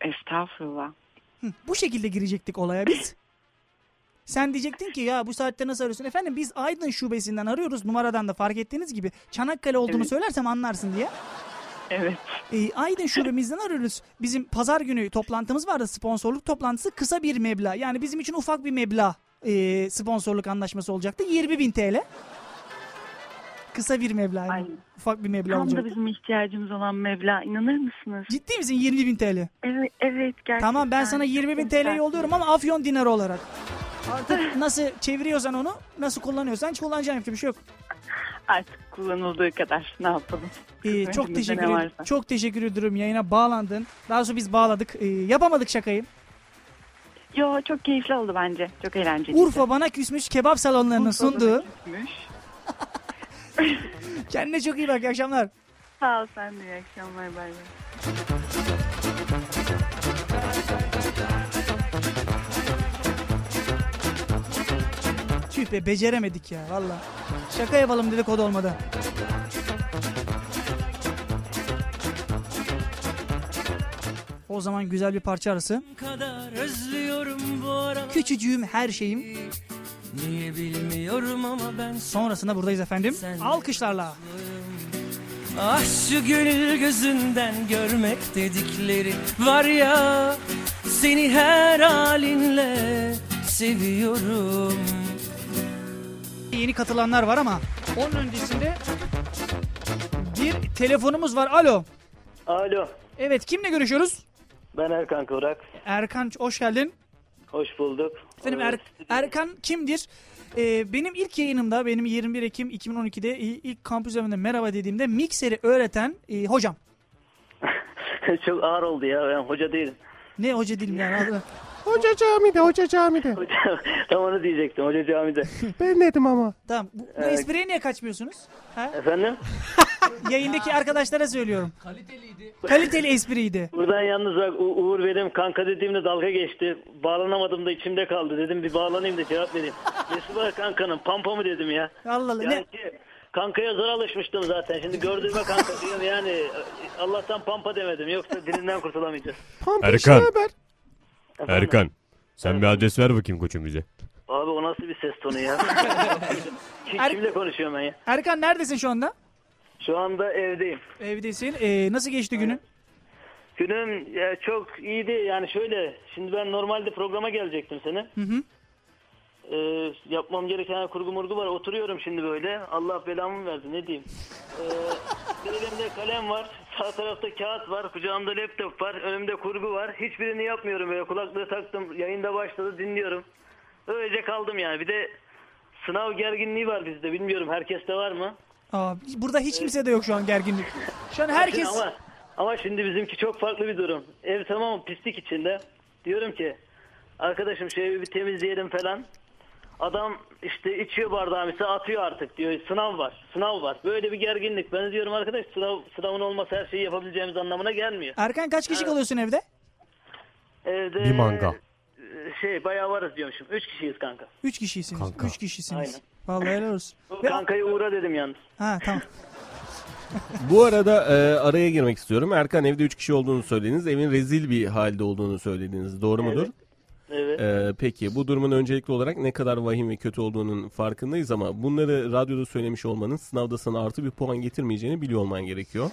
Speaker 22: Estağfurullah.
Speaker 2: Hı, bu şekilde girecektik olaya biz. Sen diyecektin ki ya bu saatte nasıl arıyorsun? Efendim biz Aydın şubesinden arıyoruz numaradan da fark ettiğiniz gibi. Çanakkale olduğumu
Speaker 22: Evet.
Speaker 2: söylersem anlarsın diye.
Speaker 22: Evet.
Speaker 2: Ee, Aydın şubemizden arıyoruz. Bizim pazar günü toplantımız vardı sponsorluk toplantısı kısa bir meblağ. Yani bizim için ufak bir meblağ e, sponsorluk anlaşması olacaktı. 20 bin TL. Kısa bir meblağ. yani. Ufak bir meblağ
Speaker 22: Tam da
Speaker 2: olacaktı.
Speaker 22: bizim ihtiyacımız olan meblağ. İnanır mısınız?
Speaker 2: Ciddi misin 20 bin TL?
Speaker 22: Evet, evet gerçekten.
Speaker 2: Tamam ben sana 20 bin TL yolluyorum ama Afyon dinarı olarak. Artık nasıl çeviriyorsan onu, nasıl kullanıyorsan kullanacaksın yapacak bir şey yok.
Speaker 22: Artık kullanıldığı kadar ne yapalım.
Speaker 2: Ee,
Speaker 22: Elimizde
Speaker 2: çok
Speaker 22: ne
Speaker 2: teşekkür
Speaker 22: varsa.
Speaker 2: ederim. Çok teşekkür ediyorum yayına bağlandın. Daha sonra biz bağladık. Ee, yapamadık şakayı.
Speaker 22: Yo çok keyifli oldu bence. Çok eğlenceli.
Speaker 2: Urfa bana küsmüş kebap salonlarının
Speaker 22: Urfa bana
Speaker 2: sunduğu.
Speaker 22: küsmüş.
Speaker 2: Kendine çok iyi bak. iyi akşamlar.
Speaker 22: Sağ ol sen de iyi akşamlar. Bay bay.
Speaker 2: Tüh be beceremedik ya valla. Şaka yapalım dedik o da olmadı. O zaman güzel bir parça arası.
Speaker 19: kadar özlüyorum bu aralar.
Speaker 2: Küçücüğüm her şeyim.
Speaker 19: Niye bilmiyorum ama ben
Speaker 2: Sonrasında buradayız efendim. Alkışlarla.
Speaker 19: Ah şu gönül gözünden görmek dedikleri var ya Seni her halinle seviyorum
Speaker 2: Yeni katılanlar var ama onun öncesinde bir telefonumuz var. Alo.
Speaker 23: Alo.
Speaker 2: Evet kimle görüşüyoruz?
Speaker 23: Ben Erkan Korak.
Speaker 2: Erkan hoş geldin.
Speaker 23: Hoş bulduk.
Speaker 2: Efendim Er- Erkan kimdir? Ee, benim ilk yayınımda, benim 21 Ekim 2012'de i- ilk kampüs evinde merhaba dediğimde mikseri öğreten e, hocam.
Speaker 23: Çok ağır oldu ya. Ben hoca değilim.
Speaker 2: Ne hoca dilim yani.
Speaker 6: Hoca camide, hoca camide.
Speaker 23: Tam onu diyecektim. Hoca camide.
Speaker 6: Ben dedim ama.
Speaker 2: Tamam. Bu, bu
Speaker 23: Evet.
Speaker 2: espriye niye kaçmıyorsunuz? Ha?
Speaker 23: Efendim?
Speaker 2: Yayındaki arkadaşlara söylüyorum. Kaliteliydi. Kaliteli espriydi.
Speaker 23: Buradan yalnız bak U- Uğur benim kanka dediğimde dalga geçti. Bağlanamadım da içimde kaldı. Dedim bir bağlanayım da cevap vereyim. Nesi var kankanın? Pampa mı dedim ya?
Speaker 2: Allah Allah.
Speaker 23: Yani ki, kankaya zor alışmıştım zaten. Şimdi gördüğüme kanka diyorum yani. Allah'tan pampa demedim. Yoksa dilinden kurtulamayacağız.
Speaker 2: şey
Speaker 1: Erkan.
Speaker 23: Efendim?
Speaker 1: Erkan. Sen bir adres ver bakayım koçum bize.
Speaker 23: Abi o nasıl bir ses tonu ya? Kim, kimle konuşuyorum ben ya?
Speaker 2: Erkan neredesin şu anda?
Speaker 23: Şu anda evdeyim.
Speaker 2: Evdesin. Ee, nasıl geçti günün?
Speaker 23: Günüm e, çok iyiydi. Yani şöyle. Şimdi ben normalde programa gelecektim seni.
Speaker 2: Hı hı.
Speaker 23: Ee, yapmam gereken kurgu murgu var. Oturuyorum şimdi böyle. Allah belamı verdi ne diyeyim. Ee, elimde kalem var. Sağ tarafta kağıt var. Kucağımda laptop var. Önümde kurgu var. Hiçbirini yapmıyorum böyle. Kulaklığı taktım. Yayında başladı dinliyorum. Öylece kaldım yani. Bir de sınav gerginliği var bizde. Bilmiyorum herkeste var mı?
Speaker 2: Aa, burada hiç kimse de yok şu an gerginlik. Şu an herkes...
Speaker 23: Ama, ama şimdi bizimki çok farklı bir durum. Ev tamam pislik içinde. Diyorum ki arkadaşım şu evi bir temizleyelim falan. Adam işte içiyor bardağı mesela atıyor artık diyor. Sınav var, sınav var. Böyle bir gerginlik. Ben de diyorum arkadaş sınav, sınavın olması her şeyi yapabileceğimiz anlamına gelmiyor.
Speaker 2: Erkan kaç kişi
Speaker 23: Evet.
Speaker 2: kalıyorsun evde?
Speaker 23: Evde
Speaker 1: Bir manga.
Speaker 23: e, Şey bayağı varız diyormuşum. Üç kişiyiz kanka.
Speaker 2: Üç kişisiniz.
Speaker 23: Kanka.
Speaker 2: Üç kişisiniz.
Speaker 23: Aynen.
Speaker 2: Vallahi helal olsun.
Speaker 23: Bu Kankaya uğra dedim yalnız.
Speaker 2: Ha tamam.
Speaker 6: Bu arada e, araya girmek istiyorum. Erkan evde 3 kişi olduğunu söylediniz. Evin rezil bir halde olduğunu söylediniz. Doğru mudur?
Speaker 23: Evet.
Speaker 6: E, peki bu durumun öncelikli olarak ne kadar vahim ve kötü olduğunun farkındayız ama bunları radyoda söylemiş olmanın sınavda sana artı bir puan getirmeyeceğini biliyor olman gerekiyor.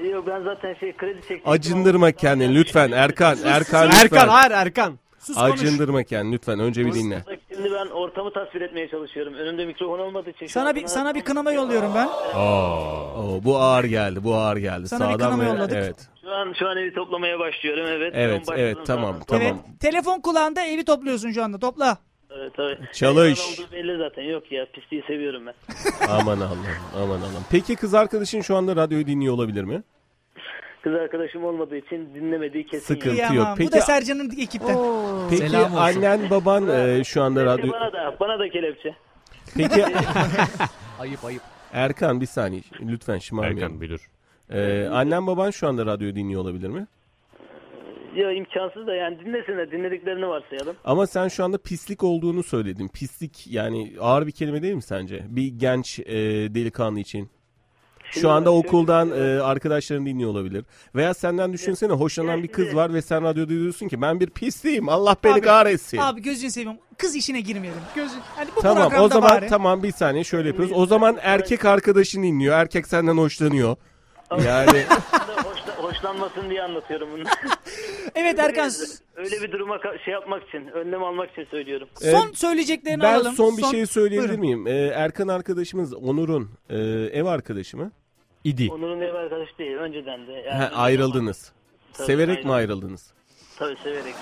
Speaker 23: E, Yok ben zaten şey kredi çektim.
Speaker 6: Acındırma kendini lütfen Erkan.
Speaker 23: Sus,
Speaker 6: Erkan
Speaker 23: sus.
Speaker 6: lütfen.
Speaker 23: Erkan, hayır Erkan. Sus, konuş.
Speaker 6: Acındırma kendini lütfen. Önce bir dinle.
Speaker 23: Şimdi ben ortamı tasvir etmeye çalışıyorum. Önümde mikrofon olmadığı için. şu
Speaker 2: Sana
Speaker 23: an
Speaker 2: bir sana bir kınama yolluyorum ben.
Speaker 6: Oo, bu ağır geldi, bu ağır geldi.
Speaker 2: Sana bir
Speaker 6: Sağdan
Speaker 2: kanama
Speaker 6: ve-
Speaker 2: yolladık.
Speaker 6: Evet,
Speaker 23: Şu an şu an evi toplamaya başlıyorum evet.
Speaker 6: evet, evet. Tamam, tamam.
Speaker 2: Telefon kulağında evi topluyorsun şu anda. Topla.
Speaker 23: Evet, tabii.
Speaker 6: Çalış.
Speaker 23: Şeytan olduğu belli zaten. Yok ya pisliği seviyorum ben.
Speaker 6: aman Allah'ım, aman Allah'ım. Peki kız arkadaşın şu anda radyoyu dinliyor olabilir mi?
Speaker 23: Kız arkadaşım olmadığı için dinlemediği kesin.
Speaker 6: Sıkıntı
Speaker 23: yani.
Speaker 6: yok.
Speaker 2: Bu
Speaker 6: Peki,
Speaker 2: da Sercan'ın ekipten.
Speaker 6: peki annen, baban e, şu anda radyo...
Speaker 23: Bana da bana da kelepçe.
Speaker 6: Peki...
Speaker 10: Ayıp ayıp.
Speaker 6: Erkan bir saniye, lütfen şımarmayalım. Erkan bir dur. annen, baban şu anda radyoyu dinliyor olabilir mi?
Speaker 23: Ya imkansız da yani dinlesinler dinlediklerini varsayalım.
Speaker 6: Ama sen şu anda pislik olduğunu söyledin. Pislik yani ağır bir kelime değil mi sence? Bir genç e, delikanlı için. Şu anda okuldan e, arkadaşların dinliyor olabilir. Veya senden düşünsene hoşlanan bir kız var ve sen radyoda diyorsun ki ben bir pisliğim Allah beni kahretsin.
Speaker 2: Abi gözünü seveyim. Kız işine girmeyelim. Gözün. Hani bu
Speaker 6: tamam
Speaker 2: programda
Speaker 6: o zaman
Speaker 2: bari.
Speaker 6: tamam bir saniye şöyle yapıyoruz. O zaman erkek arkadaşın dinliyor. Erkek senden hoşlanıyor. Yani
Speaker 23: Hoşla- hoşlanmasın diye anlatıyorum bunu.
Speaker 2: Evet Erkan.
Speaker 23: Öyle bir duruma ka- şey yapmak için, önlem almak için söylüyorum.
Speaker 6: Ee,
Speaker 2: Son söyleyeceklerini
Speaker 6: ben
Speaker 2: alalım.
Speaker 6: son bir şey söyleyebilir
Speaker 2: Buyurun.
Speaker 6: miyim? Ee, Erkan arkadaşımız Onur'un e, ev arkadaşı mı? İdi.
Speaker 23: Onur'un ev arkadaşı değil, önceden de. Yani
Speaker 6: Ha, ayrıldınız.
Speaker 23: Tabii,
Speaker 6: Severek mi
Speaker 23: aynen.
Speaker 6: ayrıldınız?
Speaker 23: Tabii severek.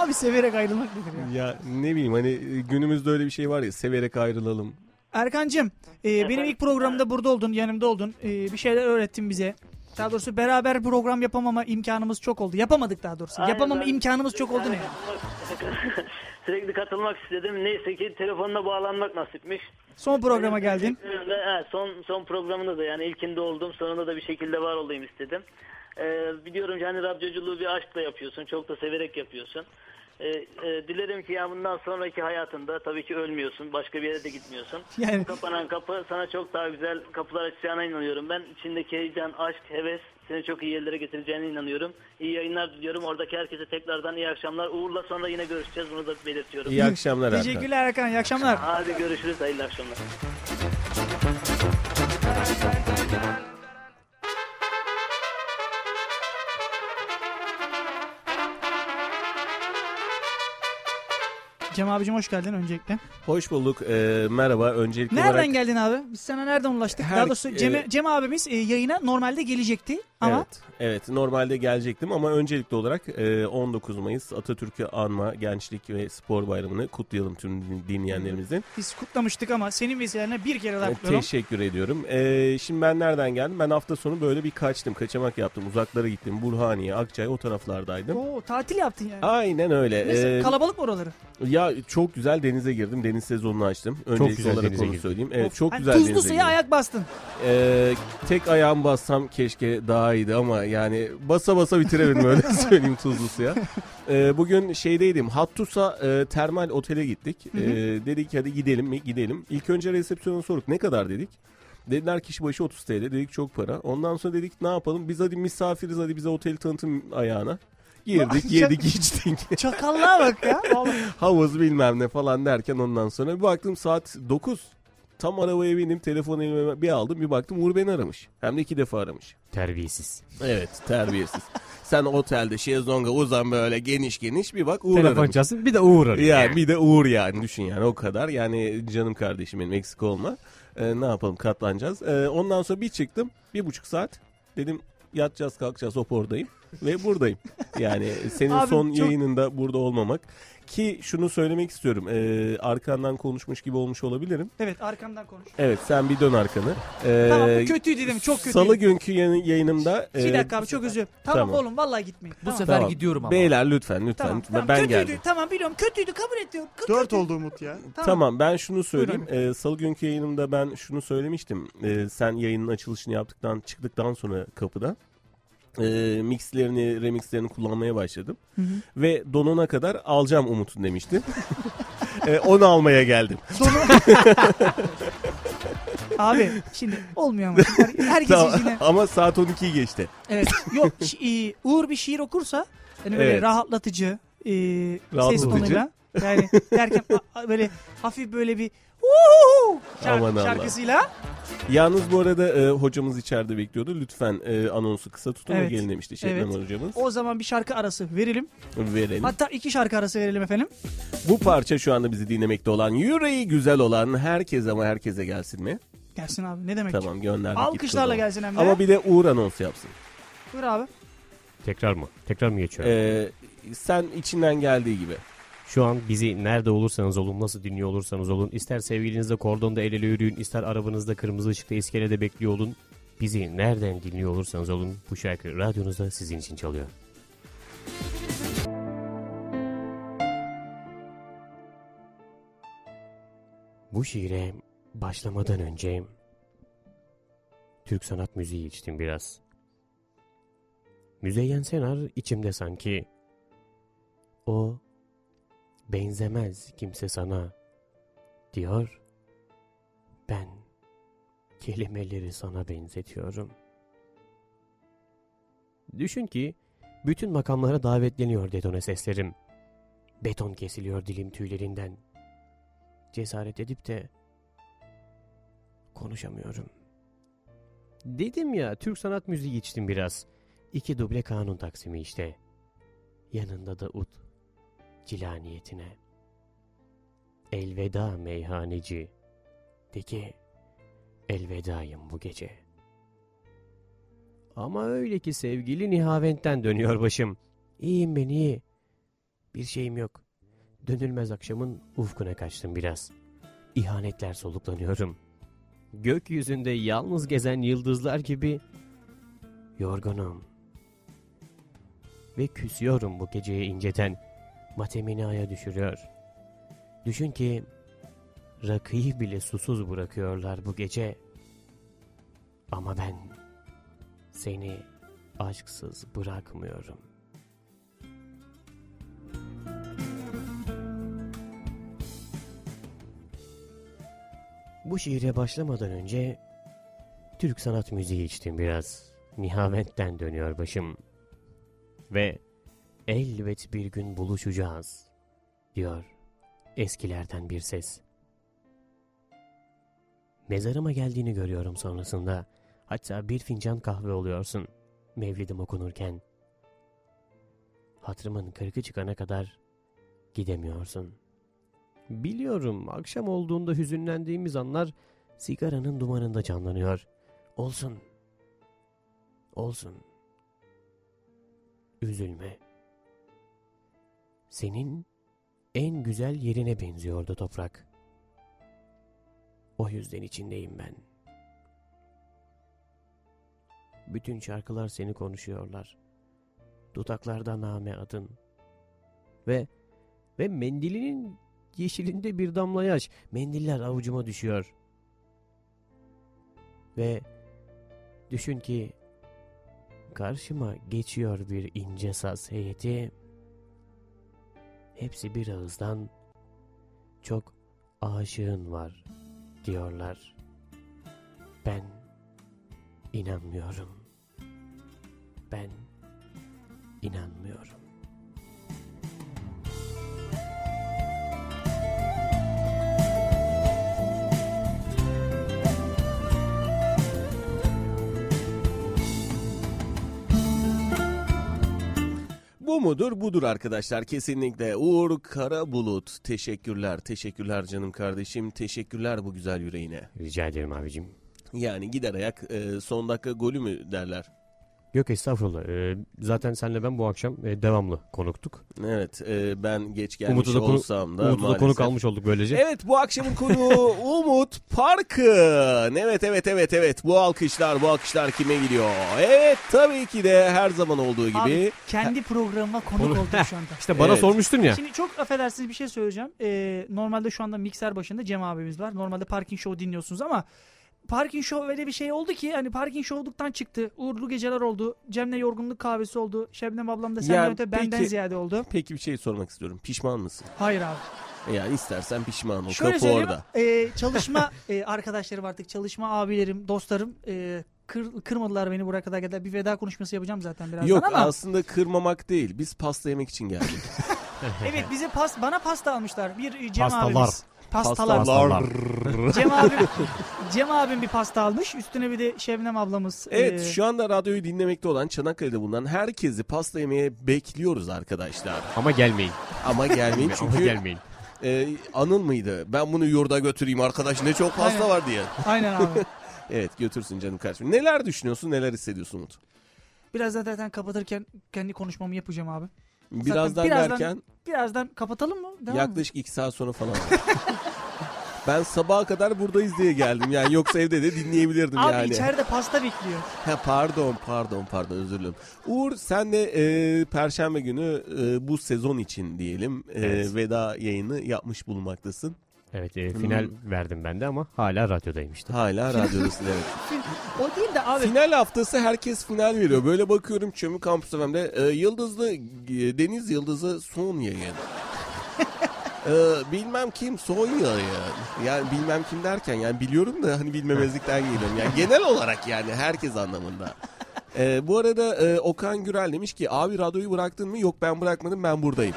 Speaker 2: Abi severek ayrılmak nedir ya?
Speaker 6: Ya ne bileyim hani e, günümüzde öyle bir şey var ya severek ayrılalım.
Speaker 2: Erkancığım e, benim ilk programda burada oldun, yanımda oldun. E, bir şeyler öğrettin bize. Daha doğrusu beraber program yapamama imkanımız çok oldu. Yapamadık daha doğrusu.
Speaker 23: Aynen,
Speaker 2: yapamama
Speaker 23: ben-
Speaker 2: imkanımız çok oldu ne?
Speaker 23: Sürekli katılmak istedim. Neyse ki telefonla bağlanmak nasipmiş.
Speaker 2: Son programa geldin.
Speaker 23: Ee, ha, son son programında da yani ilkinde oldum. Sonunda da bir şekilde var olayım istedim. Ee, biliyorum yani radyoculuğu bir aşkla yapıyorsun. Çok da severek yapıyorsun. Ee, e, dilerim ki ya bundan sonraki hayatında tabii ki ölmüyorsun. Başka bir yere de gitmiyorsun.
Speaker 2: Yani-
Speaker 23: Kapanan kapı sana çok daha güzel kapılar açacağına inanıyorum. Ben içindeki heyecan, aşk, heves seni çok iyi yerlere getireceğine inanıyorum. İyi yayınlar diliyorum. Oradaki herkese tekrardan iyi akşamlar. Uğur'la sonra yine görüşeceğiz. Bunu da belirtiyorum.
Speaker 6: İyi akşamlar Erkan.
Speaker 2: Teşekkürler Erkan. İyi akşamlar.
Speaker 23: Hadi görüşürüz. Hayırlı akşamlar.
Speaker 2: Cem abicim hoş geldin öncelikle.
Speaker 6: Hoş bulduk. Ee, merhaba. Öncelikli
Speaker 2: Nereden
Speaker 6: olarak
Speaker 2: geldin abi? Biz sana nereden ulaştık?
Speaker 6: Her-
Speaker 2: Daha doğrusu Cem,
Speaker 6: e-
Speaker 2: Cem abimiz e, yayına normalde gelecekti ama
Speaker 6: Evet, evet normalde gelecektim ama öncelikli olarak e, 19 Mayıs Atatürk'ü anma Gençlik ve Spor Bayramı'nı kutlayalım tüm din- dinleyenlerimizin.
Speaker 2: biz kutlamıştık ama senin vesilenle bir kere daha
Speaker 6: E,
Speaker 2: kutlayalım.
Speaker 6: Teşekkür ediyorum. E, şimdi ben nereden geldim? Ben hafta sonu böyle bir kaçtım, kaçamak yaptım. Uzaklara gittim. Burhaniye, Akçay o taraflardaydım.
Speaker 2: Oo, tatil yaptın yani.
Speaker 6: Aynen öyle.
Speaker 2: Nasıl?
Speaker 6: E,
Speaker 2: Kalabalık mı oraları?
Speaker 6: Ya çok güzel denize girdim. Deniz sezonunu açtım. Öncelikli
Speaker 24: güzel
Speaker 6: olarak
Speaker 24: denize
Speaker 6: onu
Speaker 24: girdin.
Speaker 6: söyleyeyim. Evet,
Speaker 2: Of.
Speaker 6: çok
Speaker 2: Hani
Speaker 6: güzel
Speaker 2: Tuzlu
Speaker 6: denize
Speaker 2: suya
Speaker 6: girdim.
Speaker 2: ayak bastın.
Speaker 6: Ee, tek ayağım bassam keşke daha iyiydi ama yani basa basa bitirebilirim öyle söyleyeyim tuzlu suya. Ee, bugün şeydeydim Hattus'a e, termal otele gittik.
Speaker 15: Hı hı.
Speaker 6: Ee, dedik ki, hadi gidelim mi gidelim. İlk önce resepsiyona sorduk ne kadar dedik. Dediler kişi başı 30 TL dedik çok para. Ondan sonra dedik ne yapalım biz hadi misafiriz hadi bize oteli tanıtın ayağına. Girdik yedik içtik.
Speaker 2: Çakallığa bak ya.
Speaker 6: Havuz bilmem ne falan derken ondan sonra bir baktım saat 9. Tam arabaya bindim telefonu elime bir aldım bir baktım Uğur beni aramış. Hem de iki defa aramış.
Speaker 24: Terbiyesiz.
Speaker 6: Evet terbiyesiz. Sen otelde şezlonga uzan böyle geniş geniş bir bak Uğur
Speaker 24: Telefon
Speaker 6: aramış.
Speaker 24: çalsın bir de Uğur arıyor.
Speaker 6: Ya bir de Uğur yani düşün yani o kadar. Yani canım kardeşim benim eksik olma. Ee, ne yapalım katlanacağız. Ee, ondan sonra bir çıktım bir buçuk saat. Dedim yatacağız kalkacağız hop oradayım. Ve buradayım. Yani senin
Speaker 15: Abi
Speaker 6: son
Speaker 15: çok-
Speaker 6: yayınında burada olmamak. Ki şunu söylemek istiyorum. Ee, arkandan konuşmuş gibi olmuş olabilirim.
Speaker 2: Evet arkamdan konuş.
Speaker 6: Evet sen bir dön arkanı. Ee,
Speaker 2: Tamam, bu kötüydü değil mi? Çok kötüydü.
Speaker 6: Salı günkü yayın- yayınımda.
Speaker 2: Bir
Speaker 6: e,
Speaker 2: dakika abi çok özür dilerim. Tamam,
Speaker 6: Tamam.
Speaker 2: oğlum vallahi gitmeyin. Bu
Speaker 6: Tamam. Beyler lütfen lütfen.
Speaker 2: Tamam, tamam,
Speaker 6: Ben
Speaker 2: kötüydü.
Speaker 6: geldim.
Speaker 2: Tamam biliyorum kötüydü kabul ediyorum. Kö-
Speaker 25: Dört oldu Umut ya.
Speaker 6: Tamam. ben şunu söyleyeyim. Ee, Salı günkü yayınımda ben şunu söylemiştim. Ee, sen yayının açılışını yaptıktan çıktıktan sonra kapıda e, mixlerini remixlerini kullanmaya başladım.
Speaker 15: Hı hı.
Speaker 6: Ve donuna kadar alacağım Umut'un demiştim. Ee, onu almaya geldim.
Speaker 2: Abi şimdi olmuyor ama. Her- Herkes
Speaker 6: Tamam,
Speaker 2: yüzüne.
Speaker 6: Ama saat 12'yi geçti.
Speaker 2: Evet yok şi- e, Uğur bir şiir okursa hani böyle
Speaker 6: Evet.
Speaker 2: rahatlatıcı, e, ses
Speaker 6: Rahatlatıcı.
Speaker 2: tonuyla yani derken a- a- böyle hafif böyle bir "Uhu!" şarkı-
Speaker 6: Aman Allah.
Speaker 2: şarkısıyla
Speaker 6: Yalnız bu arada e, hocamız içeride bekliyordu. Lütfen e, anonsu kısa tutun ve
Speaker 2: Evet.
Speaker 6: gelin demişti Şebnem
Speaker 2: Evet.
Speaker 6: hocamız.
Speaker 2: o zaman bir şarkı arası verelim.
Speaker 6: Verelim.
Speaker 2: Hatta iki şarkı arası verelim efendim.
Speaker 6: Bu parça şu anda bizi dinlemekte olan, yüreği güzel olan herkes ama herkese gelsin mi?
Speaker 2: Gelsin abi ne demek?
Speaker 6: Tamam gönderdik. gitti o
Speaker 2: Alkışlarla
Speaker 6: zaman.
Speaker 2: gelsin hem de.
Speaker 6: Ama bir de Uğur anons yapsın.
Speaker 2: Buyur abi.
Speaker 24: Tekrar mı? Tekrar mı geçiyor?
Speaker 6: Ee, sen içinden geldiği gibi.
Speaker 24: Şu an bizi nerede olursanız olun, nasıl dinliyor olursanız olun, ister sevgilinizle kordonda el ele yürüyün, ister arabanızda kırmızı ışıkta iskelede bekliyor olun. Bizi nereden dinliyor olursanız olun, bu şarkı radyonuzda sizin için çalıyor. Bu şiire başlamadan önce Türk sanat müziği içtim biraz. Müzeyyen Senar içimde sanki. O benzemez kimse sana diyor. Ben kelimeleri sana benzetiyorum. Düşün ki bütün makamlara davetleniyor detone seslerim. Beton kesiliyor dilim tüylerinden. Cesaret edip de konuşamıyorum. Dedim ya Türk sanat müziği içtim biraz. İki duble kanun taksimi işte. Yanında da ut cilaniyetine. Elveda meyhaneci. De ki elvedayım bu gece. Ama öyle ki sevgili nihaventten dönüyor başım. İyiyim ben iyi. Bir şeyim yok. Dönülmez akşamın ufkuna kaçtım biraz. İhanetler soluklanıyorum. Gökyüzünde yalnız gezen yıldızlar gibi yorgunum. Ve küsüyorum bu geceye inceten. Matemini aya düşürüyor. Düşün ki rakıyı bile susuz bırakıyorlar bu gece. Ama ben seni aşksız bırakmıyorum. Bu şiire başlamadan önce Türk sanat müziği içtim biraz. Nihamet'ten dönüyor başım. Ve elbet bir gün buluşacağız diyor eskilerden bir ses. Mezarıma geldiğini görüyorum sonrasında. Hatta bir fincan kahve oluyorsun. Mevlidim okunurken. Hatırımın kırkı çıkana kadar gidemiyorsun.
Speaker 1: Biliyorum akşam olduğunda hüzünlendiğimiz anlar sigaranın dumanında canlanıyor. Olsun. Olsun. Üzülme. Senin en güzel yerine benziyordu toprak. O yüzden içindeyim ben. Bütün şarkılar seni konuşuyorlar. Dudaklarda name adın. Ve ve mendilinin yeşilinde bir damla yaş. Mendiller avucuma düşüyor. Ve düşün ki karşıma geçiyor bir ince saz heyeti. Hepsi bir ağızdan çok aşığın var diyorlar. Ben inanmıyorum. Ben inanmıyorum.
Speaker 6: Bu mudur budur arkadaşlar kesinlikle Uğur Karabulut teşekkürler teşekkürler canım kardeşim teşekkürler bu güzel yüreğine.
Speaker 1: Rica ederim abicim.
Speaker 6: Yani gider ayak e, son dakika golü mü derler.
Speaker 1: Yok estağfurullah. Ee, zaten senle ben bu akşam e, devamlı konuktuk.
Speaker 6: Evet e, ben geç gelmiş
Speaker 1: Umut'u da konu-
Speaker 6: olsam da
Speaker 1: Umut'u da
Speaker 6: maalesef-
Speaker 1: konuk almış olduk böylece.
Speaker 6: Evet bu akşamın konuğu Umut Parkın. Evet evet evet evet bu alkışlar bu alkışlar kime gidiyor? Evet tabii ki de her zaman olduğu gibi.
Speaker 2: Abi kendi programıma konuk
Speaker 6: Konu-
Speaker 2: oldum şu anda.
Speaker 1: İşte bana
Speaker 6: Evet.
Speaker 1: sormuştun ya.
Speaker 2: Şimdi çok affedersiniz bir şey söyleyeceğim. Ee, normalde şu anda mikser başında Cem abimiz var. Normalde Parking Show dinliyorsunuz ama Parking Show öyle bir şey oldu ki hani Parking Show'luktan çıktı. Uğurlu geceler oldu. Cem'le yorgunluk kahvesi oldu. Şebnem ablam da senden
Speaker 6: Ya
Speaker 2: öte benden
Speaker 6: peki-
Speaker 2: ziyade oldu.
Speaker 6: Peki bir şey sormak istiyorum. Pişman mısın?
Speaker 2: Hayır abi.
Speaker 6: Yani istersen pişman ol.
Speaker 2: Şöyle
Speaker 6: Kapı
Speaker 2: söyleyeyim.
Speaker 6: orada.
Speaker 2: e, çalışma e, arkadaşlarım artık çalışma abilerim, dostlarım e, kır- kırmadılar beni buraya kadar kadar. Bir veda konuşması yapacağım zaten birazdan
Speaker 6: Yok
Speaker 2: ama.
Speaker 6: aslında kırmamak değil. Biz pasta yemek için geldik.
Speaker 2: Evet bize pas bana pasta almışlar. Bir e, Cem
Speaker 6: Pastalar.
Speaker 2: abimiz. Pastalar.
Speaker 6: Pastalar.
Speaker 2: Cem abim Cem abim bir pasta almış. Üstüne bir de Şebnem ablamız.
Speaker 6: Evet
Speaker 2: e,
Speaker 6: şu anda radyoyu dinlemekte olan Çanakkale'de bulunan herkesi pasta yemeye bekliyoruz arkadaşlar.
Speaker 1: Ama gelmeyin.
Speaker 6: Ama gelmeyin
Speaker 1: Ama
Speaker 6: çünkü.
Speaker 1: gelmeyin.
Speaker 6: E, anıl mıydı? Ben bunu yurda götüreyim arkadaş ne çok pasta
Speaker 2: Aynen.
Speaker 6: var diye.
Speaker 2: Aynen abi.
Speaker 6: evet götürsün canım kardeşim. Neler düşünüyorsun neler hissediyorsun Umut?
Speaker 2: biraz da zaten kapatırken kendi konuşmamı yapacağım abi. Zaten
Speaker 6: Birazdan derken?
Speaker 2: Birazdan kapatalım mı? Devam mı?
Speaker 6: Yaklaşık iki saat sonra falan. ben sabaha kadar buradayız diye geldim. Yani yoksa evde de dinleyebilirdim
Speaker 2: Abi
Speaker 6: yani.
Speaker 2: içeride pasta bekliyor.
Speaker 6: Ha, pardon pardon pardon özür dilerim. Uğur sen de e, Perşembe günü e, bu sezon için diyelim e,
Speaker 1: Evet.
Speaker 6: veda yayını yapmış bulunmaktasın. Hmm.
Speaker 1: Evet e, final verdim ben de ama hala radyodayım işte.
Speaker 6: Hala radyodasın evet.
Speaker 2: O değil de abi.
Speaker 6: Final haftası herkes final veriyor. Böyle bakıyorum Çömü Kampüs FM'de e, Yıldızlı e, Deniz Yıldızı son yayın. E, bilmem kim son yayın. Yani bilmem kim derken yani biliyorum da hani bilmemezlikten geliyorum. Yani genel olarak yani herkes anlamında. E, bu arada e, Okan Gürel demiş ki abi radyoyu bıraktın mı? Yok ben bırakmadım ben buradayım.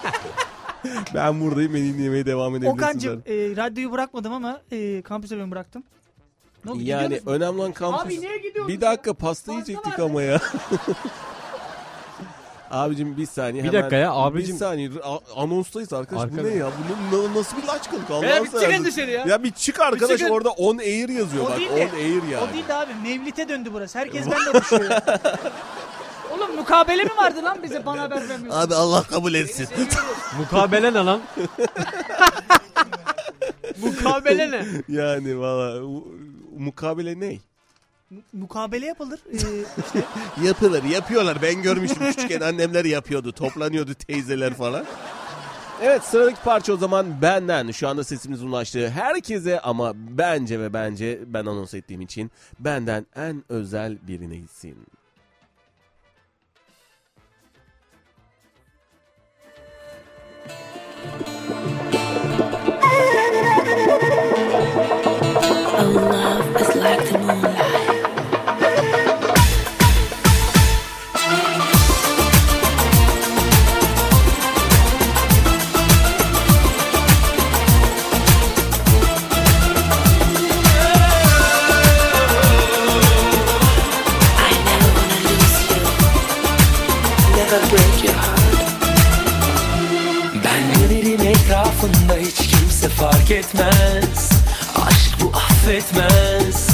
Speaker 6: ben buradayım beni dinlemeye devam edebilirsiniz.
Speaker 2: Okan'cım e, radyoyu bırakmadım ama e, kampüse ben bıraktım. Ne oldu, gidiyor
Speaker 6: Yani
Speaker 2: musun?
Speaker 6: önemli olan kampüs.
Speaker 2: Abi niye gidiyorsun
Speaker 6: Bir dakika pasta yiyecektik ama ya. Abicim bir saniye
Speaker 1: Bir
Speaker 6: hemen.
Speaker 1: dakika ya, abicim.
Speaker 6: Bir saniye a- anonstayız arkadaş.
Speaker 1: Arkadaş.
Speaker 6: Bu ne ya? Bu na- nasıl bir laçkılık Allah'ını
Speaker 2: Ya bir çıkın
Speaker 6: seversen.
Speaker 2: dışarı ya.
Speaker 6: Ya bir çık arkadaş
Speaker 2: Bir çıkın.
Speaker 6: orada on air yazıyor bak.
Speaker 2: değil
Speaker 6: On
Speaker 2: de-
Speaker 6: air yani.
Speaker 2: O değil de abi Mevlit'e döndü burası. Herkes benimle uçuyor. Oğlum mukabele mi vardı lan bize bana haber vermiyorsun?
Speaker 6: Abi Allah kabul etsin.
Speaker 1: Mukabele ne lan?
Speaker 2: mukabele ne?
Speaker 6: yani valla u- mukabele ne?
Speaker 2: mukabele yapılır. Ee, işte
Speaker 6: Yapılır yapıyorlar ben görmüştüm küçükken annemler yapıyordu toplanıyordu teyzeler falan. Evet sıradaki parça o zaman benden şu anda sesimizin ulaştığı herkese ama bence ve bence ben anons ettiğim için benden en özel birine gitsin.
Speaker 19: Ben veririm et
Speaker 5: Etrafında hiç kimse fark etmez Aşk bu affetmez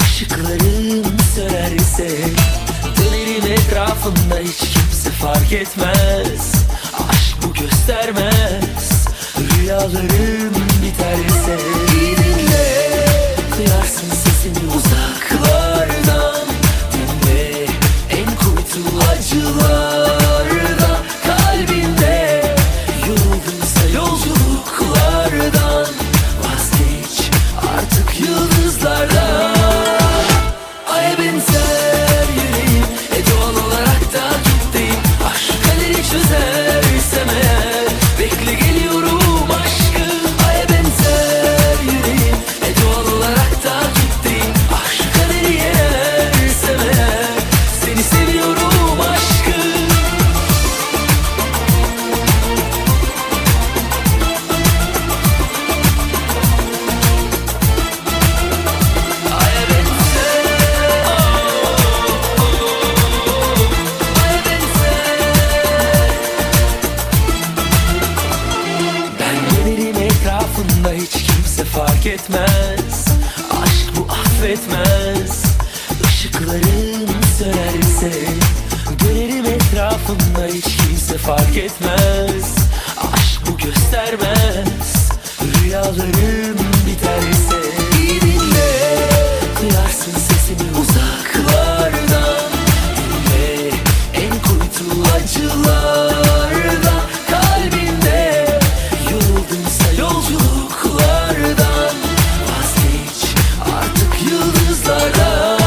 Speaker 5: Işıklarım sönarse Dönerim etrafında hiç kimse fark etmez Aşk bu göstermez Rüyalarım biterse Gidinle Kıyarsın sesini uzaklardan Dinle en kuytu acılarda Kalbinde Yorgunsa yolculuklardan Vazgeç artık yıldızlardan Ay ben ser yüreğim E doğal olarak da gittim Aşk kaderi çözersem eğer Bekle geliyorum aşkım Ay ben ser yüreğim E doğal olarak da gittim Aşk kaderi yenersem eğer Seni seviyorum aşkım Ben gelirim etrafında hiç kimse fark etmez Aşk bu affetmez Işıklarım sönerse Dönerim etrafında hiç kimse fark etmez Aşk bu göstermez Rüyalarım biterse İyi dinle Duyarsın sesimi uzaklardan Dinle en kuytu acılarda Kalbinde Yoruldunsa yolculuklardan Vazgeç artık yıldızlardan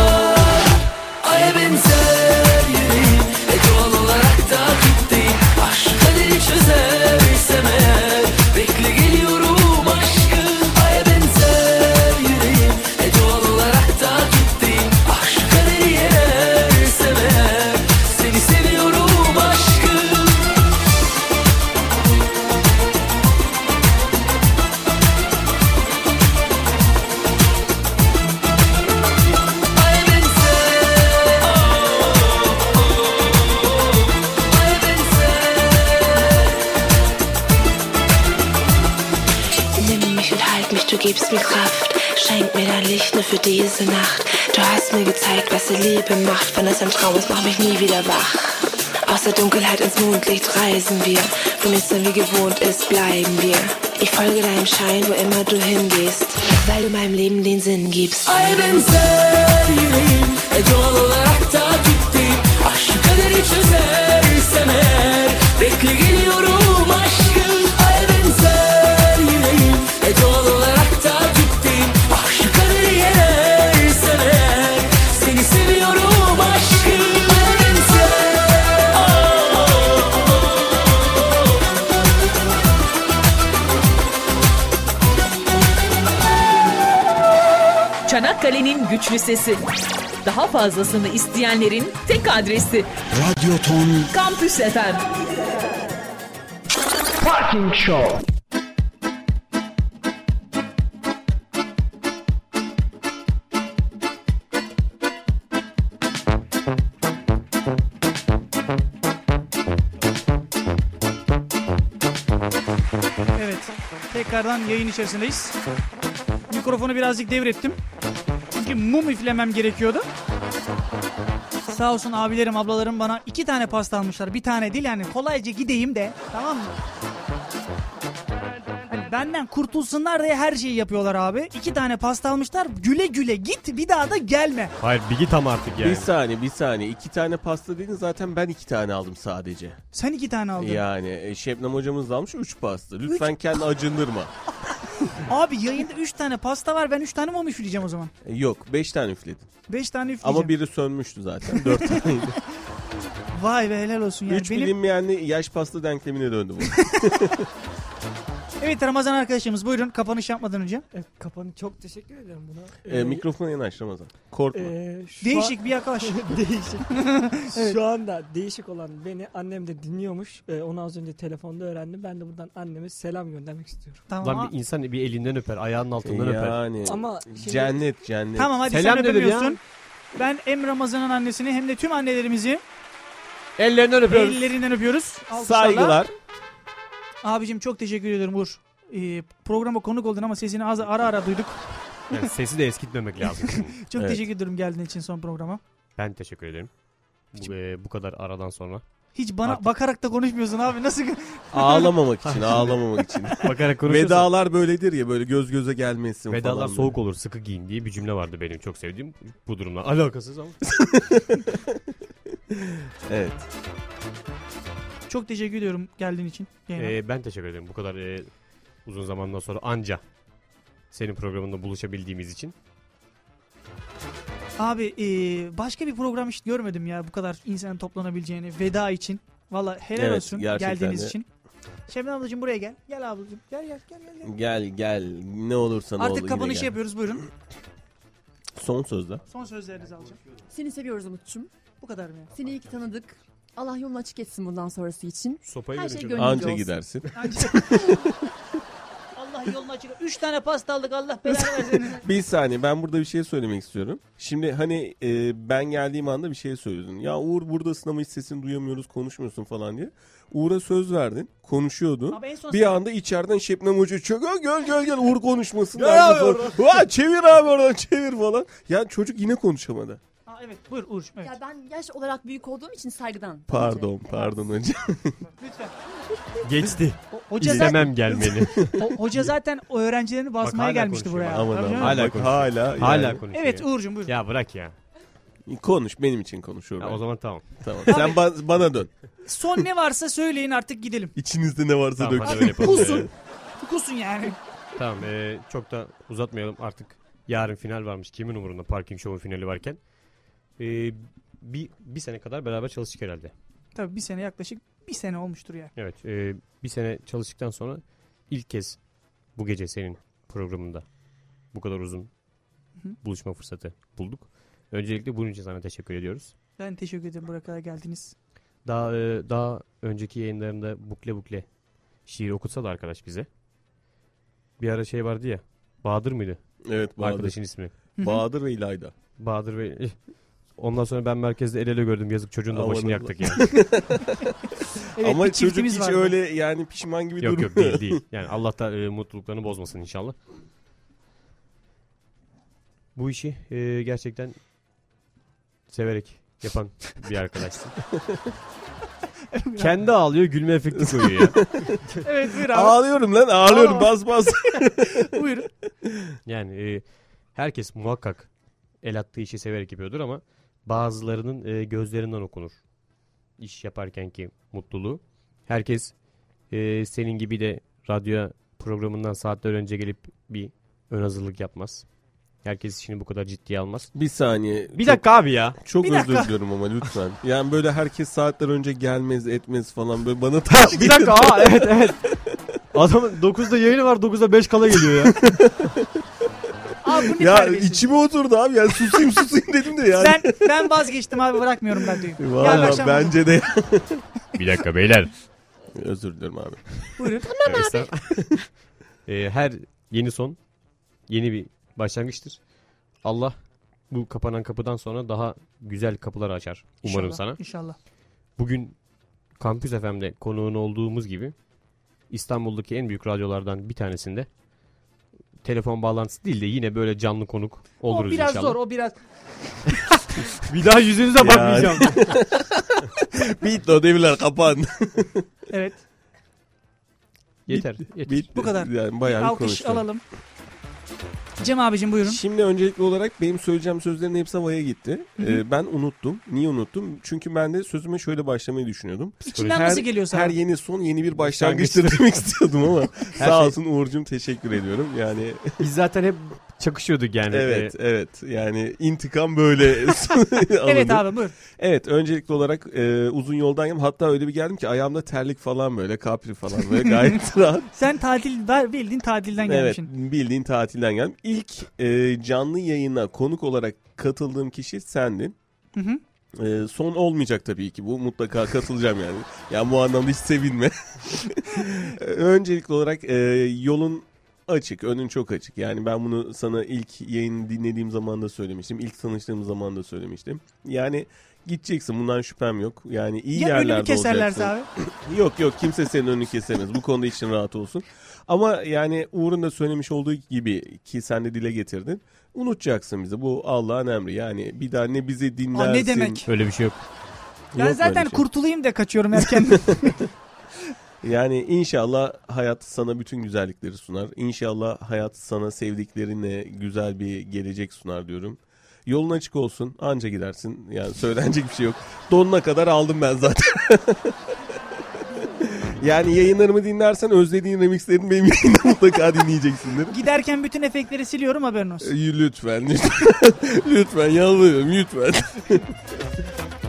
Speaker 5: Aya benzer yüreğim E doğal olarak da gittim Aşk kaderi çözersem eğer Bekle geliyorum aşkım Aya benzer yüreğim E doğal olarak da gittim Aşk kaderi yenersem eğer Seni seviyorum aşkım
Speaker 8: Nimm mich und halt mich, du gibst mir Kraft. Schenk mir dein Licht nur für diese Nacht. Du hast mir gezeigt, was die Liebe macht. Wenn es ein Traum ist, mach mich nie wieder wach. Aus der Dunkelheit ins Mondlicht reisen wir. Wo nichts mehr wie gewohnt ist, bleiben wir. Ich folge deinem Schein, wo immer du hingehst, weil du meinem Leben den Sinn gibst.
Speaker 5: Ay ben sen yüreğim E doğal olarak da gittim Aşk kaderi çözersem eğer Bekle geliyorum aşkım Ay ben sen yüreğim E doğal olarak da gittim Aşk kaderi yenersem eğer Seni seviyorum aşkım Ay ben sen oh, oh, oh.
Speaker 4: Çanakkale'nin güçlü sesi. Daha fazlasını isteyenlerin tek adresi
Speaker 3: Radyo Ton
Speaker 4: Kampüs FM.
Speaker 3: Parking Show.
Speaker 2: Evet. Tekrardan yayın içerisindeyiz. Mikrofonu birazcık devrettim. Çünkü mum üflemem gerekiyordu. Sağ olsun abilerim, ablalarım bana iki tane pasta almışlar. Bir tane değil yani kolayca gideyim de tamam mı? Hani benden kurtulsunlar diye her şeyi yapıyorlar abi. İki tane pasta almışlar. Güle güle git bir daha da gelme.
Speaker 6: Hayır bir git ama artık
Speaker 2: yani.
Speaker 6: Bir saniye bir saniye. iki tane pasta dedin zaten ben iki tane aldım sadece.
Speaker 2: Sen iki tane aldın.
Speaker 6: Yani e, Şebnem hocamız da almış üç pasta. Lütfen kendi acındırma.
Speaker 2: Abi yayında üç tane pasta var. Ben üç tane mum üfleyeceğim o zaman.
Speaker 6: E, Yok beş tane üfledin.
Speaker 2: Beş tane üfleyeceğim.
Speaker 6: Ama biri sönmüştü zaten. Dört taneydi.
Speaker 2: Vay be helal olsun yani.
Speaker 6: Üç
Speaker 2: Benim-
Speaker 6: bilinmeyenli yaş pasta denklemine döndü bu.
Speaker 2: Evet Ramazan arkadaşımız buyurun kapanış yapmadan önce.
Speaker 13: Kapanı çok teşekkür ederim buna.
Speaker 1: Ee,
Speaker 6: e, mikrofona yanaş Ramazan. Korkma.
Speaker 13: Ee, şu
Speaker 2: Değişik
Speaker 13: an-
Speaker 2: bir yaklaşım.
Speaker 13: değişik.
Speaker 2: Evet.
Speaker 13: Şu anda değişik olan beni annem de dinliyormuş. Ee, onu az önce telefonda öğrendim. Ben de buradan anneme selam göndermek istiyorum.
Speaker 1: Lan bir insan bir elinden öper, ayağının altından öper.
Speaker 6: yani
Speaker 13: Ama şimdi-
Speaker 6: cennet cennet.
Speaker 2: Tamam hadi
Speaker 1: Selam
Speaker 2: sen
Speaker 1: dedim ya.
Speaker 2: öpemiyorsun. Ben hem Ramazan'ın annesini hem de tüm annelerimizi
Speaker 1: Ellerinden öpüyoruz.
Speaker 2: ellerinden öpüyoruz. Alkışlarla.
Speaker 6: Saygılar.
Speaker 2: Abicim çok teşekkür ediyorum Uğur. Ee, programa konuk oldun ama sesini az ara ara duyduk.
Speaker 1: Yani sesi de eskitmemek lazım. şimdi.
Speaker 2: Çok
Speaker 1: Evet.
Speaker 2: teşekkür ediyorum geldiğin için son programa.
Speaker 1: Ben teşekkür ederim. Bu, e, bu kadar aradan sonra.
Speaker 2: Hiç bana bakarak da konuşmuyorsun abi. Nasıl
Speaker 6: Ağlamamak için, ağlamamak için.
Speaker 1: Bakarak konuşuyorsun.
Speaker 6: Vedalar böyledir ya böyle göz göze gelmesin
Speaker 1: Vedalar
Speaker 6: falan.
Speaker 1: soğuk olur sıkı giyin diye bir cümle vardı benim çok sevdiğim. Bu durumla alakasız ama.
Speaker 6: evet.
Speaker 2: Çok teşekkür ediyorum geldiğin için. Yayına.
Speaker 1: Ee, ben teşekkür ederim. Bu kadar e, uzun zamandan sonra anca senin programında buluşabildiğimiz için.
Speaker 2: Abi e, başka bir program hiç görmedim ya bu kadar insanın toplanabileceğini veda için. Valla helal
Speaker 6: Evet,
Speaker 2: olsun
Speaker 6: gerçekten
Speaker 2: geldiğiniz
Speaker 6: de.
Speaker 2: için. Şebnem ablacığım buraya gel. Gel ablacığım gel gel gel. gel.
Speaker 6: Gel gel ne olursa ne olur.
Speaker 2: Artık
Speaker 6: yine
Speaker 2: kapanışı
Speaker 6: gel.
Speaker 2: yapıyoruz buyurun.
Speaker 6: Son sözde.
Speaker 2: Son sözlerinizi alacağım.
Speaker 20: Seni seviyoruz Umut'cum.
Speaker 2: Bu kadar mı?
Speaker 20: Seni iyi ki tanıdık. Allah yolunu açık etsin bundan sonrası için.
Speaker 1: Sopayı
Speaker 20: Her
Speaker 1: verin
Speaker 20: şey
Speaker 1: çocuğa.
Speaker 20: gönlünce
Speaker 6: Anca
Speaker 20: olsun.
Speaker 6: gidersin.
Speaker 2: Allah yolunu açık. Üç tane pasta aldık Allah belanı versin.
Speaker 6: Bir saniye ben burada bir şey söylemek istiyorum. Şimdi hani e, ben geldiğim anda bir şey söyledin. Ya Uğur buradasın ama hiç sesini duyamıyoruz konuşmuyorsun falan diye. Uğur'a söz verdin. Konuşuyordu.
Speaker 2: Abi en son sen-
Speaker 6: Bir anda içeriden Şebnem Hoca çıkıyor. Gel gel gel gel Uğur konuşmasın.
Speaker 2: Gel
Speaker 6: derdi
Speaker 2: abi
Speaker 6: falan.
Speaker 2: oradan.
Speaker 6: "Aa, çevir abi oradan çevir falan. Ya çocuk yine konuşamadı.
Speaker 2: Aa, evet buyur Uğur. Evet.
Speaker 20: Ya ben yaş olarak büyük olduğum için saygıdan.
Speaker 6: Pardon pardon hocam.
Speaker 2: Lütfen.
Speaker 1: Geçti.
Speaker 2: O, hoca
Speaker 1: İstemem
Speaker 2: zaten-
Speaker 1: gelmeni.
Speaker 2: O- hoca zaten o öğrencilerini basmaya
Speaker 1: hala
Speaker 2: gelmişti
Speaker 1: konuşuyor
Speaker 2: buraya.
Speaker 1: bak. Aman
Speaker 2: Tabii
Speaker 1: aman.
Speaker 2: canım.
Speaker 1: Hala
Speaker 6: Bak,
Speaker 1: konuşuyor.
Speaker 6: hala
Speaker 1: Hala
Speaker 6: yani.
Speaker 1: konuşuyor.
Speaker 2: Evet, Uğurcuğum, buyur.
Speaker 1: Ya bırak ya.
Speaker 6: Konuş benim için konuşuyor.
Speaker 1: o zaman tamam.
Speaker 6: Tamam. Sen ba- bana dön.
Speaker 2: Son ne varsa söyleyin artık gidelim.
Speaker 6: İçinizde ne varsa
Speaker 1: Tamam,
Speaker 6: dökün.
Speaker 1: hadi öyle yapalım.
Speaker 2: Kusun. Kusun yani.
Speaker 1: Tamam e, çok da uzatmayalım artık. Yarın final varmış. Kimin umurunda Parking Show'un finali varken. E, bir, bir sene kadar beraber çalıştık herhalde.
Speaker 2: Tabii bir sene yaklaşık bir sene olmuştur ya.
Speaker 1: Evet e, bir sene çalıştıktan sonra ilk kez bu gece senin programında bu kadar uzun
Speaker 2: Hı.
Speaker 1: buluşma fırsatı bulduk. Öncelikle bunun için sana teşekkür ediyoruz.
Speaker 2: Ben teşekkür ederim buraya kadar geldiniz.
Speaker 1: Daha e, daha önceki yayınlarında bukle bukle şiir okutsa da arkadaş bize. Bir ara şey vardı ya. Bahadır mıydı?
Speaker 6: Evet Bahadır.
Speaker 1: Arkadaşın ismi.
Speaker 6: Hı hı. Bahadır ve İlayda.
Speaker 1: Bahadır ve Ondan sonra ben merkezde el ele gördüm. Yazık çocuğun da
Speaker 6: Aman
Speaker 1: başını
Speaker 6: Allah.
Speaker 1: yaktık yani.
Speaker 2: Evet,
Speaker 6: Ama
Speaker 2: bir
Speaker 6: çocuk
Speaker 2: çiftimiz
Speaker 6: hiç
Speaker 2: vardı.
Speaker 6: öyle yani pişman gibi
Speaker 1: yok
Speaker 6: durmuyor.
Speaker 1: yok değil değil. Yani Allah da e, mutluluklarını bozmasın inşallah. Bu işi e, gerçekten severek yapan bir arkadaşsın. Kendi ağlıyor gülme efekti koyuyor ya.
Speaker 2: Evet buyur abi.
Speaker 6: Ağlıyorum lan ağlıyorum
Speaker 2: Ağlama.
Speaker 6: bas bas.
Speaker 2: Buyur.
Speaker 1: Yani e, herkes muhakkak el attığı işi severek yapıyordur ama bazılarının e, gözlerinden okunur. İş yaparkenki mutluluğu. Herkes e, senin gibi de radyo programından saatler önce gelip bir ön hazırlık yapmaz. Herkes işini bu kadar ciddiye almaz.
Speaker 6: Bir saniye.
Speaker 1: Bir dakika abi ya.
Speaker 6: Çok
Speaker 1: Bir
Speaker 6: özür
Speaker 1: dakika.
Speaker 6: diliyorum ama lütfen. Yani böyle herkes saatler önce gelmez etmez falan böyle bana ters
Speaker 1: bir dakika aa evet evet. Adamın 9'da yayını var 9'da 5 kala geliyor ya.
Speaker 2: Abi bu ne
Speaker 6: Ya
Speaker 2: terbiyesizlik?
Speaker 6: içime oturdu abi ya susayım susayım dedim de yani.
Speaker 2: Ben, ben vazgeçtim abi bırakmıyorum ben düğün. Yarın
Speaker 6: Valla
Speaker 2: akşam-
Speaker 6: bence de.
Speaker 1: bir dakika beyler.
Speaker 6: Özür dilerim abi.
Speaker 2: Buyurun.
Speaker 1: Tamam Ee, her yeni son yeni bir başlangıçtır. Allah bu kapanan kapıdan sonra daha güzel kapılar açar umarım
Speaker 2: İnşallah,
Speaker 1: sana.
Speaker 2: İnşallah.
Speaker 1: Bugün Kampüs FM'de konuğun olduğumuz gibi İstanbul'daki en büyük radyolardan bir tanesinde telefon bağlantısı değil de yine böyle canlı konuk oluruz
Speaker 2: o biraz
Speaker 1: inşallah.
Speaker 2: zor o biraz.
Speaker 1: Bir daha yüzünüze
Speaker 6: Yani.
Speaker 1: bakmayacağım.
Speaker 6: Bitti o devirler kapan.
Speaker 2: Evet.
Speaker 1: yeter. yeter.
Speaker 2: Bu kadar.
Speaker 6: Yani bayağı bir
Speaker 2: Alkış
Speaker 6: konuştuk.
Speaker 2: alalım. Cem abicim buyurun.
Speaker 6: Şimdi öncelikli olarak benim söyleyeceğim sözlerin hepsi havaya gitti.
Speaker 2: Hı hı.
Speaker 6: Ee, ben unuttum. Niye unuttum? Çünkü ben de sözüme şöyle başlamayı düşünüyordum.
Speaker 2: İçinden
Speaker 6: her,
Speaker 2: nasıl geliyor sana?
Speaker 6: Her yeni son yeni bir başlangıçtır demek istiyordum ama
Speaker 1: Her
Speaker 6: sağ
Speaker 1: şey-
Speaker 6: olsun Uğur'cum teşekkür ediyorum. Yani
Speaker 1: Biz zaten hep çakışıyorduk yani.
Speaker 6: Evet
Speaker 1: Ee,
Speaker 6: evet yani intikam böyle alındı.
Speaker 2: abi, buyur.
Speaker 6: Evet öncelikli olarak e, uzun yoldan geldim. Hatta öyle bir geldim ki ayağımda terlik falan böyle kapri falan böyle gayet rahat.
Speaker 2: Sen tatil ver bildiğin tatilden
Speaker 6: Evet
Speaker 2: gelmişsin.
Speaker 6: bildiğin tatilden geldim. İlk e, canlı yayına konuk olarak katıldığım kişi sendin.
Speaker 2: Hı hı.
Speaker 6: E, son olmayacak tabii ki bu mutlaka katılacağım yani. Yani bu anlamda hiç sevinme. Öncelikli olarak e, yolun açık, önün çok açık. Yani ben bunu sana ilk yayını dinlediğim zaman da söylemiştim. ilk tanıştığım zaman da söylemiştim. Yani Gideceksin bundan şüphem yok. Yani iyi
Speaker 2: Ya önünü
Speaker 6: yerlerde
Speaker 2: keserlerse
Speaker 6: olacaksın. yok yok kimse senin önünü kesemez. Bu konuda için rahat olsun. Ama yani Uğur'un da söylemiş olduğu gibi ki sen de dile getirdin. Unutacaksın bizi. Bu Allah'ın emri. Yani bir daha ne bizi dinlersin.
Speaker 2: Aa, ne demek?
Speaker 1: Öyle bir şey yok.
Speaker 2: Ben
Speaker 6: böyle
Speaker 2: zaten
Speaker 6: bir şey.
Speaker 2: kurtulayım da kaçıyorum erken.
Speaker 6: Yani inşallah hayat sana bütün güzellikleri sunar. İnşallah hayat sana sevdiklerine güzel bir gelecek sunar diyorum. Yolun açık olsun. Anca gidersin. Yani söylenecek bir şey yok. Donuna kadar aldım ben zaten. yani yayınlarımı dinlersen özlediğin remixlerini benim yayında mutlaka dinleyeceksindir.
Speaker 2: Giderken bütün efektleri siliyorum haberin olsun.
Speaker 6: Ee, Lütfen, lütfen. lütfen yalvarıyorum lütfen.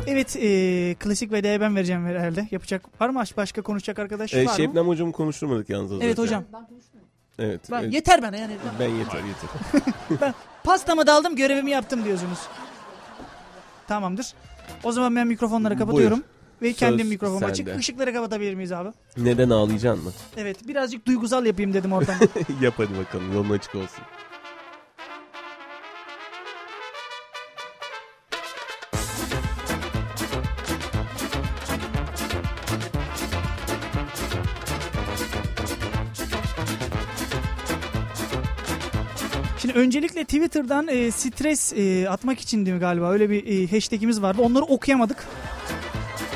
Speaker 2: Evet e, klasik vedaya ben vereceğim herhalde. Yapacak var mı? Başka konuşacak arkadaş
Speaker 6: ee,
Speaker 2: var mı?
Speaker 6: Şebnem hocamı konuşturmadık yalnız az
Speaker 2: Evet
Speaker 6: önce.
Speaker 2: hocam.
Speaker 6: Evet.
Speaker 2: Ben-
Speaker 6: evet.
Speaker 2: yeter bana yani.
Speaker 6: Ben yeter yeter.
Speaker 2: ben pastamı da aldım görevimi yaptım diyorsunuz. Tamamdır. O zaman ben mikrofonları
Speaker 6: Buyur.
Speaker 2: kapatıyorum. Ve
Speaker 6: Söz
Speaker 2: kendim mikrofonu açık.
Speaker 6: sende.
Speaker 2: Işıkları kapatabilir miyiz abi?
Speaker 6: Neden ağlayacaksın mı?
Speaker 2: Evet birazcık duygusal yapayım dedim oradan.
Speaker 6: Yap hadi bakalım yolun açık olsun.
Speaker 2: Şimdi öncelikle Twitter'dan e, stres e, atmak için değil mi galiba öyle bir e, hashtagimiz vardı. Onları okuyamadık.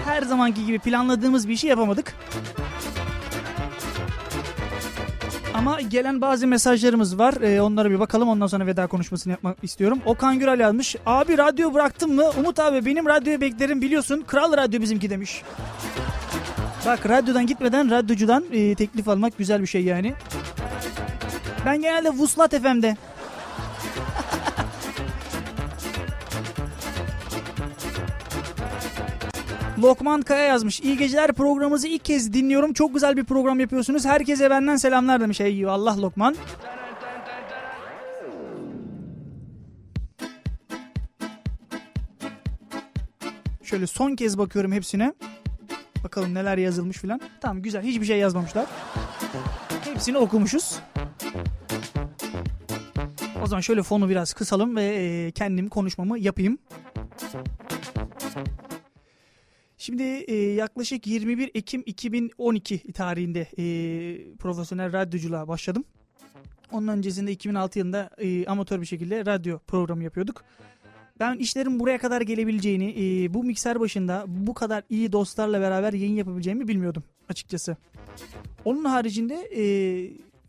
Speaker 2: Her zamanki gibi planladığımız bir işi yapamadık. Ama gelen bazı mesajlarımız var. Ee, onlara bir bakalım. Ondan sonra veda konuşmasını yapmak istiyorum. Okan Gürel yazmış. Abi radyo bıraktın mı? Umut abi benim radyoyu beklerim biliyorsun. Kral radyo bizimki demiş. Bak radyodan gitmeden radyocudan e, teklif almak güzel bir şey yani. Ben genelde Vuslat FM'de. Lokman Kaya yazmış. İyi geceler programınızı ilk kez dinliyorum. Çok güzel bir program yapıyorsunuz. Herkese benden selamlar demiş. Ey Allah Lokman. Şöyle son kez bakıyorum hepsine. Bakalım neler yazılmış filan. Tamam güzel. Hiçbir şey yazmamışlar. Hepsini okumuşuz. O zaman şöyle fonu biraz kısalım ve e, kendim konuşmamı yapayım. Şimdi e, yaklaşık 21 Ekim 2012 tarihinde e, profesyonel radyoculuğa başladım. Onun öncesinde 2006 yılında e, amatör bir şekilde radyo programı yapıyorduk. Ben işlerin buraya kadar gelebileceğini, e, bu mikser başında bu kadar iyi dostlarla beraber yayın yapabileceğimi bilmiyordum açıkçası. Onun haricinde e,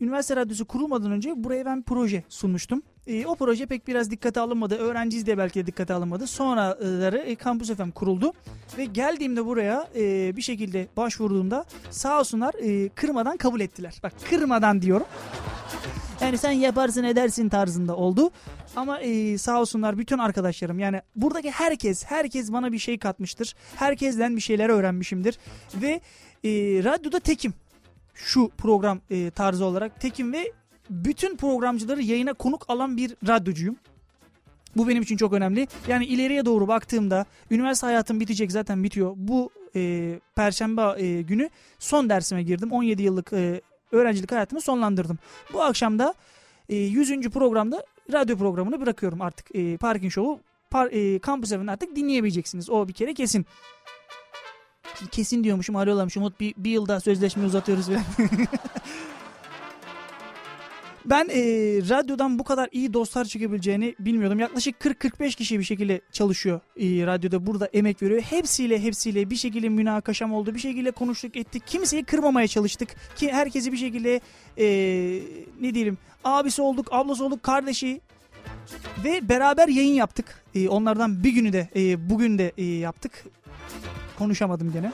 Speaker 2: üniversite radyosu kurulmadan önce buraya ben proje sunmuştum. E, o proje pek biraz dikkate alınmadı. Öğrenciyiz de belki de dikkate alınmadı. Sonraları e, Campus FM kuruldu. Ve geldiğimde buraya e, bir şekilde başvurduğumda sağ olsunlar e, kırmadan kabul ettiler. Bak kırmadan diyorum. Yani sen yaparsın edersin tarzında oldu. Ama e, sağ olsunlar bütün arkadaşlarım yani buradaki herkes herkes bana bir şey katmıştır. Herkesten bir şeyler öğrenmişimdir. Ve e, radyoda tekim şu program e, tarzı olarak tekim ve bütün programcıları yayına konuk alan bir radyocuyum. Bu benim için çok önemli. Yani ileriye doğru baktığımda üniversite hayatım bitecek zaten bitiyor. Bu e, perşembe e, günü son dersime girdim. 17 yıllık e, öğrencilik hayatımı sonlandırdım. Bu akşam da e, 100. programda radyo programını bırakıyorum artık. E, Parking Show'u par, e, Campus Evi'ni artık dinleyemeyeceksiniz. O bir kere kesin. Şimdi kesin diyormuşum arıyorlarmış. Umut bir, bir yıl daha sözleşmeyi uzatıyoruz falan. Ben e, radyodan bu kadar iyi dostlar çıkabileceğini bilmiyordum. Yaklaşık 40-45 kişi bir şekilde çalışıyor e, radyoda. Burada emek veriyor. Hepsiyle hepsiyle bir şekilde münakaşam oldu. Bir şekilde konuştuk ettik. Kimseyi kırmamaya çalıştık. Ki herkesi bir şekilde e, ne diyelim abisi olduk, ablası olduk, kardeşi ve beraber yayın yaptık. E, onlardan bir günü de e, bugün de e, yaptık. Konuşamadım gene.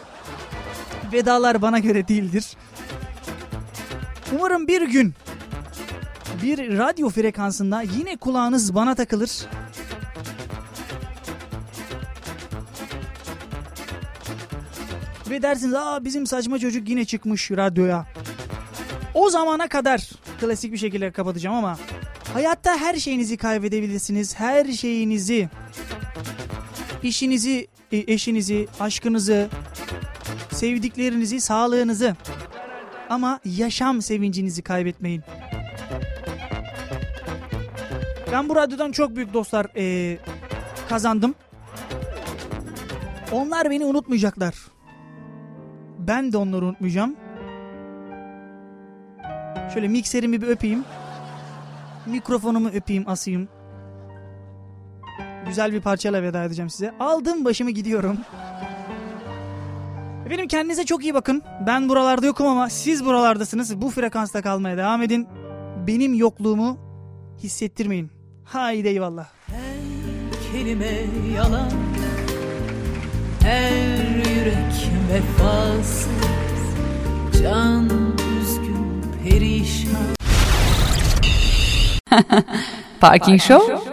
Speaker 2: Vedalar bana göre değildir. Umarım bir gün bir radyo frekansında yine kulağınız bana takılır. Ve dersiniz aa bizim saçma çocuk yine çıkmış radyoya. O zamana kadar klasik bir şekilde kapatacağım ama hayatta her şeyinizi kaybedebilirsiniz. Her şeyinizi işinizi, e, eşinizi, aşkınızı, sevdiklerinizi, sağlığınızı ama yaşam sevincinizi kaybetmeyin. e, Ben bu radyodan çok büyük dostlar eee, kazandım. Onlar beni unutmayacaklar. Ben de onları unutmayacağım. Şöyle mikserimi bir öpeyim. Mikrofonumu öpeyim, asayım. Güzel bir parçayla veda edeceğim size. Aldım başımı gidiyorum. Efendim kendinize çok iyi bakın. Ben buralarda yokum ama siz buralardasınız. Bu frekansta kalmaya devam edin. Benim yokluğumu hissettirmeyin. Haydi eyvallah.
Speaker 5: kelime yalan Her yürek vefasız Can üzgün perişan
Speaker 17: Parking Show